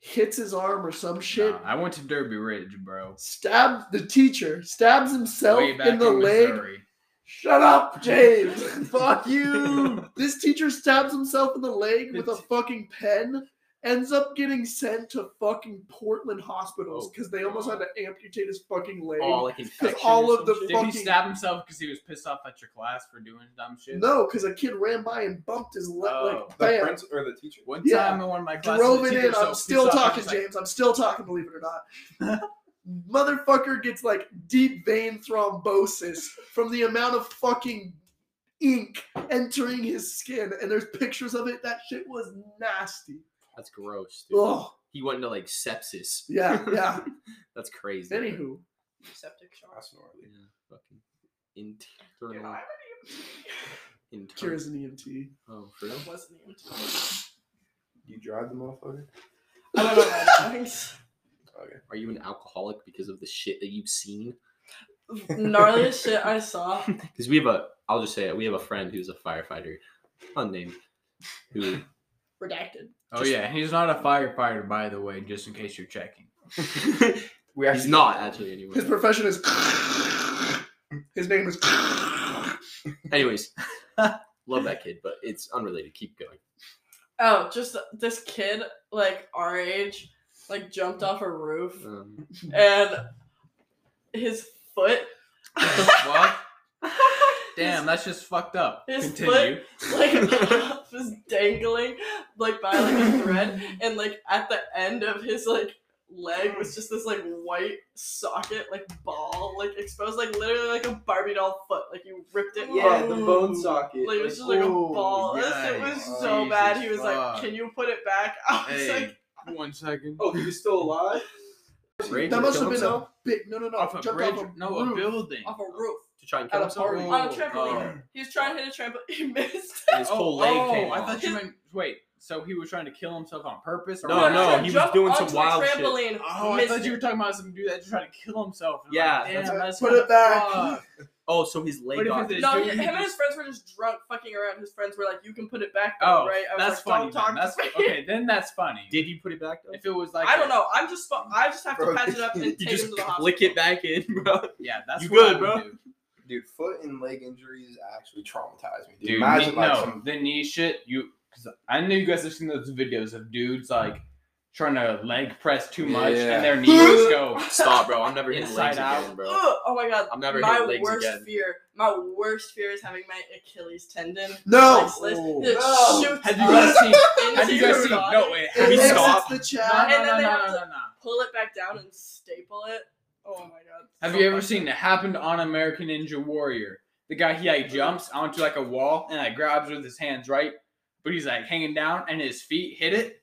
Speaker 2: hits his arm or some shit.
Speaker 1: Nah, I went to Derby Ridge, bro.
Speaker 2: stabs the teacher, stabs himself
Speaker 1: Way back
Speaker 2: in the leg.
Speaker 1: Missouri.
Speaker 2: Shut up, James. Fuck you. This teacher stabs himself in the leg with a fucking pen, ends up getting sent to fucking Portland
Speaker 1: Oh,
Speaker 2: hospitals because they almost had to amputate his fucking leg.
Speaker 5: Oh, like
Speaker 2: Because
Speaker 5: infection.
Speaker 2: eh, all
Speaker 5: or
Speaker 2: of the
Speaker 5: some shit?
Speaker 1: Did he
Speaker 2: fucking.
Speaker 1: stab himself because he was pissed off at your class for doing dumb shit?
Speaker 2: no, because a kid ran by and bumped his leg.
Speaker 1: Oh.
Speaker 2: like,
Speaker 4: The
Speaker 2: bam.
Speaker 4: prince or the teacher?
Speaker 1: One
Speaker 2: Yeah.
Speaker 1: time in one of my classes,
Speaker 2: drove
Speaker 1: the
Speaker 2: it
Speaker 1: teacher
Speaker 2: in.
Speaker 1: was so
Speaker 2: I'm still
Speaker 1: pissed off,
Speaker 2: talking,
Speaker 1: he's like,
Speaker 2: James. I'm still talking, believe it or not. Motherfucker gets like deep vein thrombosis from the amount of fucking ink entering his skin, and there's pictures of it. That shit was nasty.
Speaker 5: That's gross, dude.
Speaker 2: Oh,
Speaker 5: He went into like sepsis.
Speaker 2: yeah, yeah.
Speaker 5: That's crazy. bro.
Speaker 2: Anywho,
Speaker 6: Septic shock.
Speaker 4: That's gnarly.
Speaker 5: Yeah, fucking
Speaker 6: Dude,
Speaker 5: internal.
Speaker 6: I
Speaker 5: internal.
Speaker 2: Kira's an E EMT.
Speaker 5: Oh, for real?
Speaker 6: wasn't even. I
Speaker 4: You drive the motherfucker?
Speaker 6: don't know. man. I think s-
Speaker 5: Are you an alcoholic because of the shit that you've seen?
Speaker 6: gnarliest shit I saw.
Speaker 5: Because we have a, I'll just say it, we have a friend who's a firefighter, unnamed, who
Speaker 6: Redacted.
Speaker 1: Oh yeah, he's not a firefighter, by the way, just in case you're checking.
Speaker 4: We
Speaker 5: he's not actually anyway.
Speaker 2: His profession is. His name is.
Speaker 5: Anyways, love that kid, but it's unrelated. Keep going.
Speaker 6: Oh, just this kid, like our age, like jumped off a roof
Speaker 5: Um,
Speaker 6: and his foot.
Speaker 1: well, damn,
Speaker 6: His-
Speaker 1: that's just fucked up.
Speaker 6: his
Speaker 1: Continue.
Speaker 6: like was dangling like by like a thread and like at the end of his like leg was just this like white socket like ball like exposed like literally like a Barbie doll foot like you ripped it off.
Speaker 4: bone socket.
Speaker 6: Oh. Like it was just like a ball. This- it was
Speaker 1: yikes.
Speaker 6: so
Speaker 1: Jesus
Speaker 6: bad. He was like,
Speaker 1: fuck.
Speaker 6: "Can you put it back?" I was
Speaker 1: Hey,
Speaker 6: like,
Speaker 1: one second.
Speaker 4: Oh, he was still alive?
Speaker 2: That must have been
Speaker 5: off
Speaker 2: a bit. No, no, no.
Speaker 1: off a
Speaker 2: Jumped
Speaker 1: bridge?
Speaker 2: off a
Speaker 1: no, a
Speaker 2: roof.
Speaker 1: building.
Speaker 6: "Off a roof
Speaker 5: to try and
Speaker 2: at
Speaker 5: kill
Speaker 2: a
Speaker 5: himself.
Speaker 2: party.
Speaker 6: on a
Speaker 1: Oh, oh.
Speaker 6: trampoline." He was trying to hit a trampoline. He missed.
Speaker 5: And his whole leg
Speaker 1: oh,
Speaker 5: came
Speaker 1: I
Speaker 5: off.
Speaker 1: thought you meant wait. So he was trying to kill himself on purpose? Or
Speaker 5: No,
Speaker 1: what?
Speaker 5: no,
Speaker 6: tried to
Speaker 5: he was
Speaker 6: jump
Speaker 5: doing some
Speaker 6: onto a
Speaker 5: wild shit.
Speaker 6: trampoline.
Speaker 1: Oh, I
Speaker 6: missed
Speaker 1: thought you
Speaker 6: it.
Speaker 1: were talking about some dude that just tried to kill himself. And I'm
Speaker 5: Yeah,
Speaker 1: like,
Speaker 5: that's
Speaker 1: damn,
Speaker 2: what-
Speaker 1: that's
Speaker 2: put
Speaker 1: kinda
Speaker 2: it back.
Speaker 1: fucked.
Speaker 5: Oh, so his leg
Speaker 1: What if
Speaker 5: got.
Speaker 1: it's-
Speaker 6: No,
Speaker 1: dude,
Speaker 6: he-
Speaker 1: he
Speaker 6: him and his
Speaker 1: just-
Speaker 6: friends were just drunk, fucking around. His friends were like, "You can put it back." Though,
Speaker 1: Oh,
Speaker 6: right? I was
Speaker 1: that's
Speaker 6: like,
Speaker 1: funny. Then.
Speaker 6: Don't
Speaker 1: That's
Speaker 6: talk to me.
Speaker 1: okay. Then that's funny.
Speaker 5: Did he put it back? Though?
Speaker 1: if it was like
Speaker 6: I
Speaker 1: a-
Speaker 6: don't know. I'm just, fu- I just have to
Speaker 4: Bro,
Speaker 6: patch it up and
Speaker 5: You
Speaker 6: take
Speaker 5: just
Speaker 6: him to the
Speaker 5: click
Speaker 6: hospital.
Speaker 5: it back in, bro.
Speaker 1: Yeah, that's
Speaker 5: You
Speaker 1: what I
Speaker 5: good,
Speaker 1: would
Speaker 5: bro?
Speaker 1: do.
Speaker 4: Dude, foot and leg injuries actually traumatize me. Dude,
Speaker 1: Dude, knee-
Speaker 4: imagine like
Speaker 1: no,
Speaker 4: some.
Speaker 1: the knee shit. You, cause I know you guys have seen those videos of dudes like trying to leg press too much
Speaker 4: Yeah.
Speaker 1: and their knees just go.
Speaker 5: Stop, bro. I'm never hitting
Speaker 1: Inside
Speaker 5: legs again,
Speaker 1: out.
Speaker 5: bro.
Speaker 6: Ugh, oh my god.
Speaker 5: I'm never
Speaker 6: my
Speaker 5: hitting legs
Speaker 6: worst
Speaker 5: again.
Speaker 6: fear. My worst fear is having my Achilles tendon.
Speaker 2: No.
Speaker 6: Like, slice,
Speaker 1: Oh.
Speaker 6: it
Speaker 2: No.
Speaker 6: shoots
Speaker 1: Have you
Speaker 6: up
Speaker 1: guys seen?
Speaker 6: into
Speaker 1: Have you guys
Speaker 6: your
Speaker 1: seen?
Speaker 6: body,
Speaker 1: No, wait. Have
Speaker 2: It
Speaker 1: you
Speaker 2: exits
Speaker 1: saw?
Speaker 2: the
Speaker 1: No,
Speaker 2: chat.
Speaker 1: no,
Speaker 6: And
Speaker 1: no,
Speaker 6: then they
Speaker 1: no,
Speaker 6: have
Speaker 1: no,
Speaker 6: to-
Speaker 1: no, no.
Speaker 6: Pull it back down and staple it. Oh my god.
Speaker 1: Have
Speaker 6: so
Speaker 1: you ever
Speaker 6: fucking-
Speaker 1: seen it happened on American Ninja Warrior? The guy he like jumps onto like a wall and like grabs with his hands right, but he's like hanging down and his feet hit it,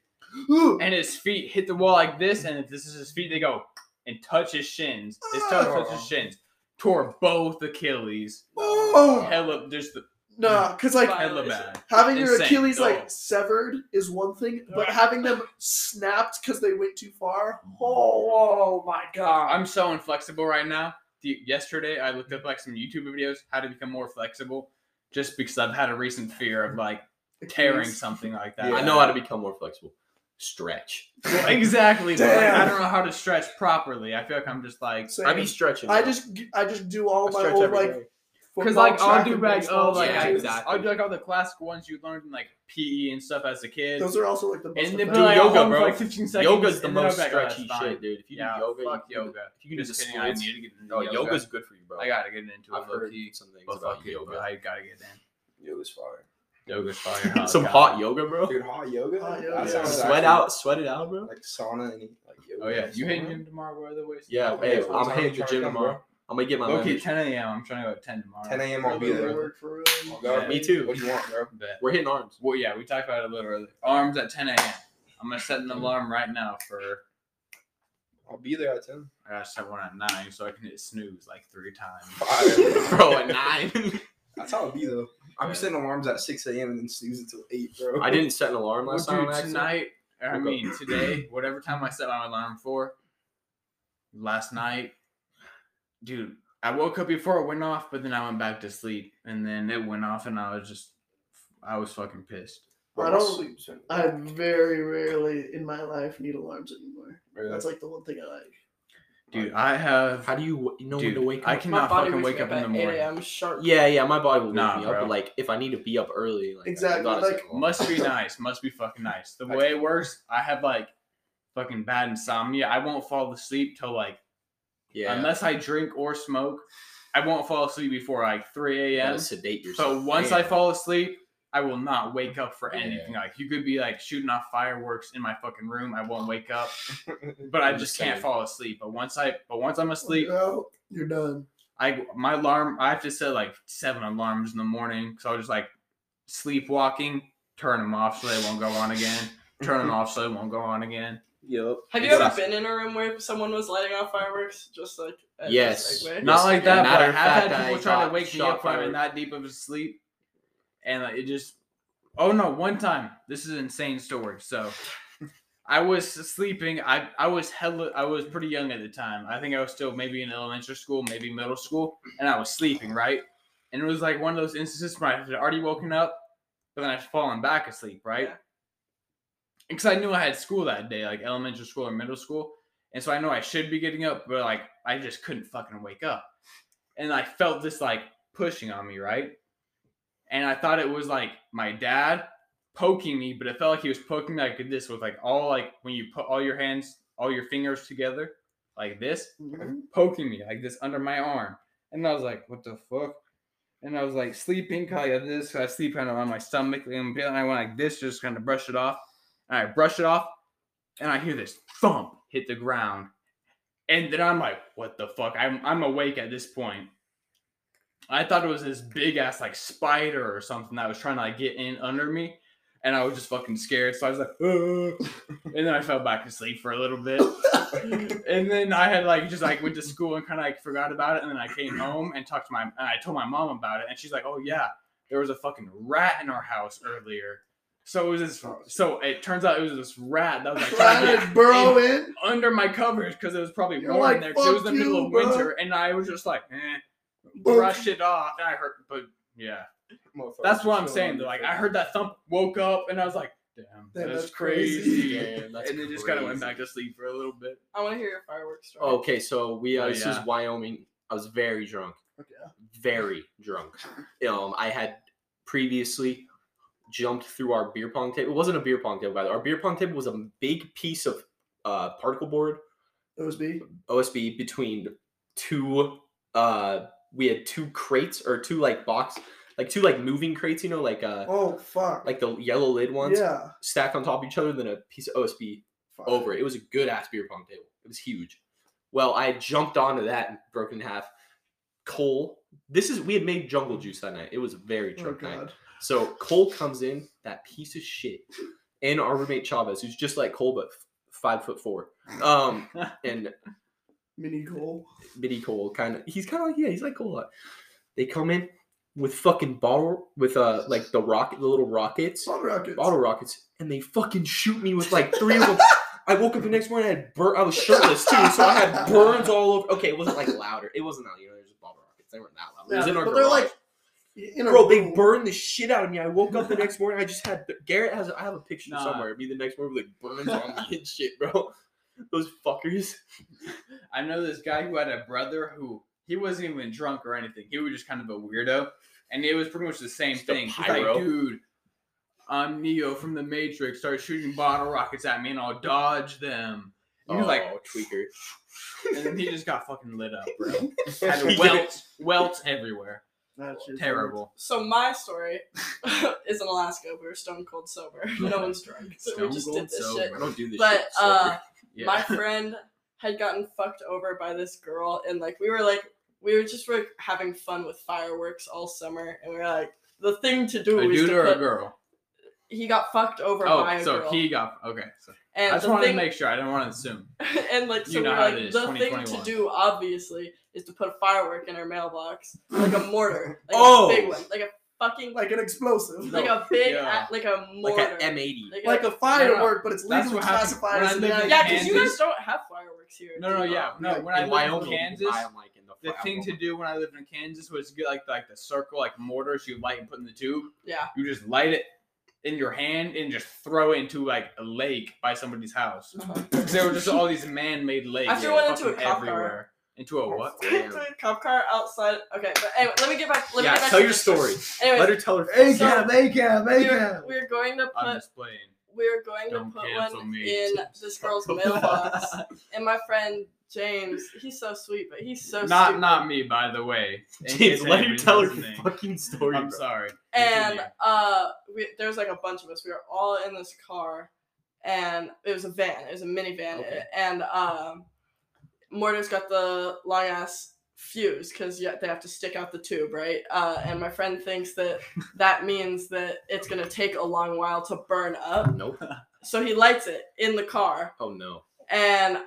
Speaker 1: and his feet hit the wall like this, and if this is his feet, they go and touch his shins. His toe
Speaker 6: Ah.
Speaker 1: touches his shins. Tore both Achilles.
Speaker 2: Oh.
Speaker 1: Hella, just the,
Speaker 2: No, because like
Speaker 6: Fine.
Speaker 1: hella bad.
Speaker 2: having your
Speaker 1: Insane.
Speaker 2: Achilles
Speaker 1: No.
Speaker 2: like severed is one thing, but having them snapped because they went too far. Oh, oh my god!
Speaker 1: I'm so inflexible right now. The, yesterday, I looked up like some YouTube videos how to become more flexible, just because I've had a recent fear of like
Speaker 2: oh.
Speaker 1: tearing something like that.
Speaker 3: I know how to become more flexible. Stretch.
Speaker 1: Well, exactly. but, like,
Speaker 2: Damn.
Speaker 1: I don't know how to stretch properly. I feel like I'm just like
Speaker 2: Same.
Speaker 3: I be stretching.
Speaker 2: I
Speaker 3: bro.
Speaker 2: just g- I just do all
Speaker 3: I
Speaker 2: my
Speaker 3: stretch
Speaker 2: old
Speaker 3: every
Speaker 2: like
Speaker 3: day.
Speaker 1: because
Speaker 2: football,
Speaker 1: like I'll
Speaker 2: track,
Speaker 1: do
Speaker 2: and
Speaker 1: like oh
Speaker 2: baseball
Speaker 1: like
Speaker 3: Yeah,
Speaker 1: I,
Speaker 2: matches.
Speaker 3: exactly.
Speaker 1: I'll do like all the classic ones you learned in like PE and stuff as a kid.
Speaker 2: Those are also like the best.
Speaker 1: and then
Speaker 2: effective-
Speaker 1: do
Speaker 3: like,
Speaker 1: yoga,
Speaker 3: I'll
Speaker 1: bro.
Speaker 3: for,
Speaker 1: Like
Speaker 3: like,
Speaker 1: 15 seconds.
Speaker 3: Yoga's the
Speaker 1: and then I'll
Speaker 3: most
Speaker 1: be like, oh, that's
Speaker 3: stretchy
Speaker 1: fine.
Speaker 3: shit, dude. If you
Speaker 1: yeah,
Speaker 3: do yoga,
Speaker 1: fuck
Speaker 3: you can do
Speaker 1: yoga.
Speaker 3: You can do
Speaker 1: Just
Speaker 3: the
Speaker 1: kidding, I
Speaker 3: splits.
Speaker 1: need to get into
Speaker 3: Oh,
Speaker 1: yoga.
Speaker 3: yoga's good for you, bro.
Speaker 1: I gotta get into it.
Speaker 3: I've
Speaker 1: low
Speaker 3: heard
Speaker 1: key.
Speaker 3: some things
Speaker 1: But
Speaker 3: about
Speaker 1: fuck it, bro.
Speaker 3: yoga.
Speaker 1: I gotta get in.
Speaker 4: Yoga's fire.
Speaker 1: Yoga's fire.
Speaker 3: Some
Speaker 1: God.
Speaker 3: hot yoga, bro.
Speaker 4: Dude, hot yoga.
Speaker 2: Hot yoga.
Speaker 4: That
Speaker 2: Yeah.
Speaker 4: sounds
Speaker 3: Sweat
Speaker 4: actually-
Speaker 3: out, sweat it out, bro.
Speaker 4: Like sauna and like yoga.
Speaker 1: Oh yeah,
Speaker 4: and
Speaker 1: you
Speaker 4: sauna.
Speaker 1: hitting gym tomorrow? Where the waist?
Speaker 3: Yeah,
Speaker 4: Okay,
Speaker 3: hey,
Speaker 4: so
Speaker 3: I'm
Speaker 4: time
Speaker 3: hitting the
Speaker 4: to
Speaker 3: gym
Speaker 4: come,
Speaker 3: tomorrow.
Speaker 4: bro.
Speaker 3: I'm gonna get my
Speaker 1: Okay,
Speaker 3: membership.
Speaker 1: 10 a.m. I'm trying to go at 10 tomorrow.
Speaker 4: 10 a.m. I'll be
Speaker 1: Really
Speaker 4: there.
Speaker 1: early.
Speaker 2: Work for real.
Speaker 4: I'll go.
Speaker 1: Yeah.
Speaker 3: Me too.
Speaker 4: Oh, What do you want, bro?
Speaker 1: Bet.
Speaker 3: We're hitting arms.
Speaker 1: Well, yeah, we talked about it a little earlier. Arms at 10 a.m. I'm gonna set an alarm right now for.
Speaker 4: I'll be there at 10.
Speaker 1: I gotta set one at nine so I can hit snooze like three times.
Speaker 4: Fire.
Speaker 3: bro, at nine.
Speaker 4: That's how it be though. I'll be setting alarms at 6 a.m. and then snooze until 8, bro.
Speaker 3: I didn't set an alarm
Speaker 1: Well,
Speaker 3: last time.
Speaker 1: dude,
Speaker 3: on accident.
Speaker 1: tonight, or I
Speaker 3: Woke up.
Speaker 1: mean today, whatever time I set my alarm for, last night, dude, I woke up before it went off, but then I went back to sleep, and then it went off, and I was just, I was fucking pissed.
Speaker 2: I
Speaker 4: I'll
Speaker 2: don't-
Speaker 4: sleep soon.
Speaker 2: I very rarely in my life need alarms anymore.
Speaker 4: Really?
Speaker 2: That's like the one thing I like.
Speaker 1: Dude, I have,
Speaker 3: How do you w- know
Speaker 1: dude,
Speaker 3: when to wake up?
Speaker 1: I cannot
Speaker 6: body
Speaker 1: fucking
Speaker 6: wakes
Speaker 1: wake
Speaker 6: me
Speaker 1: up in the
Speaker 6: at 8
Speaker 1: morning.
Speaker 6: a.m. sharp.
Speaker 3: Yeah, yeah, my body will
Speaker 1: Nah,
Speaker 3: wake me up,
Speaker 1: bro.
Speaker 3: but like if I need to be up early, like I
Speaker 2: Exactly,
Speaker 3: gotta set
Speaker 2: like-
Speaker 3: an alarm.
Speaker 1: Must be nice. Must be fucking nice. The way it works, I have like fucking bad insomnia. I won't fall asleep till like
Speaker 3: yeah,
Speaker 1: unless I drink or smoke. I won't fall asleep before like 3
Speaker 3: you gotta
Speaker 1: a.m.
Speaker 3: sedate yourself.
Speaker 1: So once I
Speaker 3: Damn.
Speaker 1: fall asleep, I will not wake up for
Speaker 3: Yeah.
Speaker 1: anything. Like you could be like shooting off fireworks in my fucking room. I won't wake up, but I
Speaker 3: I'm
Speaker 1: just
Speaker 3: just
Speaker 1: can't
Speaker 3: saying.
Speaker 1: fall asleep. But once I, but once I'm asleep,
Speaker 2: Well, oh, you're done.
Speaker 1: I my alarm. I have to set like seven alarms in the morning. So I'll just like sleepwalking, turn them off so they won't go on again. Turn them off so they won't go on again.
Speaker 4: Yep.
Speaker 6: Have you ever been in a room where someone was lighting off fireworks? Just like at this
Speaker 3: Yes.
Speaker 6: segue?
Speaker 1: Not like that, but
Speaker 3: Matter
Speaker 1: I
Speaker 3: of
Speaker 1: have
Speaker 3: fact,
Speaker 1: had people
Speaker 3: I
Speaker 1: try to
Speaker 3: got
Speaker 1: wake me
Speaker 3: shot
Speaker 1: up when I'm in
Speaker 3: fired.
Speaker 1: that deep of a sleep, and like, it just. Oh no! One time, this is an insane story. So, I was sleeping. I I was hella. I was pretty young at the time. I think I was still maybe in elementary school, maybe middle school, and I was sleeping right. And it was like one of those instances where I had already woken up, but then I'd fallen back asleep, right?
Speaker 6: Yeah.
Speaker 1: Because I knew I had school that day, like elementary school or middle school. And so I know I should be getting up, but like I just couldn't fucking wake up. And I felt this like pushing on me, right? And I thought it was like my dad poking me, but it felt like he was poking me like this with like all like when you put all your hands, all your fingers together, like this poking me like this under my arm. And I was like, what the fuck? And I was like sleeping kind of this, so I sleep kind of on my stomach, and then I went like this, just kind of brush it off. And I brush it off, and I hear this thump hit the ground. And then I'm like, what the fuck? I'm, I'm awake at this point. I thought it was this big ass like spider or something that was trying to like get in under me. And I was just fucking scared. So I was like, "Uh," and then I fell back asleep for a little bit and then I had like just like went to school and kind of like forgot about it, and then I came home and talked to my and I told my mom about it, and she's like, "Oh yeah, there was a fucking rat in our house earlier." So it was this. So it turns out it was this rat that was like trying to
Speaker 2: Trying
Speaker 1: get
Speaker 2: to burrow in.
Speaker 1: under my covers because it was probably
Speaker 2: You're
Speaker 1: warm
Speaker 2: like,
Speaker 1: in there because it was
Speaker 2: "Fuck
Speaker 1: the middle
Speaker 2: you,
Speaker 1: of
Speaker 2: bro."
Speaker 1: winter, and I was just like, eh,
Speaker 2: Boom.
Speaker 1: brushed it off, and I heard, but yeah, that's what I'm saying though. Like I heard that thump, woke up, and I was like, damn,
Speaker 2: Damn,
Speaker 1: that's,
Speaker 2: that's
Speaker 1: crazy.
Speaker 2: crazy.
Speaker 3: Damn, that's
Speaker 1: and then just kind of went
Speaker 3: crazy.
Speaker 1: back to sleep for a little bit.
Speaker 6: I want to hear your fireworks story.
Speaker 3: Okay, so we uh,
Speaker 1: Oh,
Speaker 3: this
Speaker 1: yeah.
Speaker 3: is Wyoming. I was very drunk.
Speaker 2: Okay.
Speaker 3: Very drunk. Um, I had previously jumped through our beer pong table. It wasn't a beer pong table, by the way. Our beer pong table was a big piece of uh, particle board
Speaker 2: OSB.
Speaker 3: OSB between two uh we had two crates or two like box like two like moving crates, you know, like uh
Speaker 2: Oh fuck.
Speaker 3: like the yellow lid ones
Speaker 2: yeah.
Speaker 3: stacked on top of each other, then a piece of OSB
Speaker 2: Fuck.
Speaker 3: over it. It was a good ass beer pong table. It was huge. Well, I jumped onto that and broken in half. Cole, This is we had made jungle juice that night. It was a very
Speaker 2: Oh
Speaker 3: drunk night.
Speaker 2: god.
Speaker 3: So Cole comes in, that piece of shit, and our roommate Chavez, who's just like Cole but f- five foot four, um, and
Speaker 2: Mini goal.
Speaker 3: Biddy Cole kind of. He's kind of like yeah, he's like Cole. a lot. They come in with fucking bottle with uh like the rocket, the little rockets,
Speaker 2: Bottle rockets.
Speaker 3: bottle rockets, and they fucking shoot me with like three of them. I woke up the next morning. I had burn. I was shirtless too, so I had burns all over. Okay, it wasn't like louder. It wasn't out. You know, there's just bottle rockets. They weren't that loud. It was
Speaker 2: Yeah,
Speaker 3: in our
Speaker 2: but they're
Speaker 3: garage.
Speaker 2: like in a
Speaker 3: Bro, they
Speaker 2: room.
Speaker 3: burned the shit out of me. I woke up the next morning. I just had Garrett has. I have a picture
Speaker 1: Nah.
Speaker 3: somewhere. of Me the next morning with like burns on me and shit, bro. Those fuckers.
Speaker 1: I know this guy who had a brother who he wasn't even drunk or anything. He was just kind of a weirdo, and it was pretty much the same
Speaker 3: Just a
Speaker 1: thing. He's
Speaker 3: pyro.
Speaker 1: like, dude, I'm Neo from the Matrix. Start shooting bottle rockets at me, and I'll dodge them. And He was like,
Speaker 3: Oh, tweaker.
Speaker 1: and then he just got fucking lit up, bro.
Speaker 3: He
Speaker 1: Had
Speaker 3: did
Speaker 1: welts, welts everywhere.
Speaker 2: That's just-
Speaker 1: Terrible.
Speaker 6: So my story is in Alaska. We were stone cold sober. No one's drunk. So we
Speaker 1: Stone
Speaker 6: just
Speaker 1: cold
Speaker 6: did this
Speaker 1: sober.
Speaker 6: shit.
Speaker 3: I don't do this.
Speaker 6: But
Speaker 3: shit,
Speaker 6: uh,
Speaker 1: Yeah.
Speaker 6: my friend had gotten fucked over by this girl, and like we were like we were just like having fun with fireworks all summer, and we were like the thing to do
Speaker 1: a
Speaker 6: is
Speaker 1: dude
Speaker 6: to
Speaker 1: or
Speaker 6: put,
Speaker 1: a girl?
Speaker 6: he got fucked over by
Speaker 1: Oh,
Speaker 6: a
Speaker 1: so
Speaker 6: girl.
Speaker 1: he got okay. So
Speaker 6: and
Speaker 1: I just
Speaker 6: the
Speaker 1: wanted
Speaker 6: thing-
Speaker 1: to make sure. I didn't want to assume.
Speaker 6: and like so
Speaker 1: You know
Speaker 6: we're
Speaker 1: how it
Speaker 6: like
Speaker 1: is,
Speaker 6: the thing to
Speaker 1: 2021.
Speaker 6: do obviously is to put a firework in her mailbox like a mortar like
Speaker 3: Oh!
Speaker 6: a big one like a fucking like,
Speaker 2: Like an explosive.
Speaker 1: No.
Speaker 6: a big
Speaker 1: yeah.
Speaker 6: a- like a
Speaker 3: like
Speaker 6: mortar
Speaker 3: an M80.
Speaker 6: Like
Speaker 2: Like
Speaker 6: a-
Speaker 2: a firework, but it's
Speaker 1: That's
Speaker 2: legally
Speaker 1: what happened
Speaker 2: classified
Speaker 1: when
Speaker 2: as
Speaker 1: I
Speaker 2: an
Speaker 1: lived in
Speaker 6: yeah because you
Speaker 1: Kansas.
Speaker 6: guys don't have fireworks here
Speaker 1: No, no,
Speaker 6: do you?
Speaker 1: yeah, no. When I
Speaker 3: in
Speaker 1: lived
Speaker 3: Wyoming,
Speaker 1: in
Speaker 3: you
Speaker 1: Kansas,
Speaker 3: buy 'em, like in the,
Speaker 1: the
Speaker 3: fucking
Speaker 1: thing to
Speaker 3: Walmart.
Speaker 1: do when I lived in Kansas was get like like the circle, like mortars you light and put in the tube.
Speaker 6: yeah
Speaker 1: You just light it in your hand and just throw it into like a lake by somebody's house. there were just all these man-made lakes.
Speaker 6: I threw one into
Speaker 1: fucking
Speaker 6: a cop car.
Speaker 1: Into a what?
Speaker 3: Damn.
Speaker 6: To a cop car outside okay but anyway let me get back let me
Speaker 3: yeah,
Speaker 6: get back
Speaker 3: tell
Speaker 6: to
Speaker 3: your
Speaker 6: this.
Speaker 3: story.
Speaker 6: Anyways,
Speaker 3: Let her tell her.
Speaker 4: Hey,
Speaker 3: full
Speaker 6: So-
Speaker 4: cab, hey, cab, hey,
Speaker 6: we were,
Speaker 4: cab.
Speaker 6: we were going to put
Speaker 1: I'm just playing.
Speaker 6: we were going to
Speaker 1: Don't
Speaker 6: put
Speaker 1: cancel
Speaker 6: one
Speaker 1: me.
Speaker 6: in this girl's mailbox and my friend James he's so sweet but he's so
Speaker 1: not
Speaker 6: stupid.
Speaker 1: not me, by the way. in
Speaker 3: James,
Speaker 1: case
Speaker 3: let her
Speaker 1: anybody's
Speaker 3: tell her
Speaker 1: listening.
Speaker 3: fucking story.
Speaker 1: I'm
Speaker 3: bro.
Speaker 1: sorry.
Speaker 6: and
Speaker 1: Continue.
Speaker 6: uh we, there was like a bunch of us we were all in this car and it was a van it was a minivan
Speaker 3: Okay.
Speaker 6: and um mortar's got the long ass fuse because yeah, they have to stick out the tube right uh, and my friend thinks that that means that it's going to take a long while to burn up
Speaker 3: Nope.
Speaker 6: so he lights it in the car
Speaker 3: Oh no.
Speaker 6: and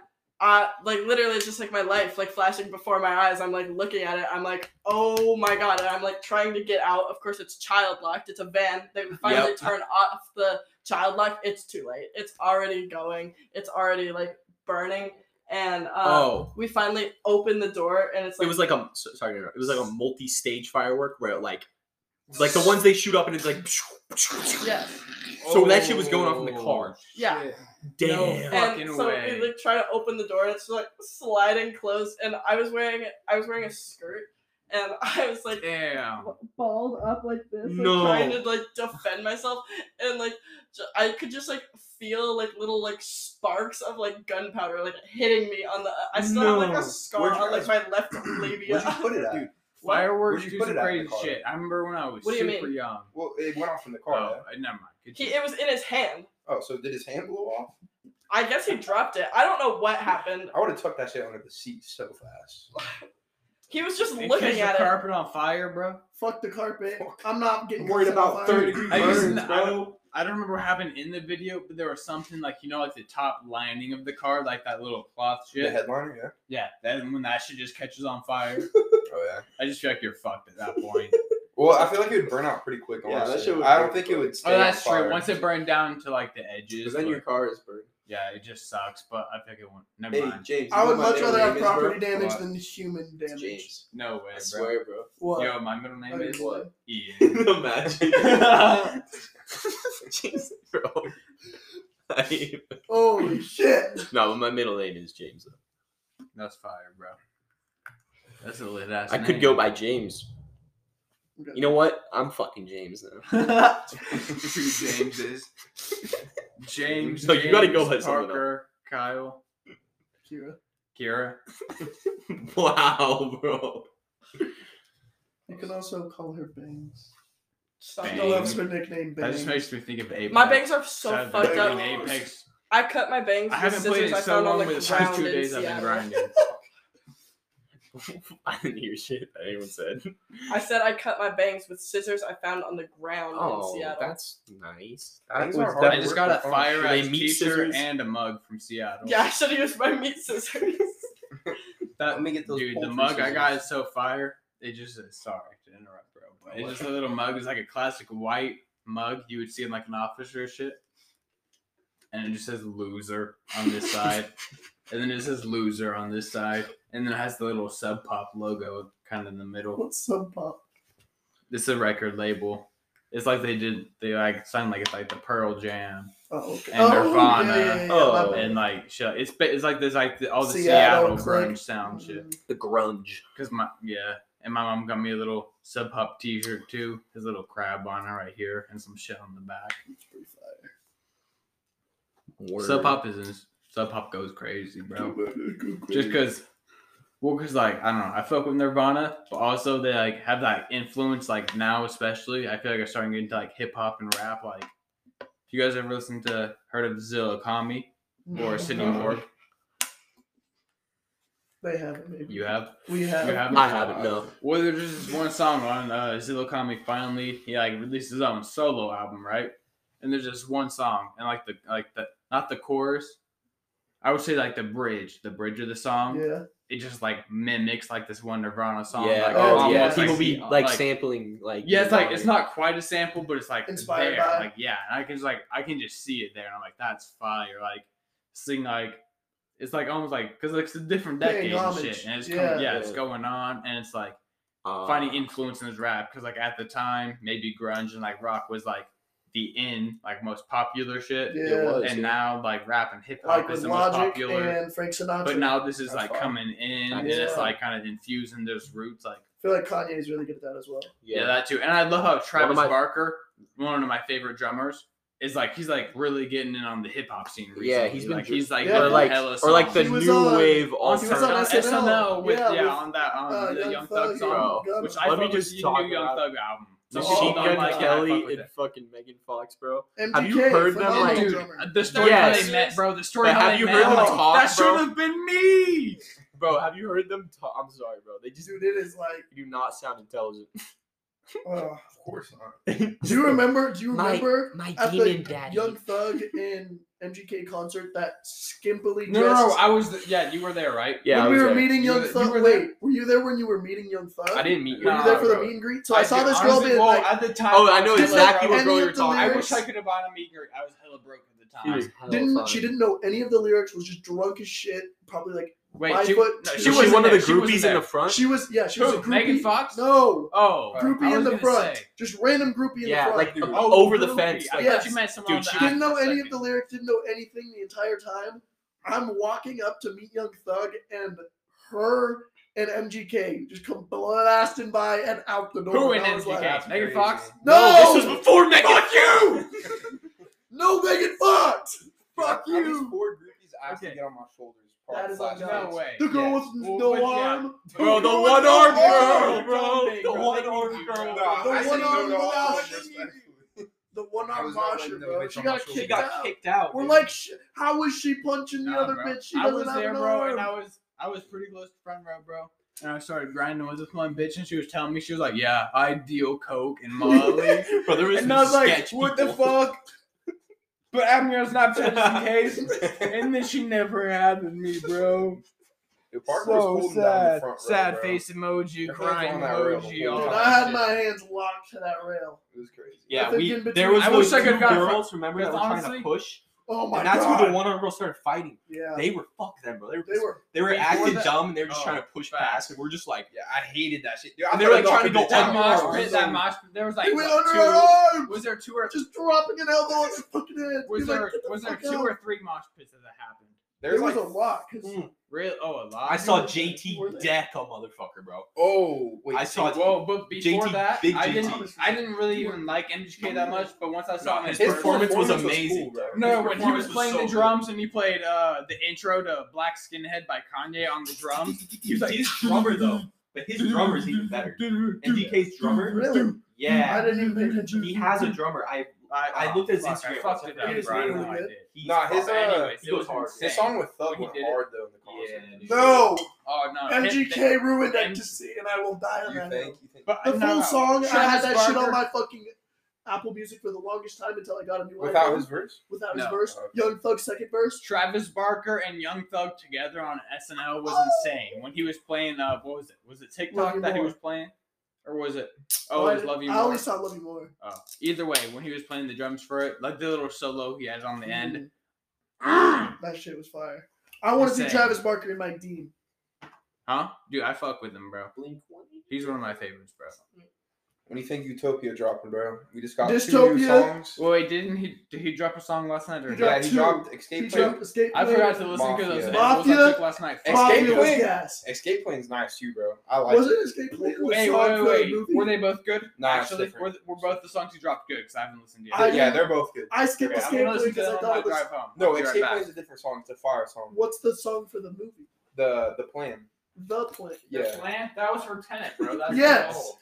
Speaker 6: I like literally it's just like my life like flashing before my eyes. I'm like looking at it. I'm like, oh my god, and I'm like trying to get out. Of course, it's child locked. It's a van. They finally turn off the child lock. It's too late. It's already going. It's already like burning. And uh,
Speaker 3: oh,
Speaker 6: we finally open the door, and it's like
Speaker 3: it was like a so- sorry. to interrupt. It was like a multi-stage firework where it like, like the ones they shoot up and it's like.
Speaker 6: yes,
Speaker 3: So that shit was going off in the car.
Speaker 6: yeah.
Speaker 1: Oh, Shit.
Speaker 3: Damn.
Speaker 1: No.
Speaker 6: and
Speaker 1: Fucking
Speaker 6: so
Speaker 1: way.
Speaker 6: we like try to open the door and it's like sliding closed and i was wearing i was wearing a skirt and i was like
Speaker 1: Damn.
Speaker 6: balled up like this, like
Speaker 3: No.
Speaker 6: trying to like defend myself, and like ju- I could just like feel like little like sparks of like gunpowder like hitting me on the. I still have like
Speaker 3: No.
Speaker 6: a scar
Speaker 4: Where'd you
Speaker 6: on like
Speaker 4: guys-
Speaker 6: my left
Speaker 4: Where'd you
Speaker 6: labia.
Speaker 4: put it at?
Speaker 1: Dude.
Speaker 4: What?
Speaker 1: Fireworks
Speaker 4: Where'd
Speaker 1: do
Speaker 4: you put
Speaker 1: some
Speaker 4: it at in the
Speaker 1: crazy
Speaker 4: car?
Speaker 1: shit. I remember when I was
Speaker 6: What do you
Speaker 1: super
Speaker 6: mean?
Speaker 1: young.
Speaker 4: Well, it went off in the car.
Speaker 1: Oh,
Speaker 4: though.
Speaker 1: I- never mind. Good
Speaker 6: He,
Speaker 1: shit.
Speaker 6: it was in his hand.
Speaker 4: Oh, so did his hand blow off?
Speaker 6: I guess he dropped it. I don't know what happened.
Speaker 4: I would have tucked that shit under the seat so fast.
Speaker 6: He was just
Speaker 1: It catch
Speaker 6: looking
Speaker 1: the
Speaker 6: at it.
Speaker 1: carpet on fire, bro.
Speaker 2: Fuck the carpet. I'm not getting close
Speaker 3: Worried about
Speaker 2: enough.
Speaker 3: third degree
Speaker 1: I used
Speaker 3: burns,
Speaker 1: to- I
Speaker 3: bro.
Speaker 1: don't, I don't remember what happened in the video, but there was something like you know, like the top lining of the car, like that little cloth
Speaker 4: The
Speaker 1: shit.
Speaker 4: headliner, yeah.
Speaker 1: Yeah, then when that shit just catches on fire,
Speaker 4: Oh yeah.
Speaker 1: I just feel like you're fucked at that point.
Speaker 4: Well, I feel like it would burn out pretty quick.
Speaker 3: Yeah, that
Speaker 4: Honestly.
Speaker 3: shit would
Speaker 4: I don't
Speaker 3: burn
Speaker 4: think it
Speaker 3: quick.
Speaker 4: would stay
Speaker 1: oh, that's
Speaker 4: on fire.
Speaker 1: true. Once it burned down to like the edges,
Speaker 3: Because then
Speaker 1: but-
Speaker 3: your car is burned.
Speaker 1: yeah, it just sucks. But I think it won't. Never
Speaker 3: Hey,
Speaker 1: mind.
Speaker 3: James.
Speaker 2: I
Speaker 3: you
Speaker 2: would
Speaker 3: know my
Speaker 2: much
Speaker 3: middle
Speaker 2: rather have
Speaker 3: name is, bro?
Speaker 2: property damage
Speaker 3: What?
Speaker 2: than human
Speaker 3: It's
Speaker 2: damage.
Speaker 3: James.
Speaker 1: No way,
Speaker 3: I
Speaker 1: bro.
Speaker 3: swear, bro.
Speaker 2: What?
Speaker 1: Yo, my middle name
Speaker 2: Okay.
Speaker 1: is
Speaker 2: What?
Speaker 1: Ian.
Speaker 3: Imagine. James, bro. I-
Speaker 2: Holy shit.
Speaker 3: no, but my middle name is James. Though.
Speaker 1: that's fire, bro. That's a lit ass.
Speaker 3: I could go by James. You know what? I'm fucking James now.
Speaker 1: two Jameses. James.
Speaker 3: No, you gotta go
Speaker 1: James,
Speaker 3: by someone
Speaker 1: Parker, Kyle,
Speaker 2: Kira.
Speaker 1: Kira.
Speaker 3: wow, bro.
Speaker 2: You can also call her Bangs.
Speaker 6: Stop
Speaker 1: Bang.
Speaker 2: She loves
Speaker 6: it.
Speaker 2: her nickname
Speaker 1: That
Speaker 2: Bangs.
Speaker 1: just makes me think of Apex.
Speaker 6: My bangs are so
Speaker 1: Shout out to
Speaker 6: fucked
Speaker 1: everyone
Speaker 6: up.
Speaker 1: in Apex.
Speaker 6: I cut my bangs
Speaker 1: I
Speaker 6: with
Speaker 1: haven't
Speaker 6: scissors
Speaker 1: played it
Speaker 6: I
Speaker 1: so
Speaker 6: found
Speaker 1: long, but
Speaker 6: on the
Speaker 1: the last
Speaker 6: ground
Speaker 1: two
Speaker 6: in
Speaker 1: days I've been
Speaker 6: Seattle.
Speaker 1: grinding.
Speaker 3: I didn't hear shit that anyone said.
Speaker 6: I said I cut my bangs with scissors I found on the ground in
Speaker 3: Oh,
Speaker 6: Seattle.
Speaker 3: that's nice. That
Speaker 4: Things
Speaker 3: was
Speaker 4: are hard
Speaker 1: I
Speaker 4: to
Speaker 1: just
Speaker 4: work
Speaker 1: got a
Speaker 4: with.
Speaker 1: fire ass
Speaker 3: They meet
Speaker 1: teacher
Speaker 3: scissors?
Speaker 1: and a mug from Seattle.
Speaker 6: Yeah, I should have used my meat scissors.
Speaker 1: That
Speaker 4: Let me get those
Speaker 1: dude, the
Speaker 4: poultry
Speaker 1: mug I got
Speaker 4: scissors.
Speaker 1: is so fire. It just uh, sorry to interrupt, bro, but it's just a little mug. It's like a classic white mug you would see in like an officer shit, and it just says "loser" on this side, and then it says "loser" on this side, and then it has the little Sub Pop logo kind of in the middle.
Speaker 2: What's Sub Pop?
Speaker 1: It's a record label. It's like they did. They like sound like it's like the Pearl Jam
Speaker 2: Oh, okay.
Speaker 1: And Nirvana.
Speaker 3: Oh,
Speaker 2: my bad.
Speaker 1: and like shit. It's ba- it's like there's like the, all the
Speaker 2: Seattle
Speaker 1: Seattle,
Speaker 2: click.
Speaker 1: grunge sound shit.
Speaker 3: the grunge.
Speaker 1: Cause my yeah, and my mom got me a little Sub Pop T-shirt too. His little crab on it right here, and some shit on the back. Sub Pop is in, Sub Pop goes crazy, bro. Just cause, well, cause like I don't know, I fuck with Nirvana, but also they like have that influence. Like now, especially, I feel like I'm starting to get into like hip hop and rap. Like, if you guys ever listened to heard of Zilla Kami or Sidney Moore?
Speaker 2: They haven't. Maybe.
Speaker 1: You have.
Speaker 2: We have.
Speaker 1: You have
Speaker 3: I haven't, no.
Speaker 1: Well, there's just this one song on uh, Zillow Comic. Finally, he like released his own solo album, right? And there's just one song, and like the like the not the chorus. I would say like the bridge, the bridge of the song.
Speaker 2: Yeah.
Speaker 1: It just like mimics like this one Nirvana song.
Speaker 3: Yeah,
Speaker 1: like,
Speaker 2: oh,
Speaker 1: almost,
Speaker 2: yeah,
Speaker 1: like,
Speaker 3: people be
Speaker 1: the-
Speaker 3: like, sampling like.
Speaker 1: yeah, it's like
Speaker 3: Nirvana.
Speaker 1: it's not quite a sample, but it's like
Speaker 2: Inspired
Speaker 1: there.
Speaker 2: by.
Speaker 1: Like yeah, and I can just like I can just see it there, and I'm like that's fire. Like sing like it's like almost like because it's a different
Speaker 2: Paying
Speaker 1: decade and
Speaker 2: homage,
Speaker 1: shit, and it's
Speaker 2: yeah.
Speaker 1: coming, yeah, it's
Speaker 3: Yeah.
Speaker 1: going on, and it's like
Speaker 3: Uh,
Speaker 1: finding influence in his rap because like at the time maybe grunge and like rock was like the in like most popular shit
Speaker 2: Yeah.
Speaker 3: It was,
Speaker 1: and
Speaker 3: yeah.
Speaker 1: now like rap and hip hop
Speaker 2: Like
Speaker 1: is
Speaker 2: with
Speaker 1: the most
Speaker 2: Logic
Speaker 1: popular
Speaker 2: and Frank Sinatra.
Speaker 1: but now this is
Speaker 2: That's
Speaker 1: like
Speaker 2: fine.
Speaker 1: coming in and
Speaker 3: That's
Speaker 1: it's
Speaker 2: fine.
Speaker 1: like kind of infusing those roots like
Speaker 2: I feel like Kanye is really good at that as well.
Speaker 1: yeah. that too and i love how travis
Speaker 3: my-
Speaker 1: barker one of my favorite drummers is like he's like really getting in on the hip hop scene recently.
Speaker 3: Yeah, he's been
Speaker 1: like
Speaker 3: dri-
Speaker 1: he's like
Speaker 2: Yeah.
Speaker 3: or
Speaker 1: doing
Speaker 3: like
Speaker 1: hella
Speaker 3: or like the
Speaker 2: He was
Speaker 3: new
Speaker 2: on-
Speaker 1: on,
Speaker 3: wave
Speaker 1: Oh,
Speaker 3: all
Speaker 2: he
Speaker 1: he
Speaker 2: was
Speaker 3: time.
Speaker 2: on
Speaker 1: SNL,
Speaker 2: SNL,
Speaker 1: with
Speaker 2: yeah,
Speaker 1: yeah,
Speaker 2: with,
Speaker 1: on that on
Speaker 2: uh,
Speaker 1: Um, the
Speaker 2: Young
Speaker 1: Young,
Speaker 2: Thug
Speaker 1: Thug
Speaker 2: and
Speaker 1: song,
Speaker 2: Gunna.
Speaker 1: which I
Speaker 3: Let me
Speaker 1: fuck with
Speaker 3: just
Speaker 1: the
Speaker 3: talk
Speaker 1: new Young
Speaker 3: about-
Speaker 1: Thug album.
Speaker 2: Machine
Speaker 1: although I
Speaker 2: Gun
Speaker 1: like it, I fuck
Speaker 3: Kelly
Speaker 1: with
Speaker 3: and
Speaker 1: it.
Speaker 3: fucking Megan Fox, bro.
Speaker 2: MGK,
Speaker 3: Have you heard them,
Speaker 2: phenomenal
Speaker 3: like-
Speaker 1: Dude, uh,
Speaker 2: drummer.
Speaker 1: the story
Speaker 3: Yes.
Speaker 1: how they met, bro. The story
Speaker 3: But
Speaker 1: how
Speaker 3: have
Speaker 1: they
Speaker 3: you
Speaker 1: met.
Speaker 3: heard
Speaker 1: I'm
Speaker 3: them
Speaker 1: like,
Speaker 3: talk,
Speaker 1: that
Speaker 3: bro?
Speaker 1: should have been me.
Speaker 3: Bro, have you heard them talk? I'm sorry, bro. They just
Speaker 2: Dude, it is like.
Speaker 3: do not sound intelligent.
Speaker 2: Uh,
Speaker 4: Of course not.
Speaker 2: do you remember? Do you
Speaker 3: My-
Speaker 2: remember
Speaker 3: My
Speaker 2: at the Young Thug and MGK concert that skimpily
Speaker 1: No,
Speaker 2: dressed?
Speaker 1: no, no, I was. The, yeah, you were there, right?
Speaker 3: Yeah, I
Speaker 2: when we
Speaker 3: was
Speaker 2: were
Speaker 3: there.
Speaker 2: meeting
Speaker 1: You
Speaker 2: Young
Speaker 1: were- you
Speaker 2: Thug,
Speaker 1: were
Speaker 2: wait,
Speaker 1: there?
Speaker 2: were you there when you were meeting Young Thug?
Speaker 3: I didn't meet you.
Speaker 2: Were you
Speaker 1: Nah,
Speaker 2: there for the
Speaker 3: bro.
Speaker 2: meet and greet? So I, saw
Speaker 1: did-
Speaker 2: this girl
Speaker 1: honestly,
Speaker 2: being
Speaker 1: well,
Speaker 2: like,
Speaker 1: at the time.
Speaker 3: Oh, I know
Speaker 1: was hella
Speaker 3: exactly what
Speaker 1: broke.
Speaker 2: any
Speaker 3: girl
Speaker 2: of
Speaker 3: you're
Speaker 2: the
Speaker 3: talking
Speaker 1: I
Speaker 3: about.
Speaker 1: wish I could have bought a meager. I was hella broke at the
Speaker 3: She
Speaker 1: time.
Speaker 3: was hella
Speaker 2: didn't
Speaker 3: fun.
Speaker 2: she didn't know any of the lyrics? Was just drunk as shit. Probably like
Speaker 1: Wait,
Speaker 2: five
Speaker 1: she,
Speaker 2: foot
Speaker 1: no,
Speaker 2: two.
Speaker 1: she
Speaker 3: Was she
Speaker 1: wasn't
Speaker 3: one of the
Speaker 1: there. She wasn't
Speaker 3: groupies in
Speaker 1: there.
Speaker 3: the front?
Speaker 2: She was yeah. She was a
Speaker 1: Who,
Speaker 2: groupie.
Speaker 1: Megan Fox?
Speaker 2: No,
Speaker 1: Oh, I
Speaker 2: groupie
Speaker 1: was
Speaker 2: in the
Speaker 1: gonna
Speaker 2: front.
Speaker 1: say.
Speaker 2: Just random groupie in
Speaker 3: yeah,
Speaker 2: the front.
Speaker 3: like
Speaker 4: Dude.
Speaker 3: o- over the
Speaker 1: groupie.
Speaker 3: fence.
Speaker 1: I
Speaker 3: Like,
Speaker 2: Yes.
Speaker 1: thought you meant someone
Speaker 3: Dude,
Speaker 1: on the
Speaker 3: she
Speaker 1: app
Speaker 2: didn't know
Speaker 1: for a
Speaker 2: any of
Speaker 1: second.
Speaker 2: the lyrics. Didn't know anything the entire time. I'm walking up to meet Young Thug and her. And MGK just come blasting by and out the door.
Speaker 1: Who in
Speaker 2: and I was like,
Speaker 1: MGK? Megan Fox?
Speaker 2: No,
Speaker 3: this was before Megan. Fuck you.
Speaker 2: no Megan Fox. Fuck
Speaker 4: At least
Speaker 2: you.
Speaker 4: Four groupies I have
Speaker 1: Okay.
Speaker 4: to get on my shoulders.
Speaker 2: That is
Speaker 4: Probably
Speaker 2: unjust.
Speaker 4: five
Speaker 1: No way.
Speaker 2: The girl
Speaker 1: Yeah.
Speaker 2: with
Speaker 1: Well,
Speaker 2: no
Speaker 1: but yeah.
Speaker 2: arm.
Speaker 3: Bro, the
Speaker 2: Who-
Speaker 3: one armed girl,
Speaker 1: Girl,
Speaker 3: bro.
Speaker 1: big,
Speaker 3: The
Speaker 1: bro.
Speaker 3: one
Speaker 1: Thank
Speaker 3: armed
Speaker 1: you, bro.
Speaker 3: girl.
Speaker 4: No,
Speaker 2: The
Speaker 4: I said
Speaker 2: one
Speaker 4: no
Speaker 2: arm
Speaker 4: to all
Speaker 2: without
Speaker 4: of them,
Speaker 2: shoes.
Speaker 4: respectfully.
Speaker 2: The one
Speaker 4: I
Speaker 2: armed
Speaker 4: was not letting
Speaker 2: washer,
Speaker 4: the
Speaker 2: bro.
Speaker 4: bitch
Speaker 2: She
Speaker 4: on my
Speaker 2: got
Speaker 4: shoulder.
Speaker 2: kicked
Speaker 4: She
Speaker 2: out.
Speaker 3: kicked out.
Speaker 2: We're
Speaker 3: dude.
Speaker 2: like, sh- how is she punching the
Speaker 1: Nah,
Speaker 2: other
Speaker 1: bro.
Speaker 2: bitch? She
Speaker 1: I
Speaker 2: doesn't
Speaker 1: was
Speaker 2: have
Speaker 1: there,
Speaker 2: an
Speaker 1: bro,
Speaker 2: arm.
Speaker 1: and I was I was pretty close to front row, bro. And I started grinding with this one bitch, and she was telling me she was like, "Yeah, I deal coke and Molly."
Speaker 3: bro, there was
Speaker 1: and
Speaker 3: some
Speaker 1: I was like,
Speaker 3: sketch
Speaker 1: "What the
Speaker 3: people.
Speaker 1: fuck?" But I'm here on Snapchat just in case. And then she never added me, bro.
Speaker 4: Dude, Parker was
Speaker 1: So
Speaker 4: holding down the
Speaker 1: sad.
Speaker 4: front row,
Speaker 1: sad
Speaker 4: bro.
Speaker 1: face emoji,
Speaker 4: Everyone's
Speaker 1: crying
Speaker 4: on that rail the
Speaker 1: emoji.
Speaker 4: whole
Speaker 1: all
Speaker 2: Dude,
Speaker 4: time.
Speaker 1: that
Speaker 2: I had
Speaker 1: shit.
Speaker 2: my hands locked to that rail.
Speaker 4: It was crazy.
Speaker 2: I
Speaker 3: Yeah,
Speaker 2: think
Speaker 3: we,
Speaker 2: in between-
Speaker 3: there was
Speaker 1: I
Speaker 3: those
Speaker 1: wish I
Speaker 3: two
Speaker 1: could've gotten
Speaker 3: girls. Remember that
Speaker 1: because
Speaker 3: were
Speaker 1: honestly-
Speaker 3: trying to push,
Speaker 2: Oh my
Speaker 3: and that's
Speaker 2: god.
Speaker 3: who the one armed girl started fighting.
Speaker 2: yeah,
Speaker 3: They were fuck them, bro. They were
Speaker 2: they were.
Speaker 3: they were
Speaker 1: Before
Speaker 3: acting
Speaker 1: that-
Speaker 3: dumb and they were just
Speaker 1: Oh,
Speaker 3: trying to push
Speaker 1: facts.
Speaker 3: past, and we're just like,
Speaker 4: Yeah, I hated that shit. Dude, I
Speaker 3: And they
Speaker 4: thought
Speaker 3: were, like,
Speaker 4: it was
Speaker 3: trying to
Speaker 4: all
Speaker 3: go
Speaker 1: That
Speaker 3: on
Speaker 4: good.
Speaker 3: more.
Speaker 1: mosh pit, that mosh pit. There was like
Speaker 2: They went
Speaker 1: what,
Speaker 2: under
Speaker 1: two-
Speaker 2: her arm,
Speaker 1: Was there two or
Speaker 2: just dropping an elbow on her fucking head.
Speaker 1: was
Speaker 2: Be like,
Speaker 1: there
Speaker 2: get the
Speaker 1: was there
Speaker 2: fuck
Speaker 1: two
Speaker 2: out.
Speaker 1: or three mosh pits that happened?
Speaker 4: There's
Speaker 2: There was
Speaker 4: like,
Speaker 2: a lot. 'cause-
Speaker 3: Mm.
Speaker 1: Really? Oh, a lot.
Speaker 3: I saw
Speaker 2: were- you were
Speaker 3: JT
Speaker 2: there.
Speaker 3: deck a motherfucker, bro.
Speaker 4: oh wait,
Speaker 3: I saw it.
Speaker 1: Well, but before
Speaker 3: JT
Speaker 1: that,
Speaker 3: big
Speaker 1: I
Speaker 3: JT.
Speaker 1: didn't. I didn't really even like MGK that much. But once I saw him,
Speaker 3: His
Speaker 1: in
Speaker 2: His
Speaker 1: person-
Speaker 3: performance was
Speaker 4: performance was
Speaker 3: amazing.
Speaker 4: cool, bro.
Speaker 1: No,
Speaker 3: His
Speaker 1: when he
Speaker 3: performance
Speaker 1: was playing
Speaker 3: so
Speaker 1: the
Speaker 3: good.
Speaker 1: drums and he played uh, the intro to Black Skinhead by Kanye on the drums, he was like,
Speaker 3: His drummer though, but his drummer's even better. MDK's drummer,
Speaker 2: Really? I
Speaker 3: yeah,
Speaker 2: didn't even pay attention.
Speaker 3: he has a drummer. I I looked at his
Speaker 1: fuck, I
Speaker 3: Instagram.
Speaker 1: fucked it
Speaker 3: He
Speaker 1: up,
Speaker 2: is
Speaker 1: bro. I
Speaker 2: really
Speaker 1: know I
Speaker 2: good.
Speaker 1: did.
Speaker 3: he's
Speaker 4: Nah, his,
Speaker 3: fucking-
Speaker 4: uh,
Speaker 1: Anyways,
Speaker 3: he
Speaker 1: it was
Speaker 3: goes hard.
Speaker 1: hard.
Speaker 4: His song with Thug
Speaker 1: He
Speaker 4: went
Speaker 1: did it.
Speaker 4: hard though in the concert.
Speaker 3: Yeah, dude.
Speaker 2: No,
Speaker 1: Oh no.
Speaker 2: MGK ruined ecstasy, and I will die on
Speaker 4: You
Speaker 2: that.
Speaker 4: think?
Speaker 2: hill.
Speaker 4: You think?
Speaker 1: But
Speaker 2: The
Speaker 1: no,
Speaker 2: full song, I
Speaker 1: Travis
Speaker 2: had that shit
Speaker 1: Barker-
Speaker 2: on my fucking Apple Music for the longest time until I got a new
Speaker 4: Without
Speaker 2: iPhone.
Speaker 4: his verse?
Speaker 2: without his
Speaker 1: No.
Speaker 2: verse.
Speaker 4: Okay.
Speaker 2: Young Thug's second verse.
Speaker 1: Travis Barker and Young Thug together on SNL was
Speaker 2: Oh.
Speaker 1: insane. When he was playing, uh, what was it? Was it TikTok
Speaker 2: Love You
Speaker 1: that he
Speaker 2: More.
Speaker 1: was playing, or was it? Oh,
Speaker 2: I
Speaker 1: it was
Speaker 2: did-
Speaker 1: Love You
Speaker 2: I
Speaker 1: More.
Speaker 2: always saw Love You More.
Speaker 1: Oh. Either way, when he was playing the drums for it, like the little solo he has on the end.
Speaker 5: Mm-hmm.
Speaker 2: That shit was fire. I want to see
Speaker 1: Insane.
Speaker 2: Travis Barker and Mike Dean.
Speaker 1: Huh? Dude, I fuck with him, bro.
Speaker 5: Blink one.
Speaker 1: He's one of my favorites, bro.
Speaker 4: When you think Utopia dropping, bro? We just got two new
Speaker 2: Dystopia?
Speaker 4: songs.
Speaker 1: Well, wait, didn't he? Did he drop a song last night? Or
Speaker 2: He
Speaker 1: no?
Speaker 4: yeah,
Speaker 2: dropped
Speaker 4: he
Speaker 2: two.
Speaker 4: dropped
Speaker 2: He
Speaker 4: Escape Plan.
Speaker 2: dropped Escape
Speaker 1: I
Speaker 2: Plan.
Speaker 1: forgot to listen to those
Speaker 4: Mafia.
Speaker 1: samples I
Speaker 2: Mafia.
Speaker 1: took last night.
Speaker 4: Escape
Speaker 1: Fuck
Speaker 2: Mafia
Speaker 1: you.
Speaker 2: was
Speaker 4: Plan.
Speaker 2: gas.
Speaker 4: Escape Plan's nice too, bro. I like
Speaker 2: Wasn't
Speaker 4: it.
Speaker 2: Escape Plan the
Speaker 1: Wait,
Speaker 2: song
Speaker 1: wait,
Speaker 2: for the
Speaker 1: wait.
Speaker 2: movie?
Speaker 1: Were they both good?
Speaker 4: Nah, it's
Speaker 1: Actually, were,
Speaker 4: different.
Speaker 1: were both the songs you dropped good? Because I haven't listened yet.
Speaker 2: I-
Speaker 4: yeah, they're both good.
Speaker 2: I skipped
Speaker 1: Okay, I'm
Speaker 2: Escape
Speaker 1: gonna
Speaker 2: Plan
Speaker 1: listen to
Speaker 2: because I
Speaker 1: that
Speaker 2: thought
Speaker 1: on my
Speaker 2: it was.
Speaker 1: drive home.
Speaker 4: No,
Speaker 1: I'll be right
Speaker 4: Escape
Speaker 1: back.
Speaker 4: Plan's a different song. It's a fire song.
Speaker 2: What's the song for the movie?
Speaker 4: The the plan.
Speaker 2: The Plan.
Speaker 4: Yeah.
Speaker 1: Plan? That was for Tenet, bro. That's
Speaker 2: Yes.
Speaker 1: old.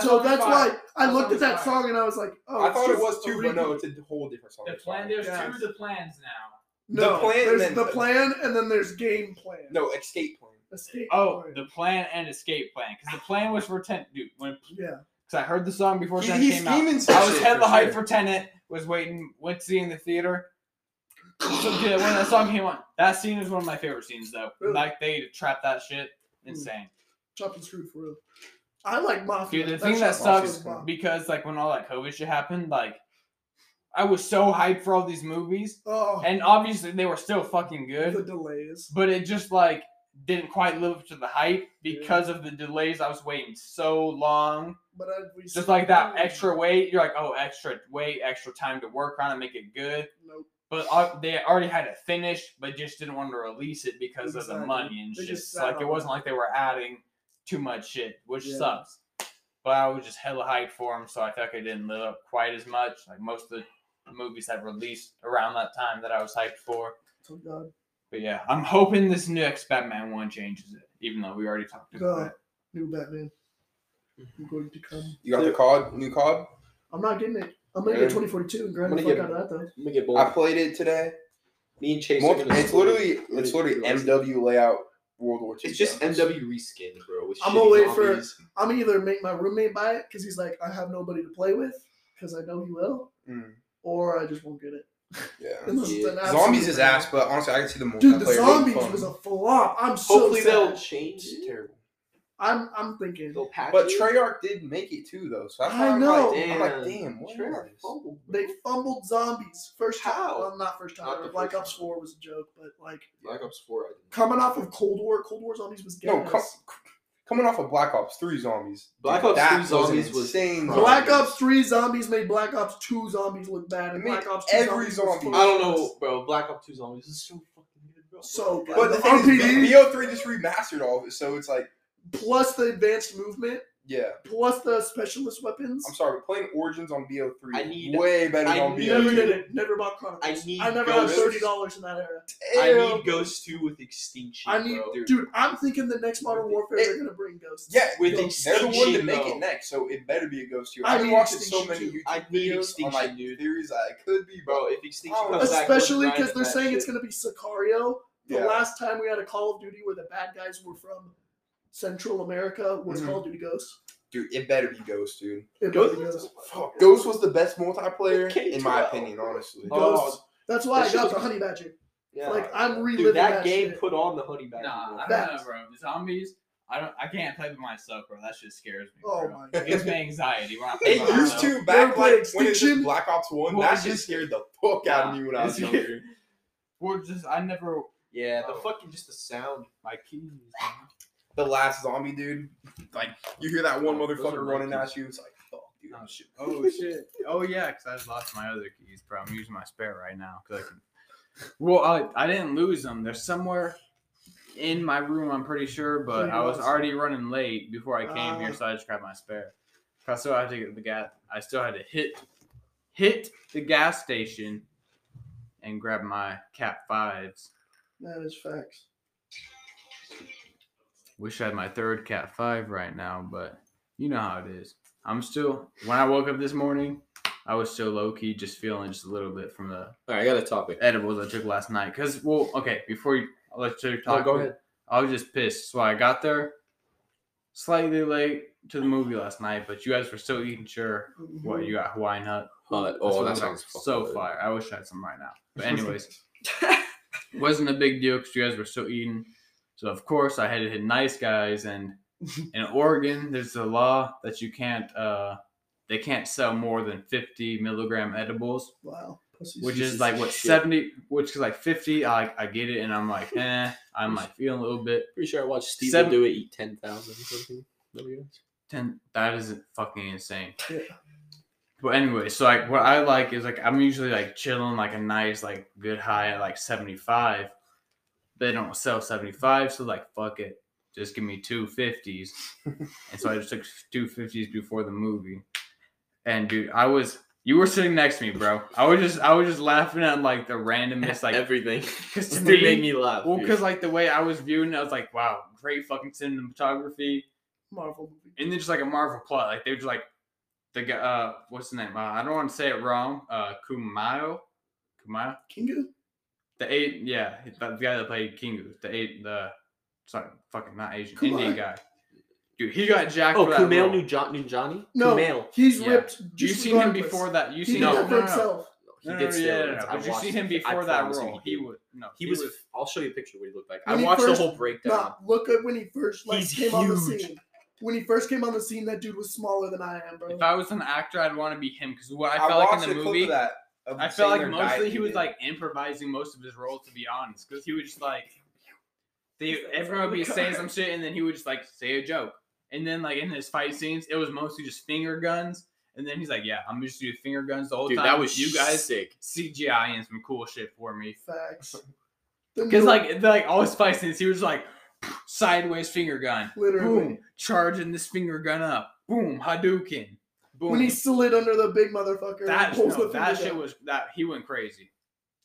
Speaker 2: so
Speaker 1: old
Speaker 2: that's
Speaker 1: fire.
Speaker 2: why I
Speaker 1: That song
Speaker 2: looked at that
Speaker 1: was fire.
Speaker 2: song and I was like, oh.
Speaker 4: I
Speaker 2: it's
Speaker 4: thought it
Speaker 2: just
Speaker 4: was
Speaker 2: a
Speaker 4: too, but no,
Speaker 2: reboot.
Speaker 4: it's a whole different song.
Speaker 1: The
Speaker 4: It's
Speaker 1: plan.
Speaker 4: fire.
Speaker 1: There's
Speaker 2: Yeah.
Speaker 1: two of the plans now.
Speaker 2: No,
Speaker 4: The Plan
Speaker 2: there's
Speaker 4: and then
Speaker 2: the
Speaker 4: the-
Speaker 2: plan, and then there's game plan.
Speaker 4: No, Escape Plan.
Speaker 2: escape. plan.
Speaker 1: Oh, the plan and escape plan. Because the plan was for Tenet, dude. When
Speaker 2: yeah.
Speaker 1: because I heard the song before
Speaker 4: He-
Speaker 1: Tenet
Speaker 4: he's
Speaker 1: came out.
Speaker 4: scheming some
Speaker 1: I was
Speaker 4: shit
Speaker 1: head
Speaker 4: for
Speaker 1: the hype
Speaker 4: sure.
Speaker 1: for Tenet. Was waiting, went to see it in the theater. So good. When that song came on, that scene is one of my favorite scenes though.
Speaker 2: Really?
Speaker 1: Like they trap that shit, insane.
Speaker 2: Chopped and screwed for real. I like mafia.
Speaker 1: Dude, the thing
Speaker 2: shit
Speaker 1: that
Speaker 2: also
Speaker 1: sucks
Speaker 2: is bomb.
Speaker 1: because like when all that COVID shit happened, like I was so hyped for all these movies,
Speaker 2: Oh,
Speaker 1: and obviously they were still fucking
Speaker 2: the
Speaker 1: good,
Speaker 2: delays.
Speaker 1: but it just like didn't quite live up to the hype because of the delays. I was waiting so long,
Speaker 2: But I, we
Speaker 1: just like that extra wait. You're like, oh, extra wait, extra time to work on it, make it good.
Speaker 2: Nope.
Speaker 1: But uh, they already had it finished, but just didn't want to release it because of the
Speaker 2: Exactly.
Speaker 1: money and
Speaker 2: They
Speaker 1: shit.
Speaker 2: just
Speaker 1: It's like
Speaker 2: sat
Speaker 1: it
Speaker 2: on
Speaker 1: wasn't like they were adding too much shit, which
Speaker 2: Yeah.
Speaker 1: sucks. But I was just hella hyped for them, so I felt like it didn't live up quite as much. Like most of the movies that released around that time that I was hyped for.
Speaker 2: Oh God.
Speaker 1: But yeah, I'm hoping this next Batman one changes it, even though we already talked about
Speaker 2: No.
Speaker 1: it.
Speaker 2: New Batman.
Speaker 5: Mm-hmm.
Speaker 2: I'm going to come.
Speaker 4: You got the COD, new COD.
Speaker 2: I'm not getting it. I'm gonna
Speaker 4: Yeah.
Speaker 2: get 2042 and grind
Speaker 4: I'm
Speaker 2: the
Speaker 4: gonna
Speaker 2: fuck
Speaker 4: get-
Speaker 2: out of that though.
Speaker 5: I'm gonna get bold.
Speaker 4: I played it today.
Speaker 5: Me and Chase. are
Speaker 4: Multi-
Speaker 5: gonna
Speaker 4: it's
Speaker 5: split it.
Speaker 4: literally it's literally MW layout World War II.
Speaker 5: It's just
Speaker 4: bro.
Speaker 5: MW reskin, bro. With
Speaker 2: I'm
Speaker 5: shitty
Speaker 2: gonna wait for-
Speaker 5: zombies.
Speaker 2: I'm gonna either make my roommate buy it because he's like, I have nobody to play with because I know he will,
Speaker 4: Mm,
Speaker 2: or I just won't get it.
Speaker 4: yeah.
Speaker 2: Unless it's
Speaker 5: Yeah.
Speaker 2: an absolute
Speaker 4: Zombies is
Speaker 2: crap.
Speaker 4: ass, but honestly, I can see the more.
Speaker 2: Dude, the zombies was a flop. I'm so
Speaker 5: Hopefully
Speaker 2: sad.
Speaker 5: they'll change. it.
Speaker 4: terrible.
Speaker 2: I'm I'm thinking.
Speaker 5: They'll patch
Speaker 4: But
Speaker 5: it.
Speaker 4: Treyarch did make it too, though. So that's
Speaker 2: I
Speaker 4: why I'm
Speaker 2: know.
Speaker 4: Like, I'm like,
Speaker 5: Damn.
Speaker 4: damn, what
Speaker 5: Treyarch
Speaker 4: is this?
Speaker 5: fumbled, bro.
Speaker 2: They fumbled zombies first time.
Speaker 5: How?
Speaker 2: Well, not first time.
Speaker 5: Not the
Speaker 2: Black
Speaker 5: first
Speaker 2: Ops
Speaker 5: time.
Speaker 2: Four was a joke, but like
Speaker 5: Black Ops Four. I didn't.
Speaker 2: coming off of Cold War, Cold War zombies was gas.
Speaker 4: No, co- coming off of Black Ops Three zombies.
Speaker 5: Black
Speaker 4: Dude,
Speaker 5: Ops
Speaker 4: that
Speaker 5: 3
Speaker 4: was
Speaker 5: Zombies was
Speaker 4: insane.
Speaker 5: prime.
Speaker 2: Black
Speaker 4: zombies.
Speaker 2: Ops Three zombies made Black Ops Two zombies look bad, and
Speaker 4: It made
Speaker 2: Black Ops Two
Speaker 4: every
Speaker 2: zombies
Speaker 4: zombie.
Speaker 2: was
Speaker 5: I don't know, bro. Black Ops Two Zombies is so fucking good, bro.
Speaker 2: So good.
Speaker 4: But the
Speaker 2: The
Speaker 4: thing is,
Speaker 2: RPD?
Speaker 4: B- BO3 just remastered all of it, so it's like,
Speaker 2: plus the advanced movement,
Speaker 4: yeah.
Speaker 2: plus the specialist weapons.
Speaker 4: I'm sorry, but playing Origins on BO3
Speaker 5: I need-
Speaker 4: way better
Speaker 5: I
Speaker 4: than on
Speaker 5: need-
Speaker 2: Never did
Speaker 4: BO2.
Speaker 2: it. Never bought Chronicles.
Speaker 5: I need
Speaker 2: never had
Speaker 5: Ghosts.
Speaker 2: thirty dollars in that era.
Speaker 5: I
Speaker 4: Ew.
Speaker 5: need Ghost Two with Extinction.
Speaker 2: I need,
Speaker 5: bro.
Speaker 2: dude. I'm thinking the next Modern Warfare they're gonna bring ghosts.
Speaker 4: Yeah,
Speaker 5: with
Speaker 4: they're the one to
Speaker 5: Extinction,
Speaker 4: make
Speaker 5: though.
Speaker 4: it next, so it better be a Ghost 2.
Speaker 2: I
Speaker 4: I've
Speaker 2: need
Speaker 4: watched so
Speaker 2: Extinction
Speaker 4: many
Speaker 2: too.
Speaker 4: YouTube
Speaker 5: I need
Speaker 4: videos on like
Speaker 5: Extinction, dude.
Speaker 4: theories that it could be, bro.
Speaker 5: bro. If Extinction
Speaker 4: Oh,
Speaker 5: comes back, we're
Speaker 2: especially because
Speaker 5: grinding
Speaker 2: they're
Speaker 5: that
Speaker 2: saying
Speaker 5: shit.
Speaker 2: it's gonna be Sicario. The
Speaker 4: Yeah.
Speaker 2: last time we had a Call of Duty where the bad guys were from Central America was
Speaker 5: Mm-hmm.
Speaker 4: Mhm.
Speaker 2: Call of Duty Ghosts.
Speaker 4: Dude, it better be Ghost, dude.
Speaker 2: It
Speaker 5: Ghost
Speaker 2: was
Speaker 5: is-
Speaker 4: Fuck, Ghost was the best multiplayer
Speaker 5: K12.
Speaker 4: in my opinion, honestly.
Speaker 5: Oh,
Speaker 2: Ghosts. That's why
Speaker 5: that
Speaker 2: I
Speaker 5: shit
Speaker 2: got
Speaker 5: was-
Speaker 2: the Honey Badger.
Speaker 5: Yeah.
Speaker 2: Like I'm reliving
Speaker 5: Dude, that,
Speaker 2: that,
Speaker 5: game
Speaker 2: shit.
Speaker 5: put on the honey back.
Speaker 1: Nah, I don't
Speaker 2: Facts.
Speaker 1: know, bro. The zombies, I don't, I can't play by myself, bro. That shit scares me.
Speaker 2: oh
Speaker 1: bro.
Speaker 2: my
Speaker 1: It
Speaker 2: god.
Speaker 1: gives me anxiety when I play
Speaker 4: It
Speaker 1: by
Speaker 4: used
Speaker 1: myself.
Speaker 4: to back
Speaker 2: Never played
Speaker 4: like when it was
Speaker 2: Extinction.
Speaker 4: just Black Ops One.
Speaker 1: Well,
Speaker 4: that
Speaker 1: it's
Speaker 4: shit
Speaker 1: just-
Speaker 4: scared the fuck out of
Speaker 1: Yeah.
Speaker 4: me when I was
Speaker 1: It's-
Speaker 4: younger.
Speaker 1: We're just, I never,
Speaker 5: Yeah, the
Speaker 1: Oh.
Speaker 5: fucking just the sound.
Speaker 1: my keys.
Speaker 4: the last zombie, dude. Like you hear that one
Speaker 5: Oh, those are
Speaker 4: motherfucker
Speaker 5: my
Speaker 4: running
Speaker 5: keys.
Speaker 4: at you. It's like, fuck, dude.
Speaker 1: Oh shit! Oh shit! Oh yeah, because I lost my other keys, bro. I'm using my spare right now. 'cause I can... Well, I, I didn't lose them. They're somewhere in my room. I'm pretty sure, but I was already running late before I came here,
Speaker 2: Ah.
Speaker 1: so I just grabbed my spare. 'Cause I still had to get the gas. I still had to hit hit the gas station and grab my Cap Fives.
Speaker 2: That is facts.
Speaker 1: Wish I had my third Cat 5 right now, but you know how it is. I'm still, when I woke up this morning, I was still low key, just feeling just a little bit from the
Speaker 5: All right, I got a topic.
Speaker 3: Oh,
Speaker 1: edibles I took last night. Cause, well, okay, before you, I'll let you talk.
Speaker 5: go ahead.
Speaker 1: I was just pissed. So I got there slightly late to the movie last night, but you guys were still eating sure.
Speaker 2: Mm-hmm.
Speaker 1: What you got Hawaiian hut?
Speaker 3: Hut.
Speaker 1: That's
Speaker 3: Oh,
Speaker 1: what
Speaker 3: that
Speaker 1: was, like,
Speaker 3: sounds fucking
Speaker 1: so
Speaker 3: good.
Speaker 1: fire. I wish I had some right now. But anyways, wasn't a big deal because you guys were still eating. So of course I had to hit nice guys, and in Oregon there's a law that you can't, uh, they can't sell more than 50 milligram edibles,
Speaker 2: Wow. Pussies.
Speaker 1: which
Speaker 3: Jesus
Speaker 1: is like what
Speaker 3: shit.
Speaker 1: 70, which is like 50. I I get it, and I'm like, eh, I'm like feeling a little bit.
Speaker 3: Pretty sure I watched Steve
Speaker 1: Seven-
Speaker 3: do it eat ten thousand or something. Remember you guys?
Speaker 1: Ten, that is fucking insane.
Speaker 2: Yeah.
Speaker 1: But anyway, so like what I like is like I'm usually like chilling like a nice like good high at like 75. They don't sell 75, so like fuck it, just give me two fifties. and so I just took two fifties before the movie. And dude, I was you were sitting next to me, bro. I was just I was just laughing at like the randomness, like
Speaker 3: everything.
Speaker 1: because to
Speaker 3: Dude
Speaker 1: me,
Speaker 3: made me laugh.
Speaker 1: well,
Speaker 3: dude.
Speaker 1: because like the way I was viewing, it, I was like, wow, great fucking cinematography
Speaker 2: Marvel movie.
Speaker 1: and then just like a Marvel plot, like they were just like the guy, uh, what's the name? Uh, I don't want to say it wrong. Uh, Kumayo, Kumayo,
Speaker 2: Kingu?
Speaker 1: the eight, yeah, the, the guy that played Kingu, the eight, the sorry, fucking not Asian,
Speaker 2: Kumail.
Speaker 1: Indian guy. Dude, he got jacked.
Speaker 3: oh,
Speaker 1: for that
Speaker 3: Kumail
Speaker 1: role.
Speaker 3: knew, jo- knew Johnny.
Speaker 2: No.
Speaker 3: Kumail.
Speaker 2: He's
Speaker 1: Yeah.
Speaker 2: ripped.
Speaker 1: You
Speaker 2: just
Speaker 1: seen him
Speaker 2: regardless.
Speaker 1: before that? You
Speaker 2: He
Speaker 1: seen
Speaker 2: did
Speaker 1: no,
Speaker 2: that
Speaker 1: no,
Speaker 2: for
Speaker 1: no, no,
Speaker 2: himself.
Speaker 3: He
Speaker 1: no,
Speaker 3: did
Speaker 1: no, yeah, no,
Speaker 3: steroids.
Speaker 1: no.
Speaker 3: I
Speaker 1: But you
Speaker 3: watched
Speaker 1: see
Speaker 3: it.
Speaker 1: him
Speaker 3: I
Speaker 1: before that
Speaker 3: promise you
Speaker 1: role.
Speaker 3: he
Speaker 1: He
Speaker 3: did.
Speaker 1: would no.
Speaker 3: He was.
Speaker 1: was
Speaker 3: I'll show you a picture of what he looked like.
Speaker 2: When
Speaker 3: I
Speaker 2: he
Speaker 3: watched
Speaker 2: first-
Speaker 3: the whole breakdown.
Speaker 2: Nah, look at when he first like
Speaker 3: He's
Speaker 2: came on the
Speaker 3: huge.
Speaker 2: scene. When he first came on the scene, that dude was smaller than I am, bro.
Speaker 1: If I was an actor, I'd want to be him because what I
Speaker 4: I
Speaker 1: felt
Speaker 4: watched
Speaker 1: like in the
Speaker 4: a clip
Speaker 1: movie,
Speaker 4: of that. of
Speaker 1: I
Speaker 4: saying
Speaker 1: felt like
Speaker 4: their
Speaker 1: mostly
Speaker 4: diet
Speaker 1: he was
Speaker 4: and-
Speaker 1: like improvising most of his role, to be honest, because he would just like they
Speaker 6: Just like,
Speaker 1: everyone would be
Speaker 6: "Oh my
Speaker 1: saying
Speaker 6: God."
Speaker 1: some shit, and then he would just like say a joke, and then like in his fight scenes, it was mostly just finger guns, and then he's like, "Yeah, I'm just doing finger guns the whole
Speaker 3: Dude,
Speaker 1: time."
Speaker 3: that was
Speaker 1: you guys
Speaker 3: sick.
Speaker 1: CGI and some cool shit for me,
Speaker 2: Facts. Them
Speaker 1: because
Speaker 2: little-
Speaker 1: like the- like all his fight scenes, he was like sideways finger gun,
Speaker 2: literally
Speaker 1: boom, charging this finger gun up, boom, Hadouken, boom.
Speaker 2: when he slid under the big motherfucker, and
Speaker 1: that
Speaker 2: pulls
Speaker 1: no,
Speaker 2: the
Speaker 1: that
Speaker 2: finger
Speaker 1: shit
Speaker 2: down.
Speaker 1: was that he went crazy,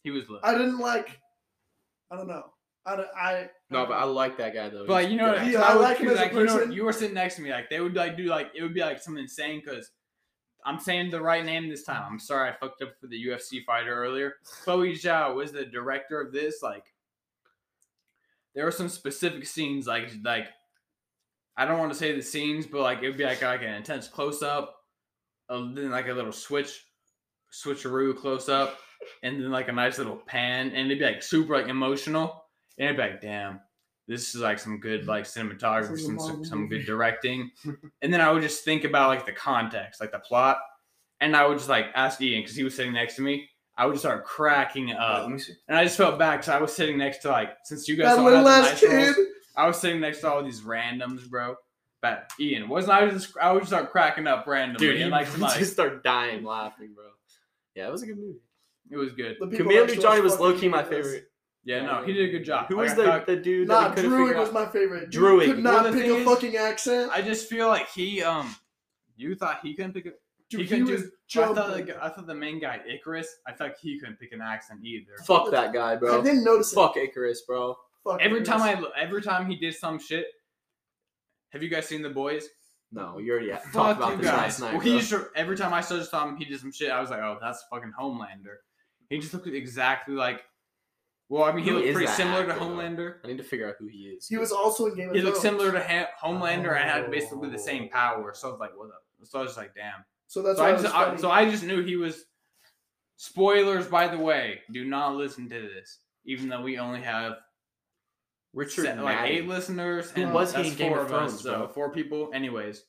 Speaker 1: he was lit.
Speaker 2: I didn't like. I don't know. I don't- I
Speaker 3: No, but I like that guy though.
Speaker 1: But like,
Speaker 3: He's
Speaker 1: you know,
Speaker 3: good
Speaker 1: what
Speaker 3: actor.
Speaker 2: Yeah,
Speaker 1: I
Speaker 2: I
Speaker 1: was
Speaker 2: like him
Speaker 1: curious,
Speaker 2: as a
Speaker 1: like, you know,
Speaker 2: person.
Speaker 1: you were sitting next to me, like they would like do like it would be like something insane because I'm saying the right name this time. I'm sorry I fucked up for the UFC fighter earlier. Chloe Zhao was the director of this. Like, there were some specific scenes, like like I don't want to say the scenes, but like it would be like like an intense close up, then like a little switch, switcheroo close up, and then like a nice little pan, and it'd be like super like emotional, and it'd be like damn. This is like some good like cinematography,
Speaker 2: is a
Speaker 1: some
Speaker 2: Marvel
Speaker 1: some, some
Speaker 2: movie.
Speaker 1: good directing, and then I would just think about like the context, like the plot, and I would just like ask Ian because he was sitting next to me. I would just start cracking
Speaker 4: Wait, let
Speaker 1: up,
Speaker 4: me see.
Speaker 1: and I just felt bad because I was sitting next to like since you guys
Speaker 2: that
Speaker 1: all
Speaker 2: little
Speaker 1: had the
Speaker 2: ass
Speaker 1: nice roles,
Speaker 2: kid.
Speaker 1: I was sitting next to all these randoms, bro. But Ian wasn't I just I would just start cracking up randomly,
Speaker 3: dude, he
Speaker 1: and like, some, like
Speaker 3: just started dying laughing, bro. Yeah, it was a good movie.
Speaker 1: it was good.
Speaker 2: The people
Speaker 3: Commander
Speaker 2: next to
Speaker 3: Johnny
Speaker 2: us
Speaker 3: was
Speaker 2: fucking
Speaker 3: low key my
Speaker 2: ridiculous.
Speaker 3: favorite.
Speaker 1: Yeah, no, he did a good job.
Speaker 3: Who
Speaker 1: Like,
Speaker 3: was
Speaker 1: I
Speaker 3: the,
Speaker 1: thought-
Speaker 3: the dude? that
Speaker 2: Nah,
Speaker 3: we couldn't
Speaker 2: Druid
Speaker 3: figure
Speaker 2: was
Speaker 3: out?
Speaker 2: my favorite. Dude
Speaker 3: Druid.
Speaker 2: could
Speaker 1: Well,
Speaker 2: not
Speaker 1: the
Speaker 2: pick
Speaker 1: thing
Speaker 2: a
Speaker 1: is-
Speaker 2: fucking accent.
Speaker 1: I just feel like he um, you thought he couldn't pick a
Speaker 2: Dude,
Speaker 1: he
Speaker 2: he,
Speaker 1: couldn't do-
Speaker 2: was
Speaker 1: I
Speaker 2: jumping.
Speaker 1: thought the, g- I thought the main guy Icarus. I thought he couldn't pick an accent either.
Speaker 3: Fuck that guy,
Speaker 2: I
Speaker 3: bro.
Speaker 2: didn't notice
Speaker 3: Fuck Icarus, bro.
Speaker 2: it. Fuck
Speaker 1: Every
Speaker 2: it.
Speaker 1: time I every time he did some shit. Have you guys seen the boys?
Speaker 3: No, you already talked
Speaker 1: Fuck
Speaker 3: about
Speaker 1: you
Speaker 3: this
Speaker 1: guys.
Speaker 3: last night.
Speaker 1: well, he
Speaker 3: bro.
Speaker 1: just every time I saw this song, he did some shit. I was like, oh, that's fucking Homelander. He just looked exactly like. Well, I mean, he
Speaker 3: Who
Speaker 1: looked
Speaker 3: is
Speaker 1: pretty
Speaker 3: that
Speaker 1: similar to
Speaker 3: actor, though?
Speaker 1: Homelander.
Speaker 3: I need to figure out who he is.
Speaker 2: he was also in Game of
Speaker 1: He
Speaker 2: Thrones.
Speaker 1: looked similar to ha- Homelander and had basically the same power. So I was like, what up? So I was like, damn.
Speaker 2: So that's
Speaker 1: So
Speaker 2: why
Speaker 1: I,
Speaker 2: it was
Speaker 1: just, I,
Speaker 2: funny.
Speaker 1: so I just knew he was. Spoilers, by the way, do not listen to this. Even though we only have
Speaker 3: Richard
Speaker 1: se- like
Speaker 3: Madden.
Speaker 1: eight listeners,
Speaker 3: Who
Speaker 1: and
Speaker 3: was he
Speaker 1: that's
Speaker 3: in Game
Speaker 1: four
Speaker 3: of
Speaker 1: us,
Speaker 3: Thrones,
Speaker 1: so
Speaker 3: bro?
Speaker 1: four people. Anyways,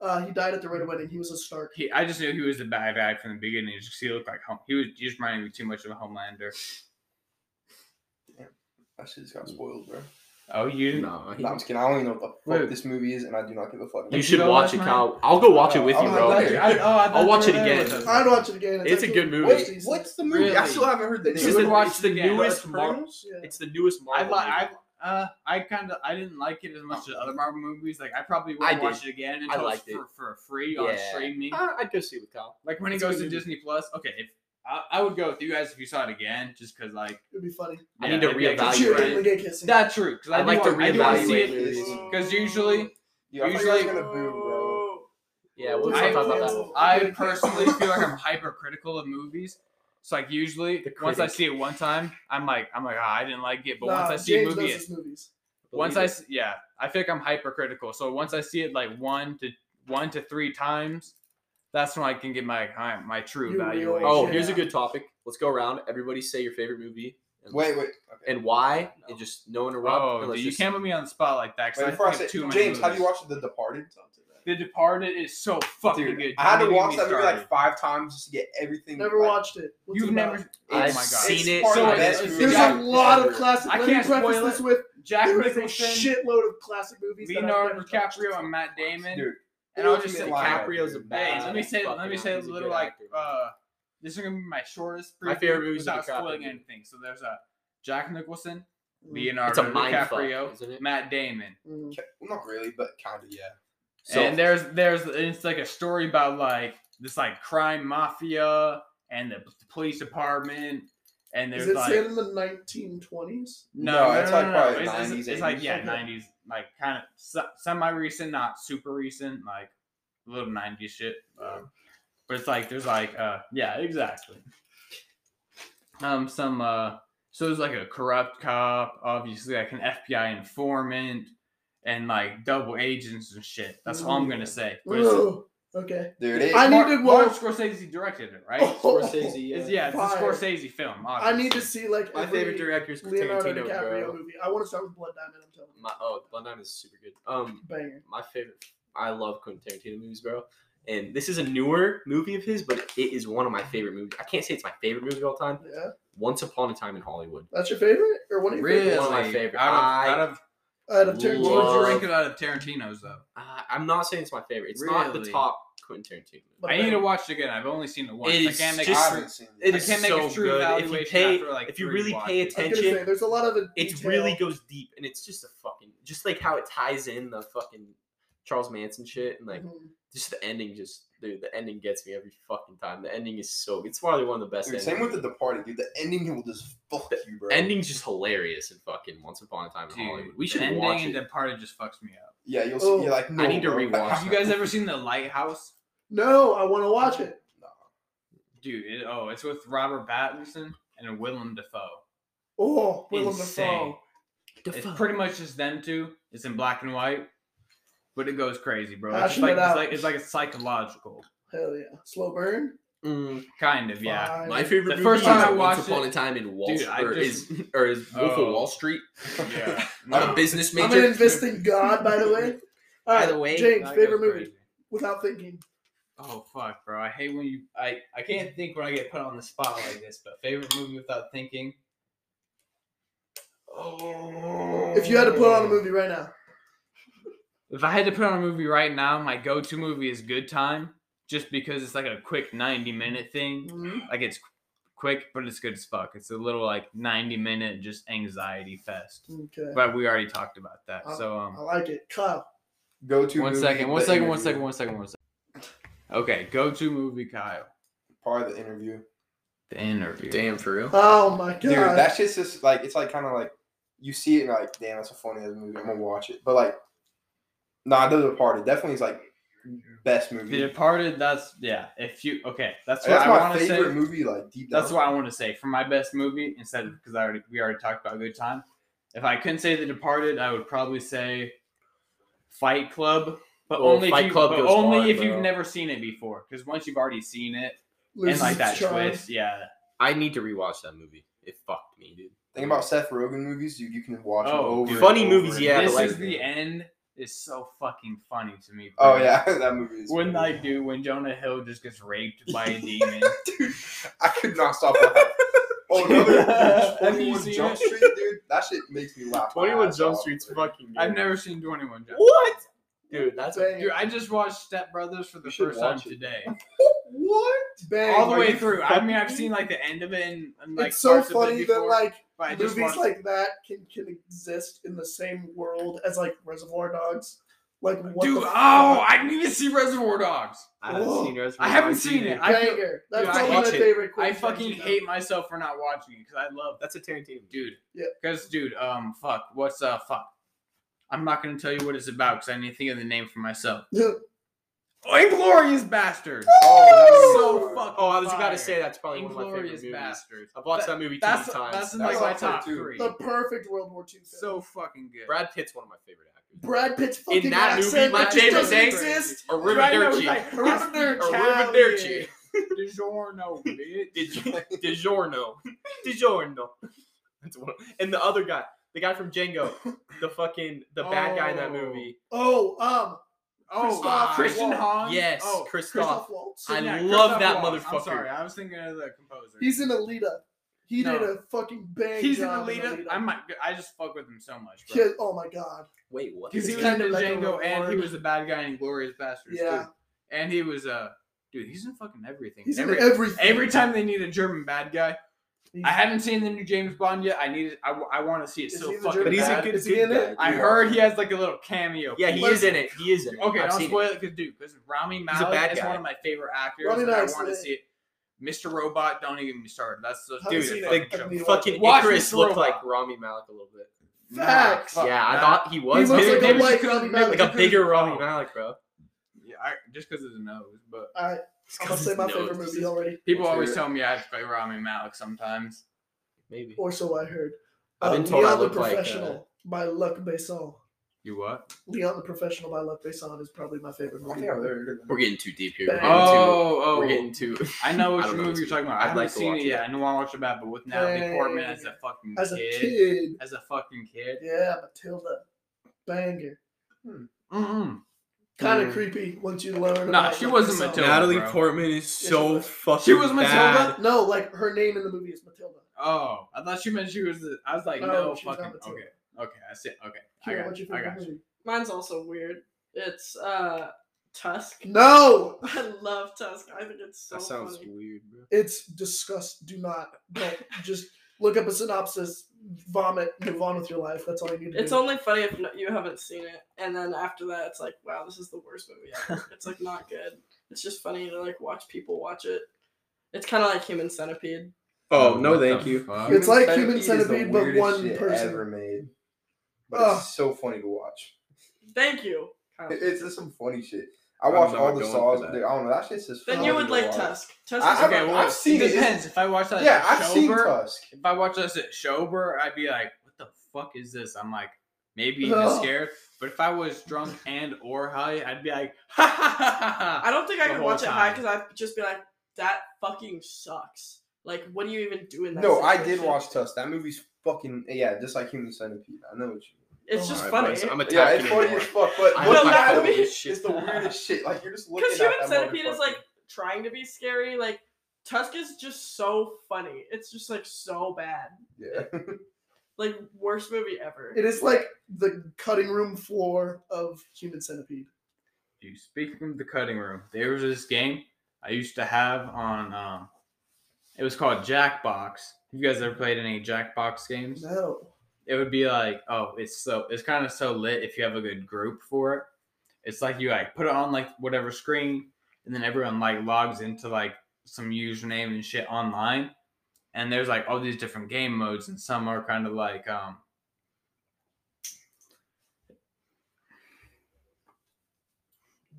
Speaker 2: uh, he died at the Red Wedding. He was a Stark.
Speaker 1: he, I just knew he was the bad guy from the beginning. Just 'cause he looked like home. He was he just reminding me too much of a Homelander.
Speaker 4: That shit just got spoiled, bro.
Speaker 1: Oh, you didn't.
Speaker 3: No, he-
Speaker 4: No, I'm just kidding. I don't even know what the fuck
Speaker 1: Wait.
Speaker 4: this movie is, and I do not give a fuck.
Speaker 3: you
Speaker 1: Did
Speaker 3: should
Speaker 1: you go
Speaker 3: watch
Speaker 1: last
Speaker 3: it,
Speaker 1: night?
Speaker 3: Kyle. I'll go watch it with
Speaker 4: I'll
Speaker 3: you,
Speaker 4: go
Speaker 3: bro.
Speaker 4: last night.
Speaker 1: I, oh, I thought
Speaker 3: I'll watch
Speaker 1: you
Speaker 3: it
Speaker 1: were there
Speaker 3: again.
Speaker 1: with us.
Speaker 2: I'd watch it again.
Speaker 3: It's a
Speaker 2: actually-
Speaker 3: good movie.
Speaker 4: What-
Speaker 2: What's-
Speaker 4: what's the movie? I
Speaker 1: Really?
Speaker 4: still haven't heard the
Speaker 3: It's
Speaker 1: You
Speaker 4: name.
Speaker 3: just
Speaker 1: would
Speaker 3: the-
Speaker 1: watch
Speaker 3: it's
Speaker 1: it
Speaker 3: the
Speaker 1: again.
Speaker 3: newest
Speaker 1: Eternals?
Speaker 3: Marvel.
Speaker 2: Yeah.
Speaker 3: It's the newest
Speaker 1: I,
Speaker 3: Marvel.
Speaker 1: li- I,
Speaker 3: movie.
Speaker 1: uh, I kind of I didn't like it as much as other Marvel movies. Like I probably
Speaker 3: I
Speaker 1: would
Speaker 3: did.
Speaker 1: watch it again until it's
Speaker 3: liked it.
Speaker 1: for, for free on
Speaker 3: Yeah.
Speaker 1: streaming.
Speaker 3: I, would go see it with Kyle.
Speaker 1: Like when it
Speaker 3: It's a
Speaker 1: goes
Speaker 3: good
Speaker 1: to
Speaker 3: movie.
Speaker 1: Disney Plus. Okay, if I, I would go with you guys if you saw it again, just because like
Speaker 2: It'd be funny.
Speaker 3: I need to
Speaker 1: it'd be like-
Speaker 3: reevaluate
Speaker 2: Cheer
Speaker 3: Right.
Speaker 2: and the gay kissing.
Speaker 1: That's true. Because I
Speaker 3: I'd like
Speaker 1: do
Speaker 3: to
Speaker 1: want- I do wanna see
Speaker 3: reevaluate
Speaker 1: it.
Speaker 4: movies.
Speaker 1: Because usually,
Speaker 4: Dude, I thought you were
Speaker 1: Usually-
Speaker 4: gonna boo, bro.
Speaker 3: Yeah, we'll
Speaker 1: I-
Speaker 3: talk about that.
Speaker 1: I personally feel like I'm hypercritical of movies. So like usually,
Speaker 3: The
Speaker 1: once I
Speaker 3: critic.
Speaker 1: see it one time, I'm like, I'm like, ah, I didn't like it. But
Speaker 2: Nah,
Speaker 1: once I see a
Speaker 2: James
Speaker 1: movie,
Speaker 2: knows his movies.
Speaker 1: once
Speaker 3: Believe
Speaker 1: I
Speaker 3: it.
Speaker 1: s- yeah, I feel like I'm hypercritical. So once I see it like one to one to three times, that's when I can get my hi- my true
Speaker 2: You
Speaker 1: evaluation.
Speaker 2: realize-
Speaker 3: Oh, here's a
Speaker 2: Yeah.
Speaker 3: good topic. Let's go around. Everybody say your favorite movie. And,
Speaker 4: Wait, wait. Okay.
Speaker 3: And why? And just no one interrupt.
Speaker 1: Oh,
Speaker 3: and
Speaker 1: dude,
Speaker 3: let's
Speaker 1: you
Speaker 3: just-
Speaker 1: can't put me on the spot like that. 'cause
Speaker 4: Wait,
Speaker 1: I
Speaker 4: before I
Speaker 1: think
Speaker 4: say,
Speaker 1: of too
Speaker 4: James,
Speaker 1: many
Speaker 4: have you
Speaker 1: movies.
Speaker 4: watched The Departed?
Speaker 1: The Departed is so fucking
Speaker 4: Dude,
Speaker 1: good.
Speaker 4: I had
Speaker 1: Don't
Speaker 4: to
Speaker 1: even
Speaker 4: watch
Speaker 1: get
Speaker 4: that
Speaker 1: me
Speaker 4: movie
Speaker 1: started.
Speaker 4: like five times just to get everything.
Speaker 2: Never
Speaker 4: like,
Speaker 2: watched it. What's
Speaker 1: You've
Speaker 2: it about?
Speaker 1: never.
Speaker 4: It's-
Speaker 1: Oh my god.
Speaker 3: seen
Speaker 4: it's
Speaker 3: it.
Speaker 4: part
Speaker 2: So
Speaker 4: of the
Speaker 2: it-
Speaker 4: best
Speaker 3: it's-
Speaker 4: movie
Speaker 2: There's
Speaker 4: I've
Speaker 2: a lot
Speaker 4: ever-
Speaker 2: of classic.
Speaker 1: I
Speaker 2: Let me
Speaker 1: can't
Speaker 2: preface
Speaker 1: spoil
Speaker 2: this
Speaker 1: it.
Speaker 2: with
Speaker 1: Jack
Speaker 2: there is a
Speaker 1: Nicholson,
Speaker 2: shitload of classic movies. that I've
Speaker 1: Leonardo
Speaker 2: never touched.
Speaker 1: DiCaprio, and Matt Damon.
Speaker 4: Dude,
Speaker 1: and I'll just say
Speaker 4: Ultimate Liar.
Speaker 3: DiCaprio's a
Speaker 1: Hey,
Speaker 3: bad.
Speaker 1: let me say, let me say a
Speaker 3: He's
Speaker 1: little
Speaker 3: good
Speaker 1: like,
Speaker 3: actor.
Speaker 1: uh, this is gonna be my shortest.
Speaker 3: My
Speaker 1: preview
Speaker 3: favorite movies of
Speaker 1: without
Speaker 3: DiCaprio.
Speaker 1: spoiling anything. So there's a Jack Nicholson,
Speaker 2: Mm.
Speaker 1: Leonardo
Speaker 3: it's a mind
Speaker 1: DiCaprio,
Speaker 3: fuck, isn't it?
Speaker 1: Matt Damon,
Speaker 2: Mm.
Speaker 4: okay, well, not really, but kind of, yeah.
Speaker 3: So-
Speaker 1: and there's there's it's like a story about like this like crime mafia and the p- police department, and
Speaker 2: Is
Speaker 1: there's
Speaker 2: it
Speaker 1: like
Speaker 2: set in the 1920s?
Speaker 1: no,
Speaker 4: No,
Speaker 1: no,
Speaker 4: it's
Speaker 1: no,
Speaker 4: like
Speaker 1: no, no,
Speaker 4: probably
Speaker 1: it's, it's-
Speaker 4: 90s,
Speaker 1: it's like
Speaker 4: 80s.
Speaker 1: yeah,
Speaker 2: Okay.
Speaker 1: nineties, like kind of se- semi recent, not super recent, like a little nineties shit. Um, but it's like there's like uh yeah, exactly. Um, some uh, so there's like a corrupt cop, obviously like an FBI informant, and like double agents and shit. That's all I'm gonna say. But it's-
Speaker 2: Ooh, okay.
Speaker 4: Dude, it,
Speaker 2: I need
Speaker 1: Mar-
Speaker 2: to
Speaker 1: Martin
Speaker 2: watch-
Speaker 1: Scorsese directed it, right?
Speaker 2: Oh,
Speaker 3: Scorsese,
Speaker 1: It's-
Speaker 3: yeah.
Speaker 1: yeah, it's a
Speaker 2: Fire.
Speaker 1: Scorsese film.
Speaker 2: I
Speaker 1: Obviously.
Speaker 2: need to see like
Speaker 3: My
Speaker 2: every
Speaker 3: favorite director is
Speaker 2: Leonardo
Speaker 3: Tarantino,
Speaker 2: DiCaprio
Speaker 3: bro.
Speaker 2: movie. I want to start with Blood Diamond. I'm telling you,
Speaker 3: My, oh, Blood Diamond is super good. Um,
Speaker 2: banger.
Speaker 3: my favorite. I love Quentin Tarantino movies, bro. And this is a newer movie of his, but it is one of my favorite movies. I can't say it's my favorite movie of all time.
Speaker 2: Yeah,
Speaker 3: Once Upon a Time in Hollywood.
Speaker 2: that's your favorite or one of your
Speaker 1: Really?
Speaker 2: favorites?
Speaker 3: One of my favorite.
Speaker 1: Out of,
Speaker 3: I-
Speaker 1: out of,
Speaker 2: Out
Speaker 1: what
Speaker 2: of Tarantino.
Speaker 1: would you
Speaker 3: Love-
Speaker 1: rank it out of Tarantino's though?
Speaker 3: Uh, I'm not saying it's my favorite. It's not the
Speaker 1: Really?
Speaker 3: top Quentin Tarantino.
Speaker 2: But
Speaker 1: I need to
Speaker 2: banger.
Speaker 1: watch it again. I've only seen it once.
Speaker 3: It
Speaker 1: I
Speaker 3: is
Speaker 1: can't make
Speaker 4: I
Speaker 3: just-
Speaker 1: a true,
Speaker 4: haven't seen
Speaker 3: It
Speaker 1: I
Speaker 3: is
Speaker 1: can't make
Speaker 3: so
Speaker 1: a true
Speaker 3: good. If you
Speaker 1: evaluation
Speaker 3: pay,
Speaker 1: after, like,
Speaker 3: if you
Speaker 1: three
Speaker 3: really
Speaker 1: watches.
Speaker 3: pay
Speaker 2: I was gonna
Speaker 3: attention,
Speaker 2: say, there's a lot of
Speaker 3: it
Speaker 2: detail.
Speaker 3: really goes deep, and it's just a fucking just like how it ties in the fucking Charles Manson shit, and like
Speaker 1: Mm-hmm.
Speaker 2: Mhm.
Speaker 3: just the ending. Just dude, the ending gets me every fucking time. The ending is so. It's probably one of the best.
Speaker 4: Dude,
Speaker 3: endings.
Speaker 4: same with The Departed, dude. The ending will just fuck you, bro.
Speaker 3: ending's just hilarious and fucking Once Upon a Time in
Speaker 1: Dude,
Speaker 3: Hollywood. We
Speaker 1: the
Speaker 3: should
Speaker 1: ending
Speaker 3: watch
Speaker 1: and
Speaker 3: it.
Speaker 1: Departed just fucks me up.
Speaker 4: Yeah, you'll
Speaker 2: Oh.
Speaker 4: see. You're like, no,
Speaker 3: need to
Speaker 4: bro.
Speaker 3: rewatch
Speaker 1: Have you guys ever seen The Lighthouse?
Speaker 2: No, I want to watch it.
Speaker 1: Dude, it, oh, it's with Robert Pattinson and Willem Dafoe.
Speaker 2: Oh, Willem
Speaker 1: Insane.
Speaker 2: Dafoe.
Speaker 1: It's pretty much just them two. It's in black and white, but it goes crazy, bro. It's
Speaker 2: Hashing
Speaker 1: like,
Speaker 2: it
Speaker 1: it's
Speaker 2: out.
Speaker 1: like it's like a psychological
Speaker 2: Hell yeah. Slow burn.
Speaker 3: Mm,
Speaker 1: kind of, yeah.
Speaker 2: Fire.
Speaker 3: my favorite
Speaker 1: The first
Speaker 3: movie
Speaker 1: time
Speaker 3: is
Speaker 1: I
Speaker 3: Once
Speaker 1: watched
Speaker 3: Upon
Speaker 1: it-
Speaker 3: a Time in Wall
Speaker 1: Dude,
Speaker 3: Street,
Speaker 1: I
Speaker 3: or
Speaker 1: just-
Speaker 3: is or is Wolf
Speaker 1: Oh.
Speaker 3: of Wall Street?
Speaker 1: Yeah.
Speaker 3: I'm a business
Speaker 2: I'm
Speaker 3: major.
Speaker 2: an investing god, by the way. All right,
Speaker 3: By the way,
Speaker 2: James,
Speaker 1: That
Speaker 2: favorite
Speaker 1: goes
Speaker 2: movie
Speaker 1: crazy.
Speaker 2: without thinking.
Speaker 1: Oh fuck, bro! I hate when you. I I can't think when I get put on the spot like this. But favorite movie without thinking. Oh.
Speaker 2: If you had to put on a movie right now,
Speaker 1: If I had to put on a movie right now, my go-to movie is Good Time, just because it's like a quick ninety-minute thing.
Speaker 2: Mhm.
Speaker 1: Like it's quick, but it's good as fuck. It's a little like ninety-minute just anxiety fest.
Speaker 2: okay,
Speaker 1: But we already talked about that.
Speaker 2: Oh,
Speaker 1: So um,
Speaker 2: I like it. Kyle,
Speaker 4: Go to
Speaker 1: one second, one second, one second, one second, one second. Okay, go-to movie, Kyle.
Speaker 4: Part of the interview.
Speaker 1: The interview.
Speaker 3: Damn, for real.
Speaker 2: oh my god,
Speaker 4: Dude, that shit's just like it's like kind of like you see it and like, damn, that's a funny ass movie. I'm gonna watch it, but like, nah, The Departed definitely is like best
Speaker 1: The
Speaker 4: movie. Like,
Speaker 1: Departed. That's yeah. If you okay, that's what
Speaker 4: That's
Speaker 1: I
Speaker 4: my
Speaker 1: want to say.
Speaker 4: favorite movie. Like deep down.
Speaker 1: That's what I want to say for my best movie instead of because I already we already talked about Good Time. If I couldn't say The Departed, I would probably say Fight Club, but
Speaker 3: Well,
Speaker 1: only
Speaker 3: Fight
Speaker 1: if you,
Speaker 3: Club
Speaker 1: but
Speaker 3: goes
Speaker 1: only
Speaker 3: hard,
Speaker 1: if you've
Speaker 3: bro.
Speaker 1: never seen it before. Because once you've already seen it
Speaker 2: loses
Speaker 1: and like
Speaker 2: its
Speaker 1: that
Speaker 2: charm.
Speaker 1: twist, yeah.
Speaker 3: I need to rewatch that movie. It fucked me, dude.
Speaker 4: Think about Seth Rogen movies, dude. You can watch them
Speaker 1: Oh,
Speaker 4: over.
Speaker 1: dude.
Speaker 4: and
Speaker 3: Funny
Speaker 4: over
Speaker 3: movies,
Speaker 4: and
Speaker 3: yeah,
Speaker 4: over
Speaker 1: this
Speaker 3: but, like-
Speaker 1: is
Speaker 4: again.
Speaker 1: the end. Is so fucking funny to me.
Speaker 4: Oh
Speaker 1: bro.
Speaker 4: yeah, that movie is.
Speaker 1: When I
Speaker 4: funny.
Speaker 1: do, when Jonah Hill just gets raped by a demon.
Speaker 4: dude, I could not stop laughing. Oh, another
Speaker 1: Have you
Speaker 4: Twenty One
Speaker 1: seen
Speaker 4: Jump
Speaker 1: it?
Speaker 4: Street, dude. That shit makes me laugh. my
Speaker 3: Twenty One
Speaker 4: ass
Speaker 3: Jump
Speaker 4: off,
Speaker 3: Street's
Speaker 4: dude.
Speaker 3: fucking.
Speaker 1: I've never seen 21 Jump.
Speaker 3: What, dude? That's
Speaker 2: Bang.
Speaker 1: Dude, I just watched Step Brothers for the
Speaker 4: You should
Speaker 1: first time
Speaker 4: watch it.
Speaker 1: today.
Speaker 2: What? Bang.
Speaker 1: all the
Speaker 2: Are
Speaker 1: way
Speaker 2: you
Speaker 1: through. I
Speaker 2: fucking
Speaker 1: mean, I've
Speaker 2: kidding
Speaker 1: seen
Speaker 2: me?
Speaker 1: like the end of it and, and like
Speaker 2: it's so
Speaker 1: parts of it
Speaker 2: funny that
Speaker 1: before,
Speaker 2: like
Speaker 1: but I just
Speaker 2: movies
Speaker 1: watched-
Speaker 2: like that can can exist in the same world as like Reservoir Dogs. Like what
Speaker 1: dude.
Speaker 2: the
Speaker 1: Oh,
Speaker 2: fuck?
Speaker 1: I need to see Reservoir Dogs.
Speaker 3: I haven't
Speaker 2: Whoa.
Speaker 3: seen Reservoir
Speaker 1: I haven't
Speaker 3: Dogs
Speaker 1: seen
Speaker 3: either.
Speaker 1: it. I feel-
Speaker 2: Banger. That's
Speaker 1: dude, I
Speaker 2: probably
Speaker 3: watch
Speaker 2: my
Speaker 3: it.
Speaker 2: favorite.
Speaker 1: I
Speaker 2: Quentin
Speaker 1: fucking
Speaker 2: Tarantino.
Speaker 1: hate myself for not watching it because I love
Speaker 3: That's a Tarantino. movie.
Speaker 1: dude.
Speaker 2: Yeah.
Speaker 1: Because dude, um, fuck, what's uh, fuck? I'm not gonna tell you what it's about because I need to think of the name for myself. Inglorious Bastards.
Speaker 4: Oh,
Speaker 1: so
Speaker 4: that's-
Speaker 1: fucking.
Speaker 5: Oh, I was
Speaker 1: fire.
Speaker 5: gotta say that's probably one of my favorite
Speaker 1: Inglorious
Speaker 5: movies.
Speaker 1: Bastards.
Speaker 5: I've watched that, movie too many
Speaker 1: That's
Speaker 5: times.
Speaker 1: that's in
Speaker 4: That's
Speaker 1: like my
Speaker 4: up there,
Speaker 1: top
Speaker 4: too.
Speaker 1: three.
Speaker 2: The perfect World War II film.
Speaker 1: So fucking good.
Speaker 5: Brad Pitt's one of my favorite actors.
Speaker 2: Brad Pitt's fucking
Speaker 5: in that
Speaker 2: accent,
Speaker 5: movie, my
Speaker 2: that
Speaker 5: favorite
Speaker 2: doesn't
Speaker 5: thing
Speaker 2: exist.
Speaker 5: or
Speaker 2: Right, I was
Speaker 5: Rivederci.
Speaker 2: like, Arrivederci.
Speaker 5: Arrivederci.
Speaker 1: DiGiorno, bitch.
Speaker 5: Dig- DiGiorno. DiGiorno. That's one. And the other guy, the guy from Django, the fucking the bad guy in that
Speaker 1: Oh.
Speaker 5: move.
Speaker 2: Oh, um,
Speaker 1: Oh,
Speaker 2: Christoph
Speaker 1: Christian
Speaker 2: Waltz.
Speaker 1: Hahn.
Speaker 5: Yes,
Speaker 1: Oh,
Speaker 5: Christoph.
Speaker 2: Christoph Waltz.
Speaker 5: I
Speaker 1: yeah,
Speaker 5: love
Speaker 1: Christoph
Speaker 5: that
Speaker 1: Waltz.
Speaker 5: motherfucker.
Speaker 1: I'm sorry, I was thinking of the composer.
Speaker 2: He's in Alita. He
Speaker 1: No.
Speaker 2: did a fucking bang.
Speaker 1: He's an
Speaker 2: job
Speaker 1: Alita. I might. I just fuck with him so much.
Speaker 2: Yeah, oh my god.
Speaker 5: Wait, what?
Speaker 1: Because he
Speaker 2: It's
Speaker 1: was in
Speaker 2: kinda like a
Speaker 1: Django and he
Speaker 2: reward.
Speaker 1: was the bad guy in Glorious Bastards.
Speaker 2: Yeah.
Speaker 1: Too. And he was uh, dude. He's in fucking everything.
Speaker 2: He's
Speaker 1: every
Speaker 2: in everything.
Speaker 1: every time they need a German bad guy.
Speaker 2: He's-
Speaker 1: I haven't seen the new James Bond yet. I need. it- I, want to see it
Speaker 2: Is
Speaker 1: so
Speaker 2: he the
Speaker 1: fucking.
Speaker 2: German
Speaker 5: But he's a
Speaker 1: bad.
Speaker 5: good,
Speaker 2: Is he
Speaker 5: good
Speaker 2: in it?
Speaker 5: guy.
Speaker 1: I heard he has like a little cameo.
Speaker 5: Yeah, he
Speaker 1: But-
Speaker 5: is in it. He is in it.
Speaker 1: Okay,
Speaker 5: I've
Speaker 1: don't
Speaker 5: seen it.
Speaker 1: spoil it, because dude, because Rami
Speaker 5: a
Speaker 1: Malek
Speaker 5: bad
Speaker 1: is
Speaker 5: guy.
Speaker 1: one of my favorite actors,
Speaker 2: Rami
Speaker 1: and I
Speaker 2: Malek's
Speaker 1: want to
Speaker 2: lit.
Speaker 1: see it. Mr. Robot, don't even get me started. That's the
Speaker 2: Haven't
Speaker 5: Dude,
Speaker 2: seen
Speaker 5: the-
Speaker 2: it. I need to watch
Speaker 5: Fucking
Speaker 2: it.
Speaker 1: Watch
Speaker 5: Icarus
Speaker 1: Mr.
Speaker 5: looked
Speaker 1: Robot.
Speaker 5: like Rami Malek a little bit.
Speaker 2: Facts.
Speaker 1: Nah, fuck
Speaker 5: yeah, I
Speaker 1: that.
Speaker 5: thought he was.
Speaker 2: He looks
Speaker 5: maybe
Speaker 2: like a
Speaker 5: maybe she
Speaker 2: white
Speaker 5: could-
Speaker 2: Rami
Speaker 5: like
Speaker 2: Malek.
Speaker 5: a bigger Rami Malek, bro.
Speaker 1: Yeah, I, just because of the nose, but
Speaker 2: Alright, I'm gonna say my favorite movie already.
Speaker 1: people
Speaker 4: What's
Speaker 1: always
Speaker 4: your-
Speaker 1: tell me I play Rami Malek sometimes.
Speaker 5: Maybe.
Speaker 2: Or so I heard.
Speaker 5: I've been
Speaker 2: Uh,
Speaker 5: told I
Speaker 2: Leon the
Speaker 5: look like, uh,
Speaker 2: Professional by Luc Besson.
Speaker 1: You what?
Speaker 2: Leon the Professional by Luc Besson is probably my favorite movie.
Speaker 4: Yeah, they're good.
Speaker 5: We're getting too deep here.
Speaker 2: Bang.
Speaker 5: We're getting too-
Speaker 1: Oh,
Speaker 5: We're
Speaker 1: oh,
Speaker 5: getting too.
Speaker 1: I know
Speaker 5: I
Speaker 1: which
Speaker 5: don't know
Speaker 1: movie
Speaker 5: this
Speaker 1: you're talking about.
Speaker 5: I'd
Speaker 1: I haven't
Speaker 5: like to
Speaker 1: seen
Speaker 5: watch
Speaker 1: it
Speaker 5: it.
Speaker 1: yet. I know I watched it bad, but with Natalie Portman as a fucking
Speaker 2: As a
Speaker 1: kid,
Speaker 2: kid.
Speaker 1: as a fucking kid.
Speaker 2: Yeah, Matilda. Banger.
Speaker 1: Mm-mm.
Speaker 2: Kind
Speaker 5: Mm.
Speaker 2: of creepy once you learn.
Speaker 1: Nah,
Speaker 2: about
Speaker 1: she
Speaker 2: Luc
Speaker 1: wasn't
Speaker 2: Besson.
Speaker 1: Matilda. bro.
Speaker 5: Portman is
Speaker 2: was.
Speaker 5: fucking.
Speaker 1: She was
Speaker 5: bad.
Speaker 1: Matilda.
Speaker 2: No, like her name in the movie is Matilda.
Speaker 1: Oh, I thought she meant she was. The, I was like,
Speaker 2: No,
Speaker 1: no,
Speaker 2: she was
Speaker 1: fucking.
Speaker 2: not Matilda.
Speaker 1: Okay, okay, I see. Okay, I
Speaker 2: Kira,
Speaker 1: got.
Speaker 2: what's your
Speaker 1: you, I
Speaker 2: favorite
Speaker 1: got. you.
Speaker 2: movie?
Speaker 6: Mine's also weird. It's uh Tusk.
Speaker 2: No,
Speaker 6: I love Tusk. I think it's so
Speaker 5: That sounds
Speaker 6: funny.
Speaker 5: weird, bro.
Speaker 2: it's disgust. Do not don't just look up a synopsis, vomit, move on with your life. That's all you need to
Speaker 6: It's
Speaker 2: do.
Speaker 6: only funny if no- you haven't seen it, and then after that, it's like, wow, this is the worst movie ever. it's like not good. It's just funny to like watch people watch it. It's kind of like Human Centipede.
Speaker 5: Oh,
Speaker 1: What
Speaker 5: no,
Speaker 1: the
Speaker 5: thank you.
Speaker 1: fuck?
Speaker 2: It's like Human
Speaker 4: is the
Speaker 2: Centipede, but
Speaker 4: weirdest
Speaker 2: one
Speaker 4: shit
Speaker 2: person.
Speaker 4: ever made. But
Speaker 2: Ugh.
Speaker 4: it's so funny to watch.
Speaker 6: Thank you. Kyle.
Speaker 4: It- It's just some funny shit. I
Speaker 5: I
Speaker 4: watch
Speaker 5: know
Speaker 4: all
Speaker 5: I'm
Speaker 4: the
Speaker 5: going
Speaker 4: saws.
Speaker 5: for that.
Speaker 4: Dude, I don't know. That shit's just.
Speaker 6: then
Speaker 4: funny
Speaker 6: you
Speaker 4: to
Speaker 6: would like
Speaker 4: watch.
Speaker 6: Tusk. Tusk
Speaker 4: I-
Speaker 6: is
Speaker 4: I've-
Speaker 1: okay, well,
Speaker 4: I've seen
Speaker 1: it
Speaker 4: it.
Speaker 1: depends. If I watch that,
Speaker 4: Yeah,
Speaker 1: at
Speaker 4: I've seen
Speaker 1: Schober-
Speaker 4: Tusk.
Speaker 1: If I watch this at Schober, I'd be like, "What the fuck is this?" I'm like, maybe even
Speaker 2: Ugh.
Speaker 1: scared. But if I was drunk and or high, I'd be like, "Ha ha ha ha!" ha."
Speaker 6: I don't think I
Speaker 1: the
Speaker 6: could
Speaker 1: whole
Speaker 6: watch it high
Speaker 1: time.
Speaker 6: because I'd just be like, that fucking sucks. Like, what do you even do in that?
Speaker 4: No, I did
Speaker 6: situation?
Speaker 4: watch Tusk. That movie's fucking yeah, just like Human Centipede. I know what you mean.
Speaker 6: It's
Speaker 2: Oh,
Speaker 6: just funny.
Speaker 5: Alright, boys, I'm
Speaker 4: Yeah, it's
Speaker 5: attacking
Speaker 4: funny
Speaker 5: you.
Speaker 4: as fuck, but
Speaker 5: I
Speaker 6: No,
Speaker 4: looking
Speaker 6: that
Speaker 4: at
Speaker 6: movie
Speaker 4: it,
Speaker 5: is shit.
Speaker 4: it's the weirdest shit. Like you're just looking
Speaker 6: Because
Speaker 4: at
Speaker 6: Human
Speaker 4: that
Speaker 6: Centipede is
Speaker 4: motherfucker.
Speaker 6: like trying to be scary. Like Tusk is just so funny. It's just like so bad.
Speaker 4: yeah.
Speaker 6: Like worst movie ever.
Speaker 2: It is like the cutting room floor of Human Centipede.
Speaker 1: Dude, speaking of the cutting room, there was this game I used to have on. Um, it was called Jackbox. You guys ever played any Jackbox games?
Speaker 2: No,
Speaker 1: it would be like, oh, it's so it's kind of so lit if you have a good group for it. It's like you like put it on like whatever screen, and then everyone like logs into like some username and shit online. And there's like all these different game modes, and some are kind of like um.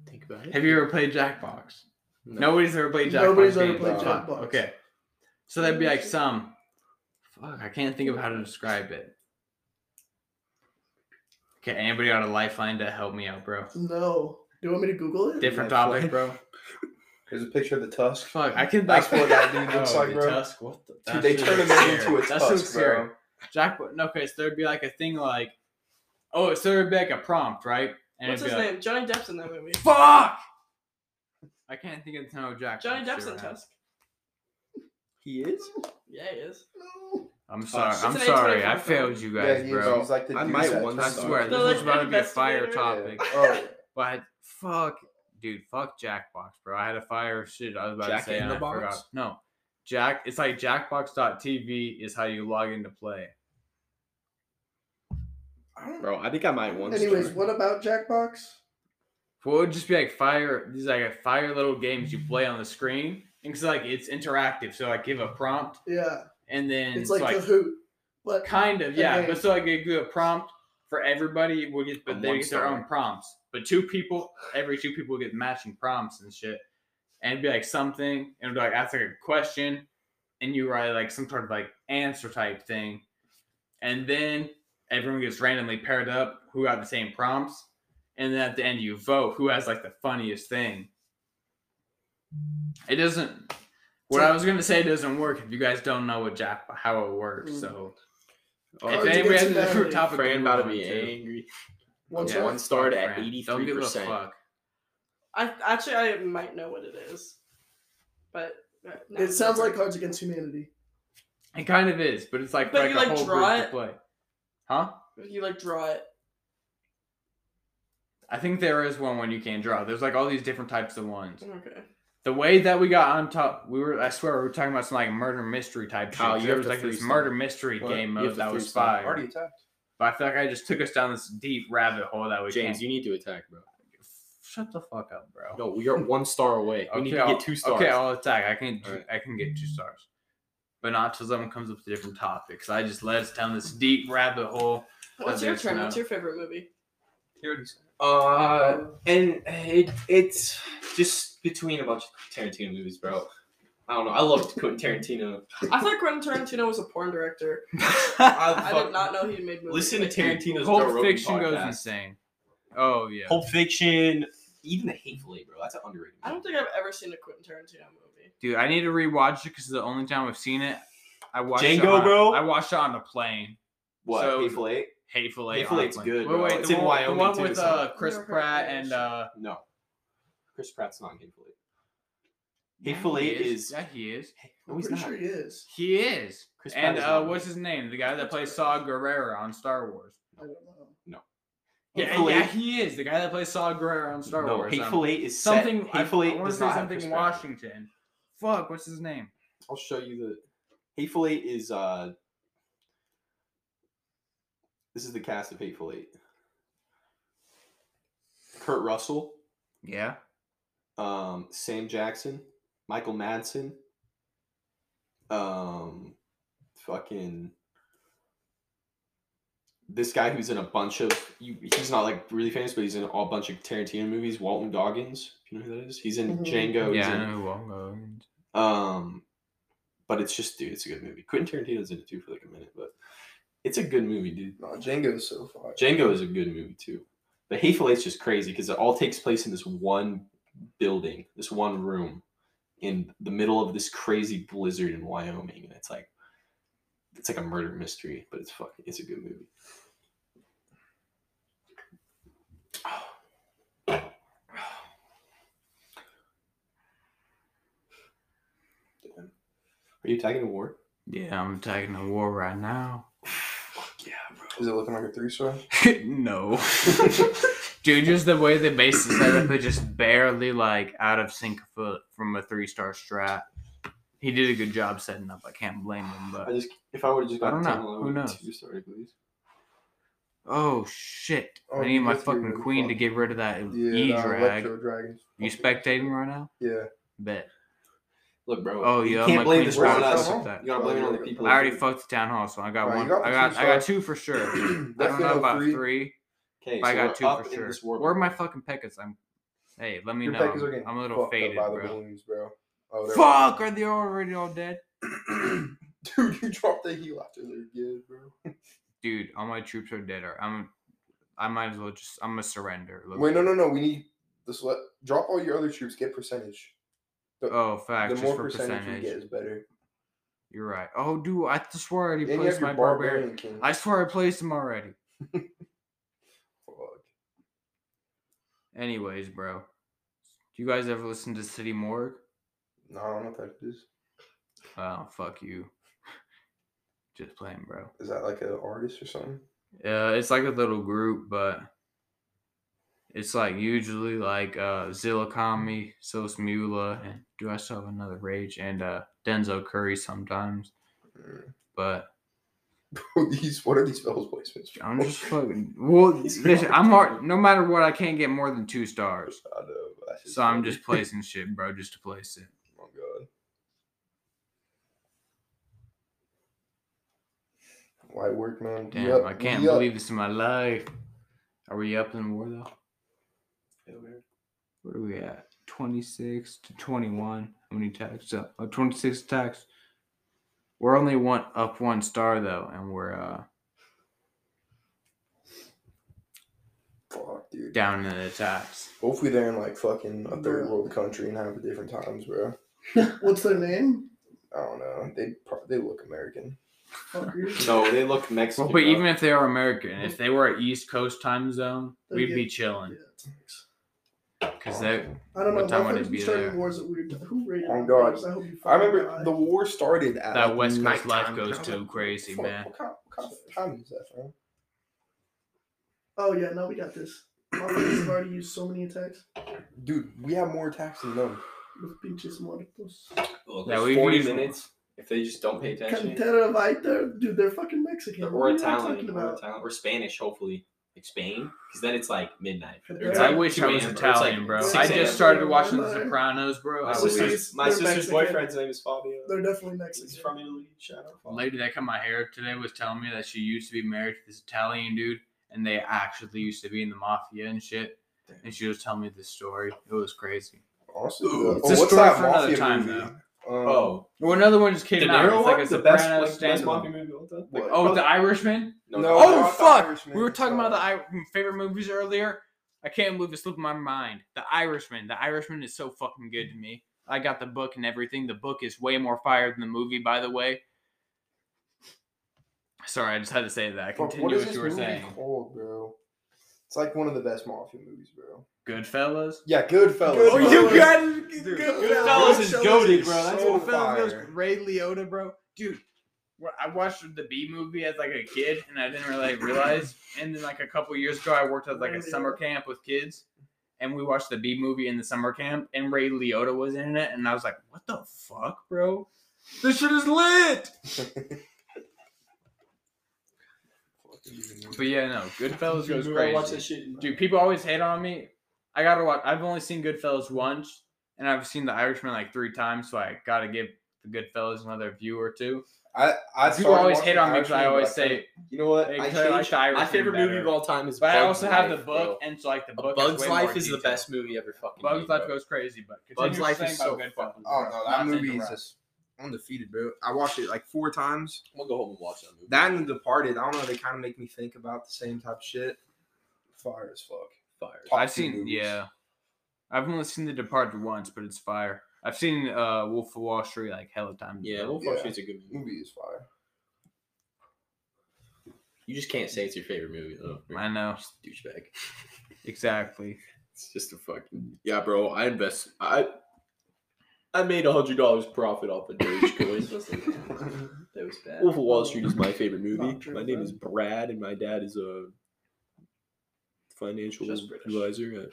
Speaker 5: Think about it.
Speaker 1: Have you ever played Jackbox?
Speaker 5: No.
Speaker 1: Nobody's ever played Jackbox.
Speaker 2: Nobody's ever
Speaker 1: games.
Speaker 4: played
Speaker 1: Fuck,
Speaker 2: Jackbox.
Speaker 1: Okay, so that'd be like some. Fuck, I can't think of how to describe it. Okay, anybody got a lifeline to help me out, bro?
Speaker 2: no. Do you want me to Google it?
Speaker 1: Different
Speaker 4: Lifeline.
Speaker 1: topic, bro.
Speaker 4: There's a picture of the Tusk.
Speaker 1: Fuck, I can
Speaker 4: That's
Speaker 1: like.
Speaker 4: what that dude looks
Speaker 1: Oh,
Speaker 4: like,
Speaker 1: the
Speaker 4: bro.
Speaker 1: Tusk, what the,
Speaker 4: Dude, they
Speaker 1: that
Speaker 4: turn
Speaker 1: shit
Speaker 4: him
Speaker 1: looks
Speaker 4: into
Speaker 1: scary. That shit
Speaker 4: a
Speaker 1: looks
Speaker 4: Tusk,
Speaker 1: scary.
Speaker 4: bro.
Speaker 1: Jack, no, okay, so there'd be like a thing like, oh, so there'd be like a prompt, right?
Speaker 6: What's
Speaker 1: it'd
Speaker 6: his
Speaker 1: be
Speaker 6: name? Johnny Depp's in that movie.
Speaker 1: Like, Fuck! I can't think of no Jack.
Speaker 6: Johnny
Speaker 1: Tusk
Speaker 6: Depp's in
Speaker 1: right now.
Speaker 6: Tusk.
Speaker 5: He is?
Speaker 6: Yeah, he is.
Speaker 2: No.
Speaker 1: I'm sorry.
Speaker 6: It's
Speaker 1: I'm
Speaker 6: an
Speaker 1: sorry.
Speaker 6: A24
Speaker 1: I failed you
Speaker 4: yeah,
Speaker 1: guys,
Speaker 4: he's,
Speaker 1: bro.
Speaker 4: he's like the
Speaker 5: I
Speaker 4: dude
Speaker 5: might
Speaker 4: that
Speaker 5: want
Speaker 1: I
Speaker 4: Tusk-
Speaker 1: swear,
Speaker 6: They're
Speaker 1: this was
Speaker 6: like
Speaker 1: about to be a fire
Speaker 6: investigator.
Speaker 1: topic.
Speaker 4: Yeah. Oh,
Speaker 1: But fuck, dude, fuck Jackbox, bro. I had a fire shit. I was about
Speaker 5: Jack
Speaker 1: to say,
Speaker 5: in
Speaker 1: and
Speaker 5: the
Speaker 1: I
Speaker 5: Box?
Speaker 1: forgot. No, Jack. It's like Jackbox.tv is how you log into play.
Speaker 5: Bro, I think I might want
Speaker 2: Anyways,
Speaker 5: to.
Speaker 2: what about Jackbox?
Speaker 1: What would just be like fire? These like fire little games you play on the screen, and it's like it's interactive. So like give a prompt,
Speaker 2: Yeah,
Speaker 1: and then
Speaker 2: it's like Kahoot, but
Speaker 1: kind of
Speaker 2: a
Speaker 1: yeah.
Speaker 2: game.
Speaker 1: But so like you give a prompt for everybody will get, but
Speaker 3: On
Speaker 1: they
Speaker 3: one
Speaker 1: get their
Speaker 3: star.
Speaker 1: own prompts. But two people, every two people get matching prompts and shit, and it'd be like something, and it'd be like ask like a question, and you write like some sort of like answer type thing, and then everyone gets randomly paired up who have the same prompts, and then at the end you vote who has like the funniest thing. It doesn't. What I was gonna say doesn't work if you guys don't know what Jack how it works. So
Speaker 3: Oh,
Speaker 1: if
Speaker 2: it's-
Speaker 1: anybody
Speaker 2: it's
Speaker 1: has a different
Speaker 2: valid.
Speaker 1: topic,
Speaker 3: Fran
Speaker 1: we
Speaker 3: about to
Speaker 1: want
Speaker 3: be
Speaker 1: to.
Speaker 3: angry.
Speaker 2: One
Speaker 1: Yeah.
Speaker 2: star?
Speaker 3: One starred at
Speaker 1: Fran, don't
Speaker 3: eighty-three
Speaker 1: give a
Speaker 3: percent.
Speaker 1: fuck.
Speaker 6: I actually I might know what it is, but uh, no.
Speaker 2: It sounds like Cards Against Humanity.
Speaker 1: It kind of is, but it's like
Speaker 6: But
Speaker 1: like
Speaker 6: you,
Speaker 1: a
Speaker 6: like,
Speaker 1: whole
Speaker 6: draw
Speaker 1: group
Speaker 6: it?
Speaker 1: to play. Huh?
Speaker 6: you like draw it.
Speaker 1: I think there is one when you can draw. There's like all these different types of ones.
Speaker 6: Okay.
Speaker 1: The way that we got on top, we were I swear we were talking about some like murder mystery type
Speaker 3: Kyle,
Speaker 1: shit.
Speaker 3: you
Speaker 1: There
Speaker 3: have
Speaker 1: was
Speaker 3: to
Speaker 1: like this
Speaker 3: freestyle.
Speaker 1: murder mystery
Speaker 3: What?
Speaker 1: game
Speaker 3: You
Speaker 1: mode
Speaker 3: have to
Speaker 1: that was
Speaker 3: freestyle.
Speaker 1: fire.
Speaker 4: Already attacked.
Speaker 1: But I feel like I just took us down this deep rabbit hole that we
Speaker 3: James,
Speaker 1: can't.
Speaker 3: you need to attack, bro.
Speaker 1: Shut the fuck up, bro.
Speaker 3: No, we are one star away. We need to
Speaker 1: I'll-
Speaker 3: get two stars.
Speaker 1: Okay, I'll attack. I can
Speaker 3: All right.
Speaker 1: I can get two stars, but not till someone comes up with different topics. I just led us down this deep rabbit hole.
Speaker 6: What's your
Speaker 1: there's
Speaker 6: turn?
Speaker 1: no-
Speaker 6: What's your favorite movie?
Speaker 3: Uh, and it it's just between a bunch of Tarantino movies, bro. I don't know. I love Quentin Tarantino.
Speaker 6: I thought Quentin Tarantino was a porn director. I
Speaker 3: fuck-
Speaker 6: did not know he made movies.
Speaker 3: Listen to
Speaker 6: Like,
Speaker 3: Tarantino's Joe
Speaker 1: Pulp
Speaker 3: Rogan
Speaker 1: Fiction
Speaker 3: podcast.
Speaker 1: goes insane. Oh yeah.
Speaker 3: Pulp Fiction, even The Hateful Eight, bro. That's an underrated.
Speaker 6: I don't think I've ever seen a Quentin Tarantino movie.
Speaker 1: Dude, I need to rewatch it because the only time I've seen it, I watched it
Speaker 3: Django,
Speaker 1: on a-
Speaker 3: bro?
Speaker 1: I watched it on a plane.
Speaker 3: What
Speaker 1: So-
Speaker 3: Hateful Eight?
Speaker 1: Hateful Eight.
Speaker 3: Hateful
Speaker 1: on a
Speaker 3: Eight's
Speaker 1: plane. Wait,
Speaker 3: good, bro.
Speaker 1: wait,
Speaker 3: It's
Speaker 1: the
Speaker 3: in
Speaker 1: one,
Speaker 3: Wyoming,
Speaker 1: The one
Speaker 3: too,
Speaker 1: with
Speaker 3: so-
Speaker 1: uh, Chris
Speaker 6: Never heard
Speaker 1: Pratt
Speaker 6: of it.
Speaker 1: and uh,
Speaker 3: No, Chris Pratt's not in Hateful Eight. Hateful
Speaker 1: he
Speaker 3: Eight is.
Speaker 1: Yeah, he is.
Speaker 3: No,
Speaker 2: I'm
Speaker 3: he's
Speaker 2: pretty
Speaker 3: not.
Speaker 2: sure he is.
Speaker 1: He is.
Speaker 3: Chris Pratt
Speaker 1: and
Speaker 3: is
Speaker 1: uh,
Speaker 3: not.
Speaker 1: what's his name? The guy that plays Saw Gerrera on Star Wars.
Speaker 2: I don't know.
Speaker 1: Yeah,
Speaker 3: Hateful
Speaker 1: yeah,
Speaker 3: Eight-
Speaker 1: he is the guy that plays Saw Gerrera on Star
Speaker 3: no,
Speaker 1: Wars. um,
Speaker 3: Hateful Eight is set-
Speaker 1: something. I-
Speaker 3: Hateful
Speaker 1: I,
Speaker 3: Eight
Speaker 1: want to
Speaker 3: does
Speaker 1: say
Speaker 3: not have
Speaker 1: something
Speaker 3: Chris Pratt.
Speaker 1: Washington. Fuck, what's his name?
Speaker 3: I'll show you the Hateful Eight is uh this is the cast of Hateful Eight. Kurt Russell,
Speaker 1: Yeah.
Speaker 3: um, Sam Jackson, Michael Madsen, um fucking this guy who's in a bunch of you, he's not like really famous, but he's in a bunch of Tarantino movies, Walton Goggins, if you know who that is? He's in
Speaker 2: Mhm.
Speaker 3: Django, he's
Speaker 1: yeah,
Speaker 3: in
Speaker 1: I know who I'm going.
Speaker 3: um, but it's just, dude, it's a good movie. Quentin Tarantino's in it too for like a minute, but it's a good movie, dude.
Speaker 4: No, Django's so far.
Speaker 3: Django is a good movie too. The Hateful Eight's just crazy because it all takes place in this one building, this one room, in the middle of this crazy blizzard in Wyoming, and it's like, it's like a murder mystery, but it's fucking, it's a good movie. Damn. Are you tagging a war?
Speaker 1: Yeah, I'm attacking the war right now.
Speaker 3: Yeah, bro.
Speaker 4: Is it looking like a three
Speaker 1: Hmm.
Speaker 4: star?
Speaker 1: no. Dude, just the way they based the setup, they just barely like out of sync foot from a three star strat. He did a good job setting up. I can't blame him,
Speaker 3: I
Speaker 1: but
Speaker 3: just if I would have just
Speaker 1: I
Speaker 3: gotten
Speaker 1: don't
Speaker 3: ten,
Speaker 1: know.
Speaker 3: I
Speaker 1: Who
Speaker 3: would
Speaker 1: knows?
Speaker 3: have two started, please.
Speaker 1: oh shit!
Speaker 4: Oh,
Speaker 1: I need
Speaker 4: you
Speaker 1: my
Speaker 4: go through
Speaker 1: fucking
Speaker 4: the
Speaker 1: queen to
Speaker 4: fuck.
Speaker 1: get rid of that e
Speaker 4: Yeah,
Speaker 1: drag.
Speaker 4: Electro Dragons.
Speaker 1: You spectating right now?
Speaker 4: Yeah.
Speaker 1: Bet.
Speaker 3: Look, bro.
Speaker 1: Oh
Speaker 3: you
Speaker 1: yeah,
Speaker 3: can't
Speaker 1: my
Speaker 3: blame
Speaker 1: queen
Speaker 3: this
Speaker 1: just
Speaker 3: on
Speaker 1: fucked
Speaker 3: us.
Speaker 4: Where's the
Speaker 1: up
Speaker 4: home?
Speaker 1: that.
Speaker 3: You gotta blame it on the people.
Speaker 1: I already fucked the town hall, so I got
Speaker 4: Alright, uh, you
Speaker 1: one.
Speaker 4: got
Speaker 1: I
Speaker 4: the
Speaker 1: got
Speaker 4: two
Speaker 1: I got
Speaker 4: stars.
Speaker 1: two for sure. I don't
Speaker 4: Definitely
Speaker 1: know
Speaker 4: no
Speaker 1: about
Speaker 4: three.
Speaker 1: three,
Speaker 3: Okay,
Speaker 1: but I
Speaker 3: so
Speaker 1: got
Speaker 3: we're
Speaker 1: two
Speaker 3: up
Speaker 1: for
Speaker 3: in
Speaker 1: sure.
Speaker 3: this war,
Speaker 1: Where are
Speaker 3: bro.
Speaker 1: my fucking pickets? I'm. Hey, let me
Speaker 4: Your
Speaker 1: know.
Speaker 4: Packers are getting
Speaker 1: I'm a
Speaker 4: fucked
Speaker 1: little
Speaker 4: up
Speaker 1: faded,
Speaker 4: by the
Speaker 1: bro.
Speaker 4: balloons, bro. Oh, there we go.
Speaker 1: Fuck! Are they already all dead?
Speaker 4: Dude, you dropped the heel after they're good, bro.
Speaker 1: dude, all my troops are dead. Or I'm, I might as well just I'm gonna surrender. low
Speaker 4: Wait, no,
Speaker 1: key.
Speaker 4: no, no. We need this. Let drop all your other troops. Get percentage.
Speaker 1: Oh, fact,
Speaker 4: The
Speaker 1: just
Speaker 4: more
Speaker 1: for
Speaker 4: percentage,
Speaker 1: percentage.
Speaker 4: you get is better.
Speaker 1: You're right. Oh, dude, I th- swear I already
Speaker 4: and you
Speaker 1: placed
Speaker 4: have
Speaker 1: my
Speaker 4: your
Speaker 1: barbarian.
Speaker 4: barbarian, king.
Speaker 1: I swear I placed him already.
Speaker 4: Fuck.
Speaker 1: Anyways, bro, do you guys ever listen to City Morgue?
Speaker 4: No, I don't know what that is.
Speaker 1: Oh, fuck you. just playing, bro.
Speaker 4: Is that like an artist or something?
Speaker 1: Uh, it's like a little group, but it's like usually like uh Zillakami, Sos Mula, and do I still have another Rage and uh Denzel Curry sometimes.
Speaker 4: Mm.
Speaker 1: But
Speaker 4: these what are these fellas placements? bro?
Speaker 1: I'm just fucking well.
Speaker 3: He's
Speaker 1: Listen,
Speaker 3: not
Speaker 1: I'm hard,
Speaker 3: kidding.
Speaker 1: no matter what. I can't get more than two stars,
Speaker 4: I know, but that's
Speaker 1: so I'm
Speaker 4: funny.
Speaker 1: just placing shit, bro, just to place it.
Speaker 4: Oh my god. Why work, man?
Speaker 1: Damn, I can't believe this is my life. Are we up in war though? Where are we at? 26 to 21. How many attacks up? Uh, 26 attacks. We're only one up one star though, and we're uh,
Speaker 4: Fuck, dude.
Speaker 1: down in the attacks.
Speaker 4: Hopefully they're in like fucking a third
Speaker 2: Bro.
Speaker 4: world country and have a different times, bro.
Speaker 2: What's their name?
Speaker 4: I don't know. They pro- they look American.
Speaker 2: Fuckers.
Speaker 5: No, they look Mexican.
Speaker 1: Well, but
Speaker 5: bro.
Speaker 1: even if they are American, if they were at East Coast time zone, we'd be chilling because they
Speaker 2: I don't know.
Speaker 1: What time would
Speaker 2: motherfuckers
Speaker 1: it
Speaker 2: be
Speaker 1: be
Speaker 2: starting
Speaker 1: there?
Speaker 2: wars at weird times. Who raided?
Speaker 4: Oh,
Speaker 2: our
Speaker 4: God.
Speaker 2: farms? I hope you
Speaker 4: I
Speaker 2: fucking
Speaker 4: remember
Speaker 2: die.
Speaker 4: the war started at
Speaker 1: That
Speaker 4: like,
Speaker 1: West Coast life
Speaker 4: nighttime,
Speaker 1: goes
Speaker 4: and I was
Speaker 1: too crazy,
Speaker 4: fuck,
Speaker 1: man.
Speaker 4: What kind, what kind of time is that, man?
Speaker 2: Oh yeah, no, we got this. Motherfuckers have already used so many attacks.
Speaker 4: Dude, we have more attacks than them.
Speaker 2: Los pinches muertos.
Speaker 5: Look,
Speaker 1: Yeah,
Speaker 5: it's
Speaker 1: we've
Speaker 5: 40
Speaker 1: used-
Speaker 5: minutes. If they just don't pay attention,
Speaker 2: Cantera Viter, dude, they're fucking Mexican. What
Speaker 5: or
Speaker 2: are you talking
Speaker 5: Italian, or
Speaker 2: about?
Speaker 5: Italian, or Spanish, hopefully, like Spain, because then it's like midnight. Or
Speaker 2: Yeah.
Speaker 5: it's
Speaker 1: I
Speaker 5: like
Speaker 1: wish
Speaker 5: 2
Speaker 1: I was
Speaker 5: a.m., or it's, like,
Speaker 1: Italian, bro.
Speaker 5: 6
Speaker 1: I
Speaker 5: a.m.
Speaker 1: just started watching The
Speaker 2: Mother.
Speaker 1: Sopranos, bro.
Speaker 5: My
Speaker 1: I
Speaker 2: wish-
Speaker 1: was
Speaker 5: sister's, my
Speaker 2: they're
Speaker 5: sister's
Speaker 2: Mexican.
Speaker 5: boyfriend's name is Fabio.
Speaker 2: They're definitely
Speaker 5: He's
Speaker 2: Mexican.
Speaker 5: from Italy. Shout out Fabio.
Speaker 1: lady that cut my hair today was telling me that she used to be married to this Italian dude, and they actually used to be in the mafia and shit. And she was telling me this story. It was crazy.
Speaker 4: Honestly, Oh,
Speaker 1: Ooh,
Speaker 4: though.
Speaker 1: it's a story for another time,
Speaker 4: Um,
Speaker 5: Oh,
Speaker 1: Well, another one just
Speaker 5: De
Speaker 1: came out.
Speaker 5: Niro
Speaker 1: It's like
Speaker 5: one,
Speaker 1: a
Speaker 5: the best,
Speaker 1: Sopranos
Speaker 5: like, best
Speaker 1: standalone.
Speaker 5: mafia movie of all time.
Speaker 4: what?
Speaker 1: Oh, The Irishman.
Speaker 4: No,
Speaker 1: Oh,
Speaker 4: no, I thought
Speaker 1: fuck!
Speaker 4: Irishman
Speaker 1: We were
Speaker 4: was
Speaker 1: talking about the
Speaker 4: solid.
Speaker 1: I- favorite movies earlier. I can't believe it slipped my mind. The Irishman. The Irishman is so fucking good to me. I got the book and everything. The book is way more fire than the movie, by the way. Sorry, I just had to say that.
Speaker 4: Fuck,
Speaker 1: Continue
Speaker 4: what is
Speaker 1: what,
Speaker 4: this
Speaker 1: you were
Speaker 4: movie
Speaker 1: saying.
Speaker 4: called, bro? It's like one of the best mafia movies, bro.
Speaker 1: Goodfellas.
Speaker 4: Yeah, Goodfellas.
Speaker 2: Oh,
Speaker 4: bro.
Speaker 2: you got-
Speaker 1: it.
Speaker 4: Dude,
Speaker 1: Goodfellas is
Speaker 4: Goodfellas
Speaker 1: goaded,
Speaker 4: is
Speaker 1: bro. That's
Speaker 4: so
Speaker 1: what Goodfellas
Speaker 4: fire.
Speaker 1: goes. Ray Liotta, bro. Dude, wh- I watched the B movie as like a kid, and I didn't really realize. And then like a couple years ago, I worked at like
Speaker 2: Ray
Speaker 1: a summer
Speaker 2: Liotta.
Speaker 1: camp with kids, and we watched the B movie in the summer camp, and Ray Liotta was in it, and I was like, "What the fuck, bro? This shit is lit." But yeah, no, Goodfellas goes
Speaker 5: Dude,
Speaker 1: crazy.
Speaker 5: I watch that shit. in-
Speaker 1: Dude, people always hate on me. I gotta watch. I've only seen Goodfellas once, and I've seen The Irishman like three times, so I gotta give the Goodfellas another view or two.
Speaker 4: I, I
Speaker 1: people
Speaker 4: started
Speaker 1: always
Speaker 4: watching
Speaker 1: hate on me because
Speaker 4: Irishman,
Speaker 1: I
Speaker 4: but
Speaker 1: always
Speaker 4: couldn't-
Speaker 1: say
Speaker 5: You know what?
Speaker 1: they
Speaker 5: I
Speaker 1: clearly
Speaker 5: changed-
Speaker 1: like The Irishman
Speaker 5: my favorite
Speaker 1: better.
Speaker 5: movie of all time is.
Speaker 1: But I
Speaker 5: Bug's
Speaker 1: also have the
Speaker 5: Life,
Speaker 1: book,
Speaker 5: bro.
Speaker 1: and it's like the
Speaker 5: A
Speaker 1: book. has
Speaker 5: Bug's
Speaker 1: way more
Speaker 5: Life is the
Speaker 1: detail.
Speaker 5: best movie ever fucking.
Speaker 1: Bug's
Speaker 5: made,
Speaker 1: Life
Speaker 5: bro.
Speaker 1: goes crazy, but
Speaker 5: Bug's
Speaker 1: continue
Speaker 5: Life
Speaker 1: saying
Speaker 5: is
Speaker 1: about
Speaker 5: so
Speaker 1: Goodfellas.
Speaker 5: fucking-
Speaker 4: Oh no,
Speaker 1: Not
Speaker 4: that
Speaker 1: to
Speaker 4: movie is
Speaker 1: interrupt.
Speaker 4: just undefeated, bro. I watched it like four times.
Speaker 5: I'm gonna go home and watch that movie.
Speaker 4: That and The Departed, I don't know, they kind of make me think about the same type of shit. Fire as fuck.
Speaker 5: fire.
Speaker 4: Top
Speaker 1: I've
Speaker 4: two
Speaker 1: seen,
Speaker 4: movies.
Speaker 1: yeah. I've only seen The Departed once, but it's fire. I've seen uh, Wolf of Wall Street like hella times.
Speaker 5: Yeah,
Speaker 1: bro.
Speaker 5: Wolf of Wall
Speaker 4: Yeah.
Speaker 5: Street's a good movie.
Speaker 4: Movie is fire.
Speaker 5: You just can't say it's your favorite movie though.
Speaker 1: I know
Speaker 5: douchebag.
Speaker 1: exactly.
Speaker 5: It's just a fucking yeah, bro. I invest. I I made a hundred dollars profit off of Dogecoin.
Speaker 6: That was bad.
Speaker 5: Wolf of Wall Street is my favorite movie.
Speaker 2: Not true,
Speaker 5: my name
Speaker 2: bro.
Speaker 5: is Brad, and my dad is a financial
Speaker 6: Just British.
Speaker 5: advisor at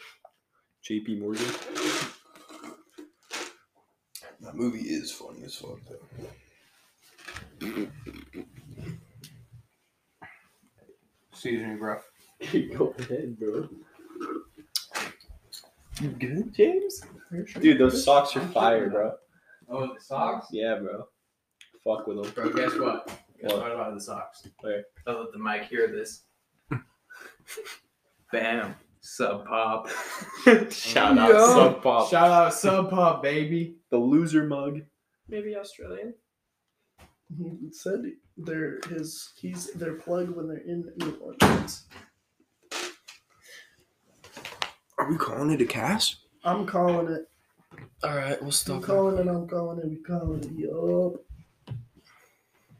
Speaker 5: J.P. Morgan.
Speaker 4: That movie is funny as fuck, though.
Speaker 1: Excuse me, bro.
Speaker 5: Go ahead, bro. You good, James? Dude, those socks are fire, bro.
Speaker 1: Oh, the socks.
Speaker 5: Yeah, bro. Fuck with them.
Speaker 1: Bro, guess what? Guess
Speaker 5: What?
Speaker 1: what about the socks?
Speaker 5: Where?
Speaker 1: Don't let the mic hear this. Bam. Sub Pop.
Speaker 5: Shout out,
Speaker 2: Yo.
Speaker 5: Sub Pop.
Speaker 1: Shout out Sub Pop, baby.
Speaker 5: the loser mug.
Speaker 6: Maybe Australian.
Speaker 2: He said they're his. He's their plug when they're in New Orleans.
Speaker 4: Are we calling it a cast?
Speaker 2: I'm calling it.
Speaker 5: All right, we'll
Speaker 2: I'm calling it. I'm calling it. We calling it. Yup.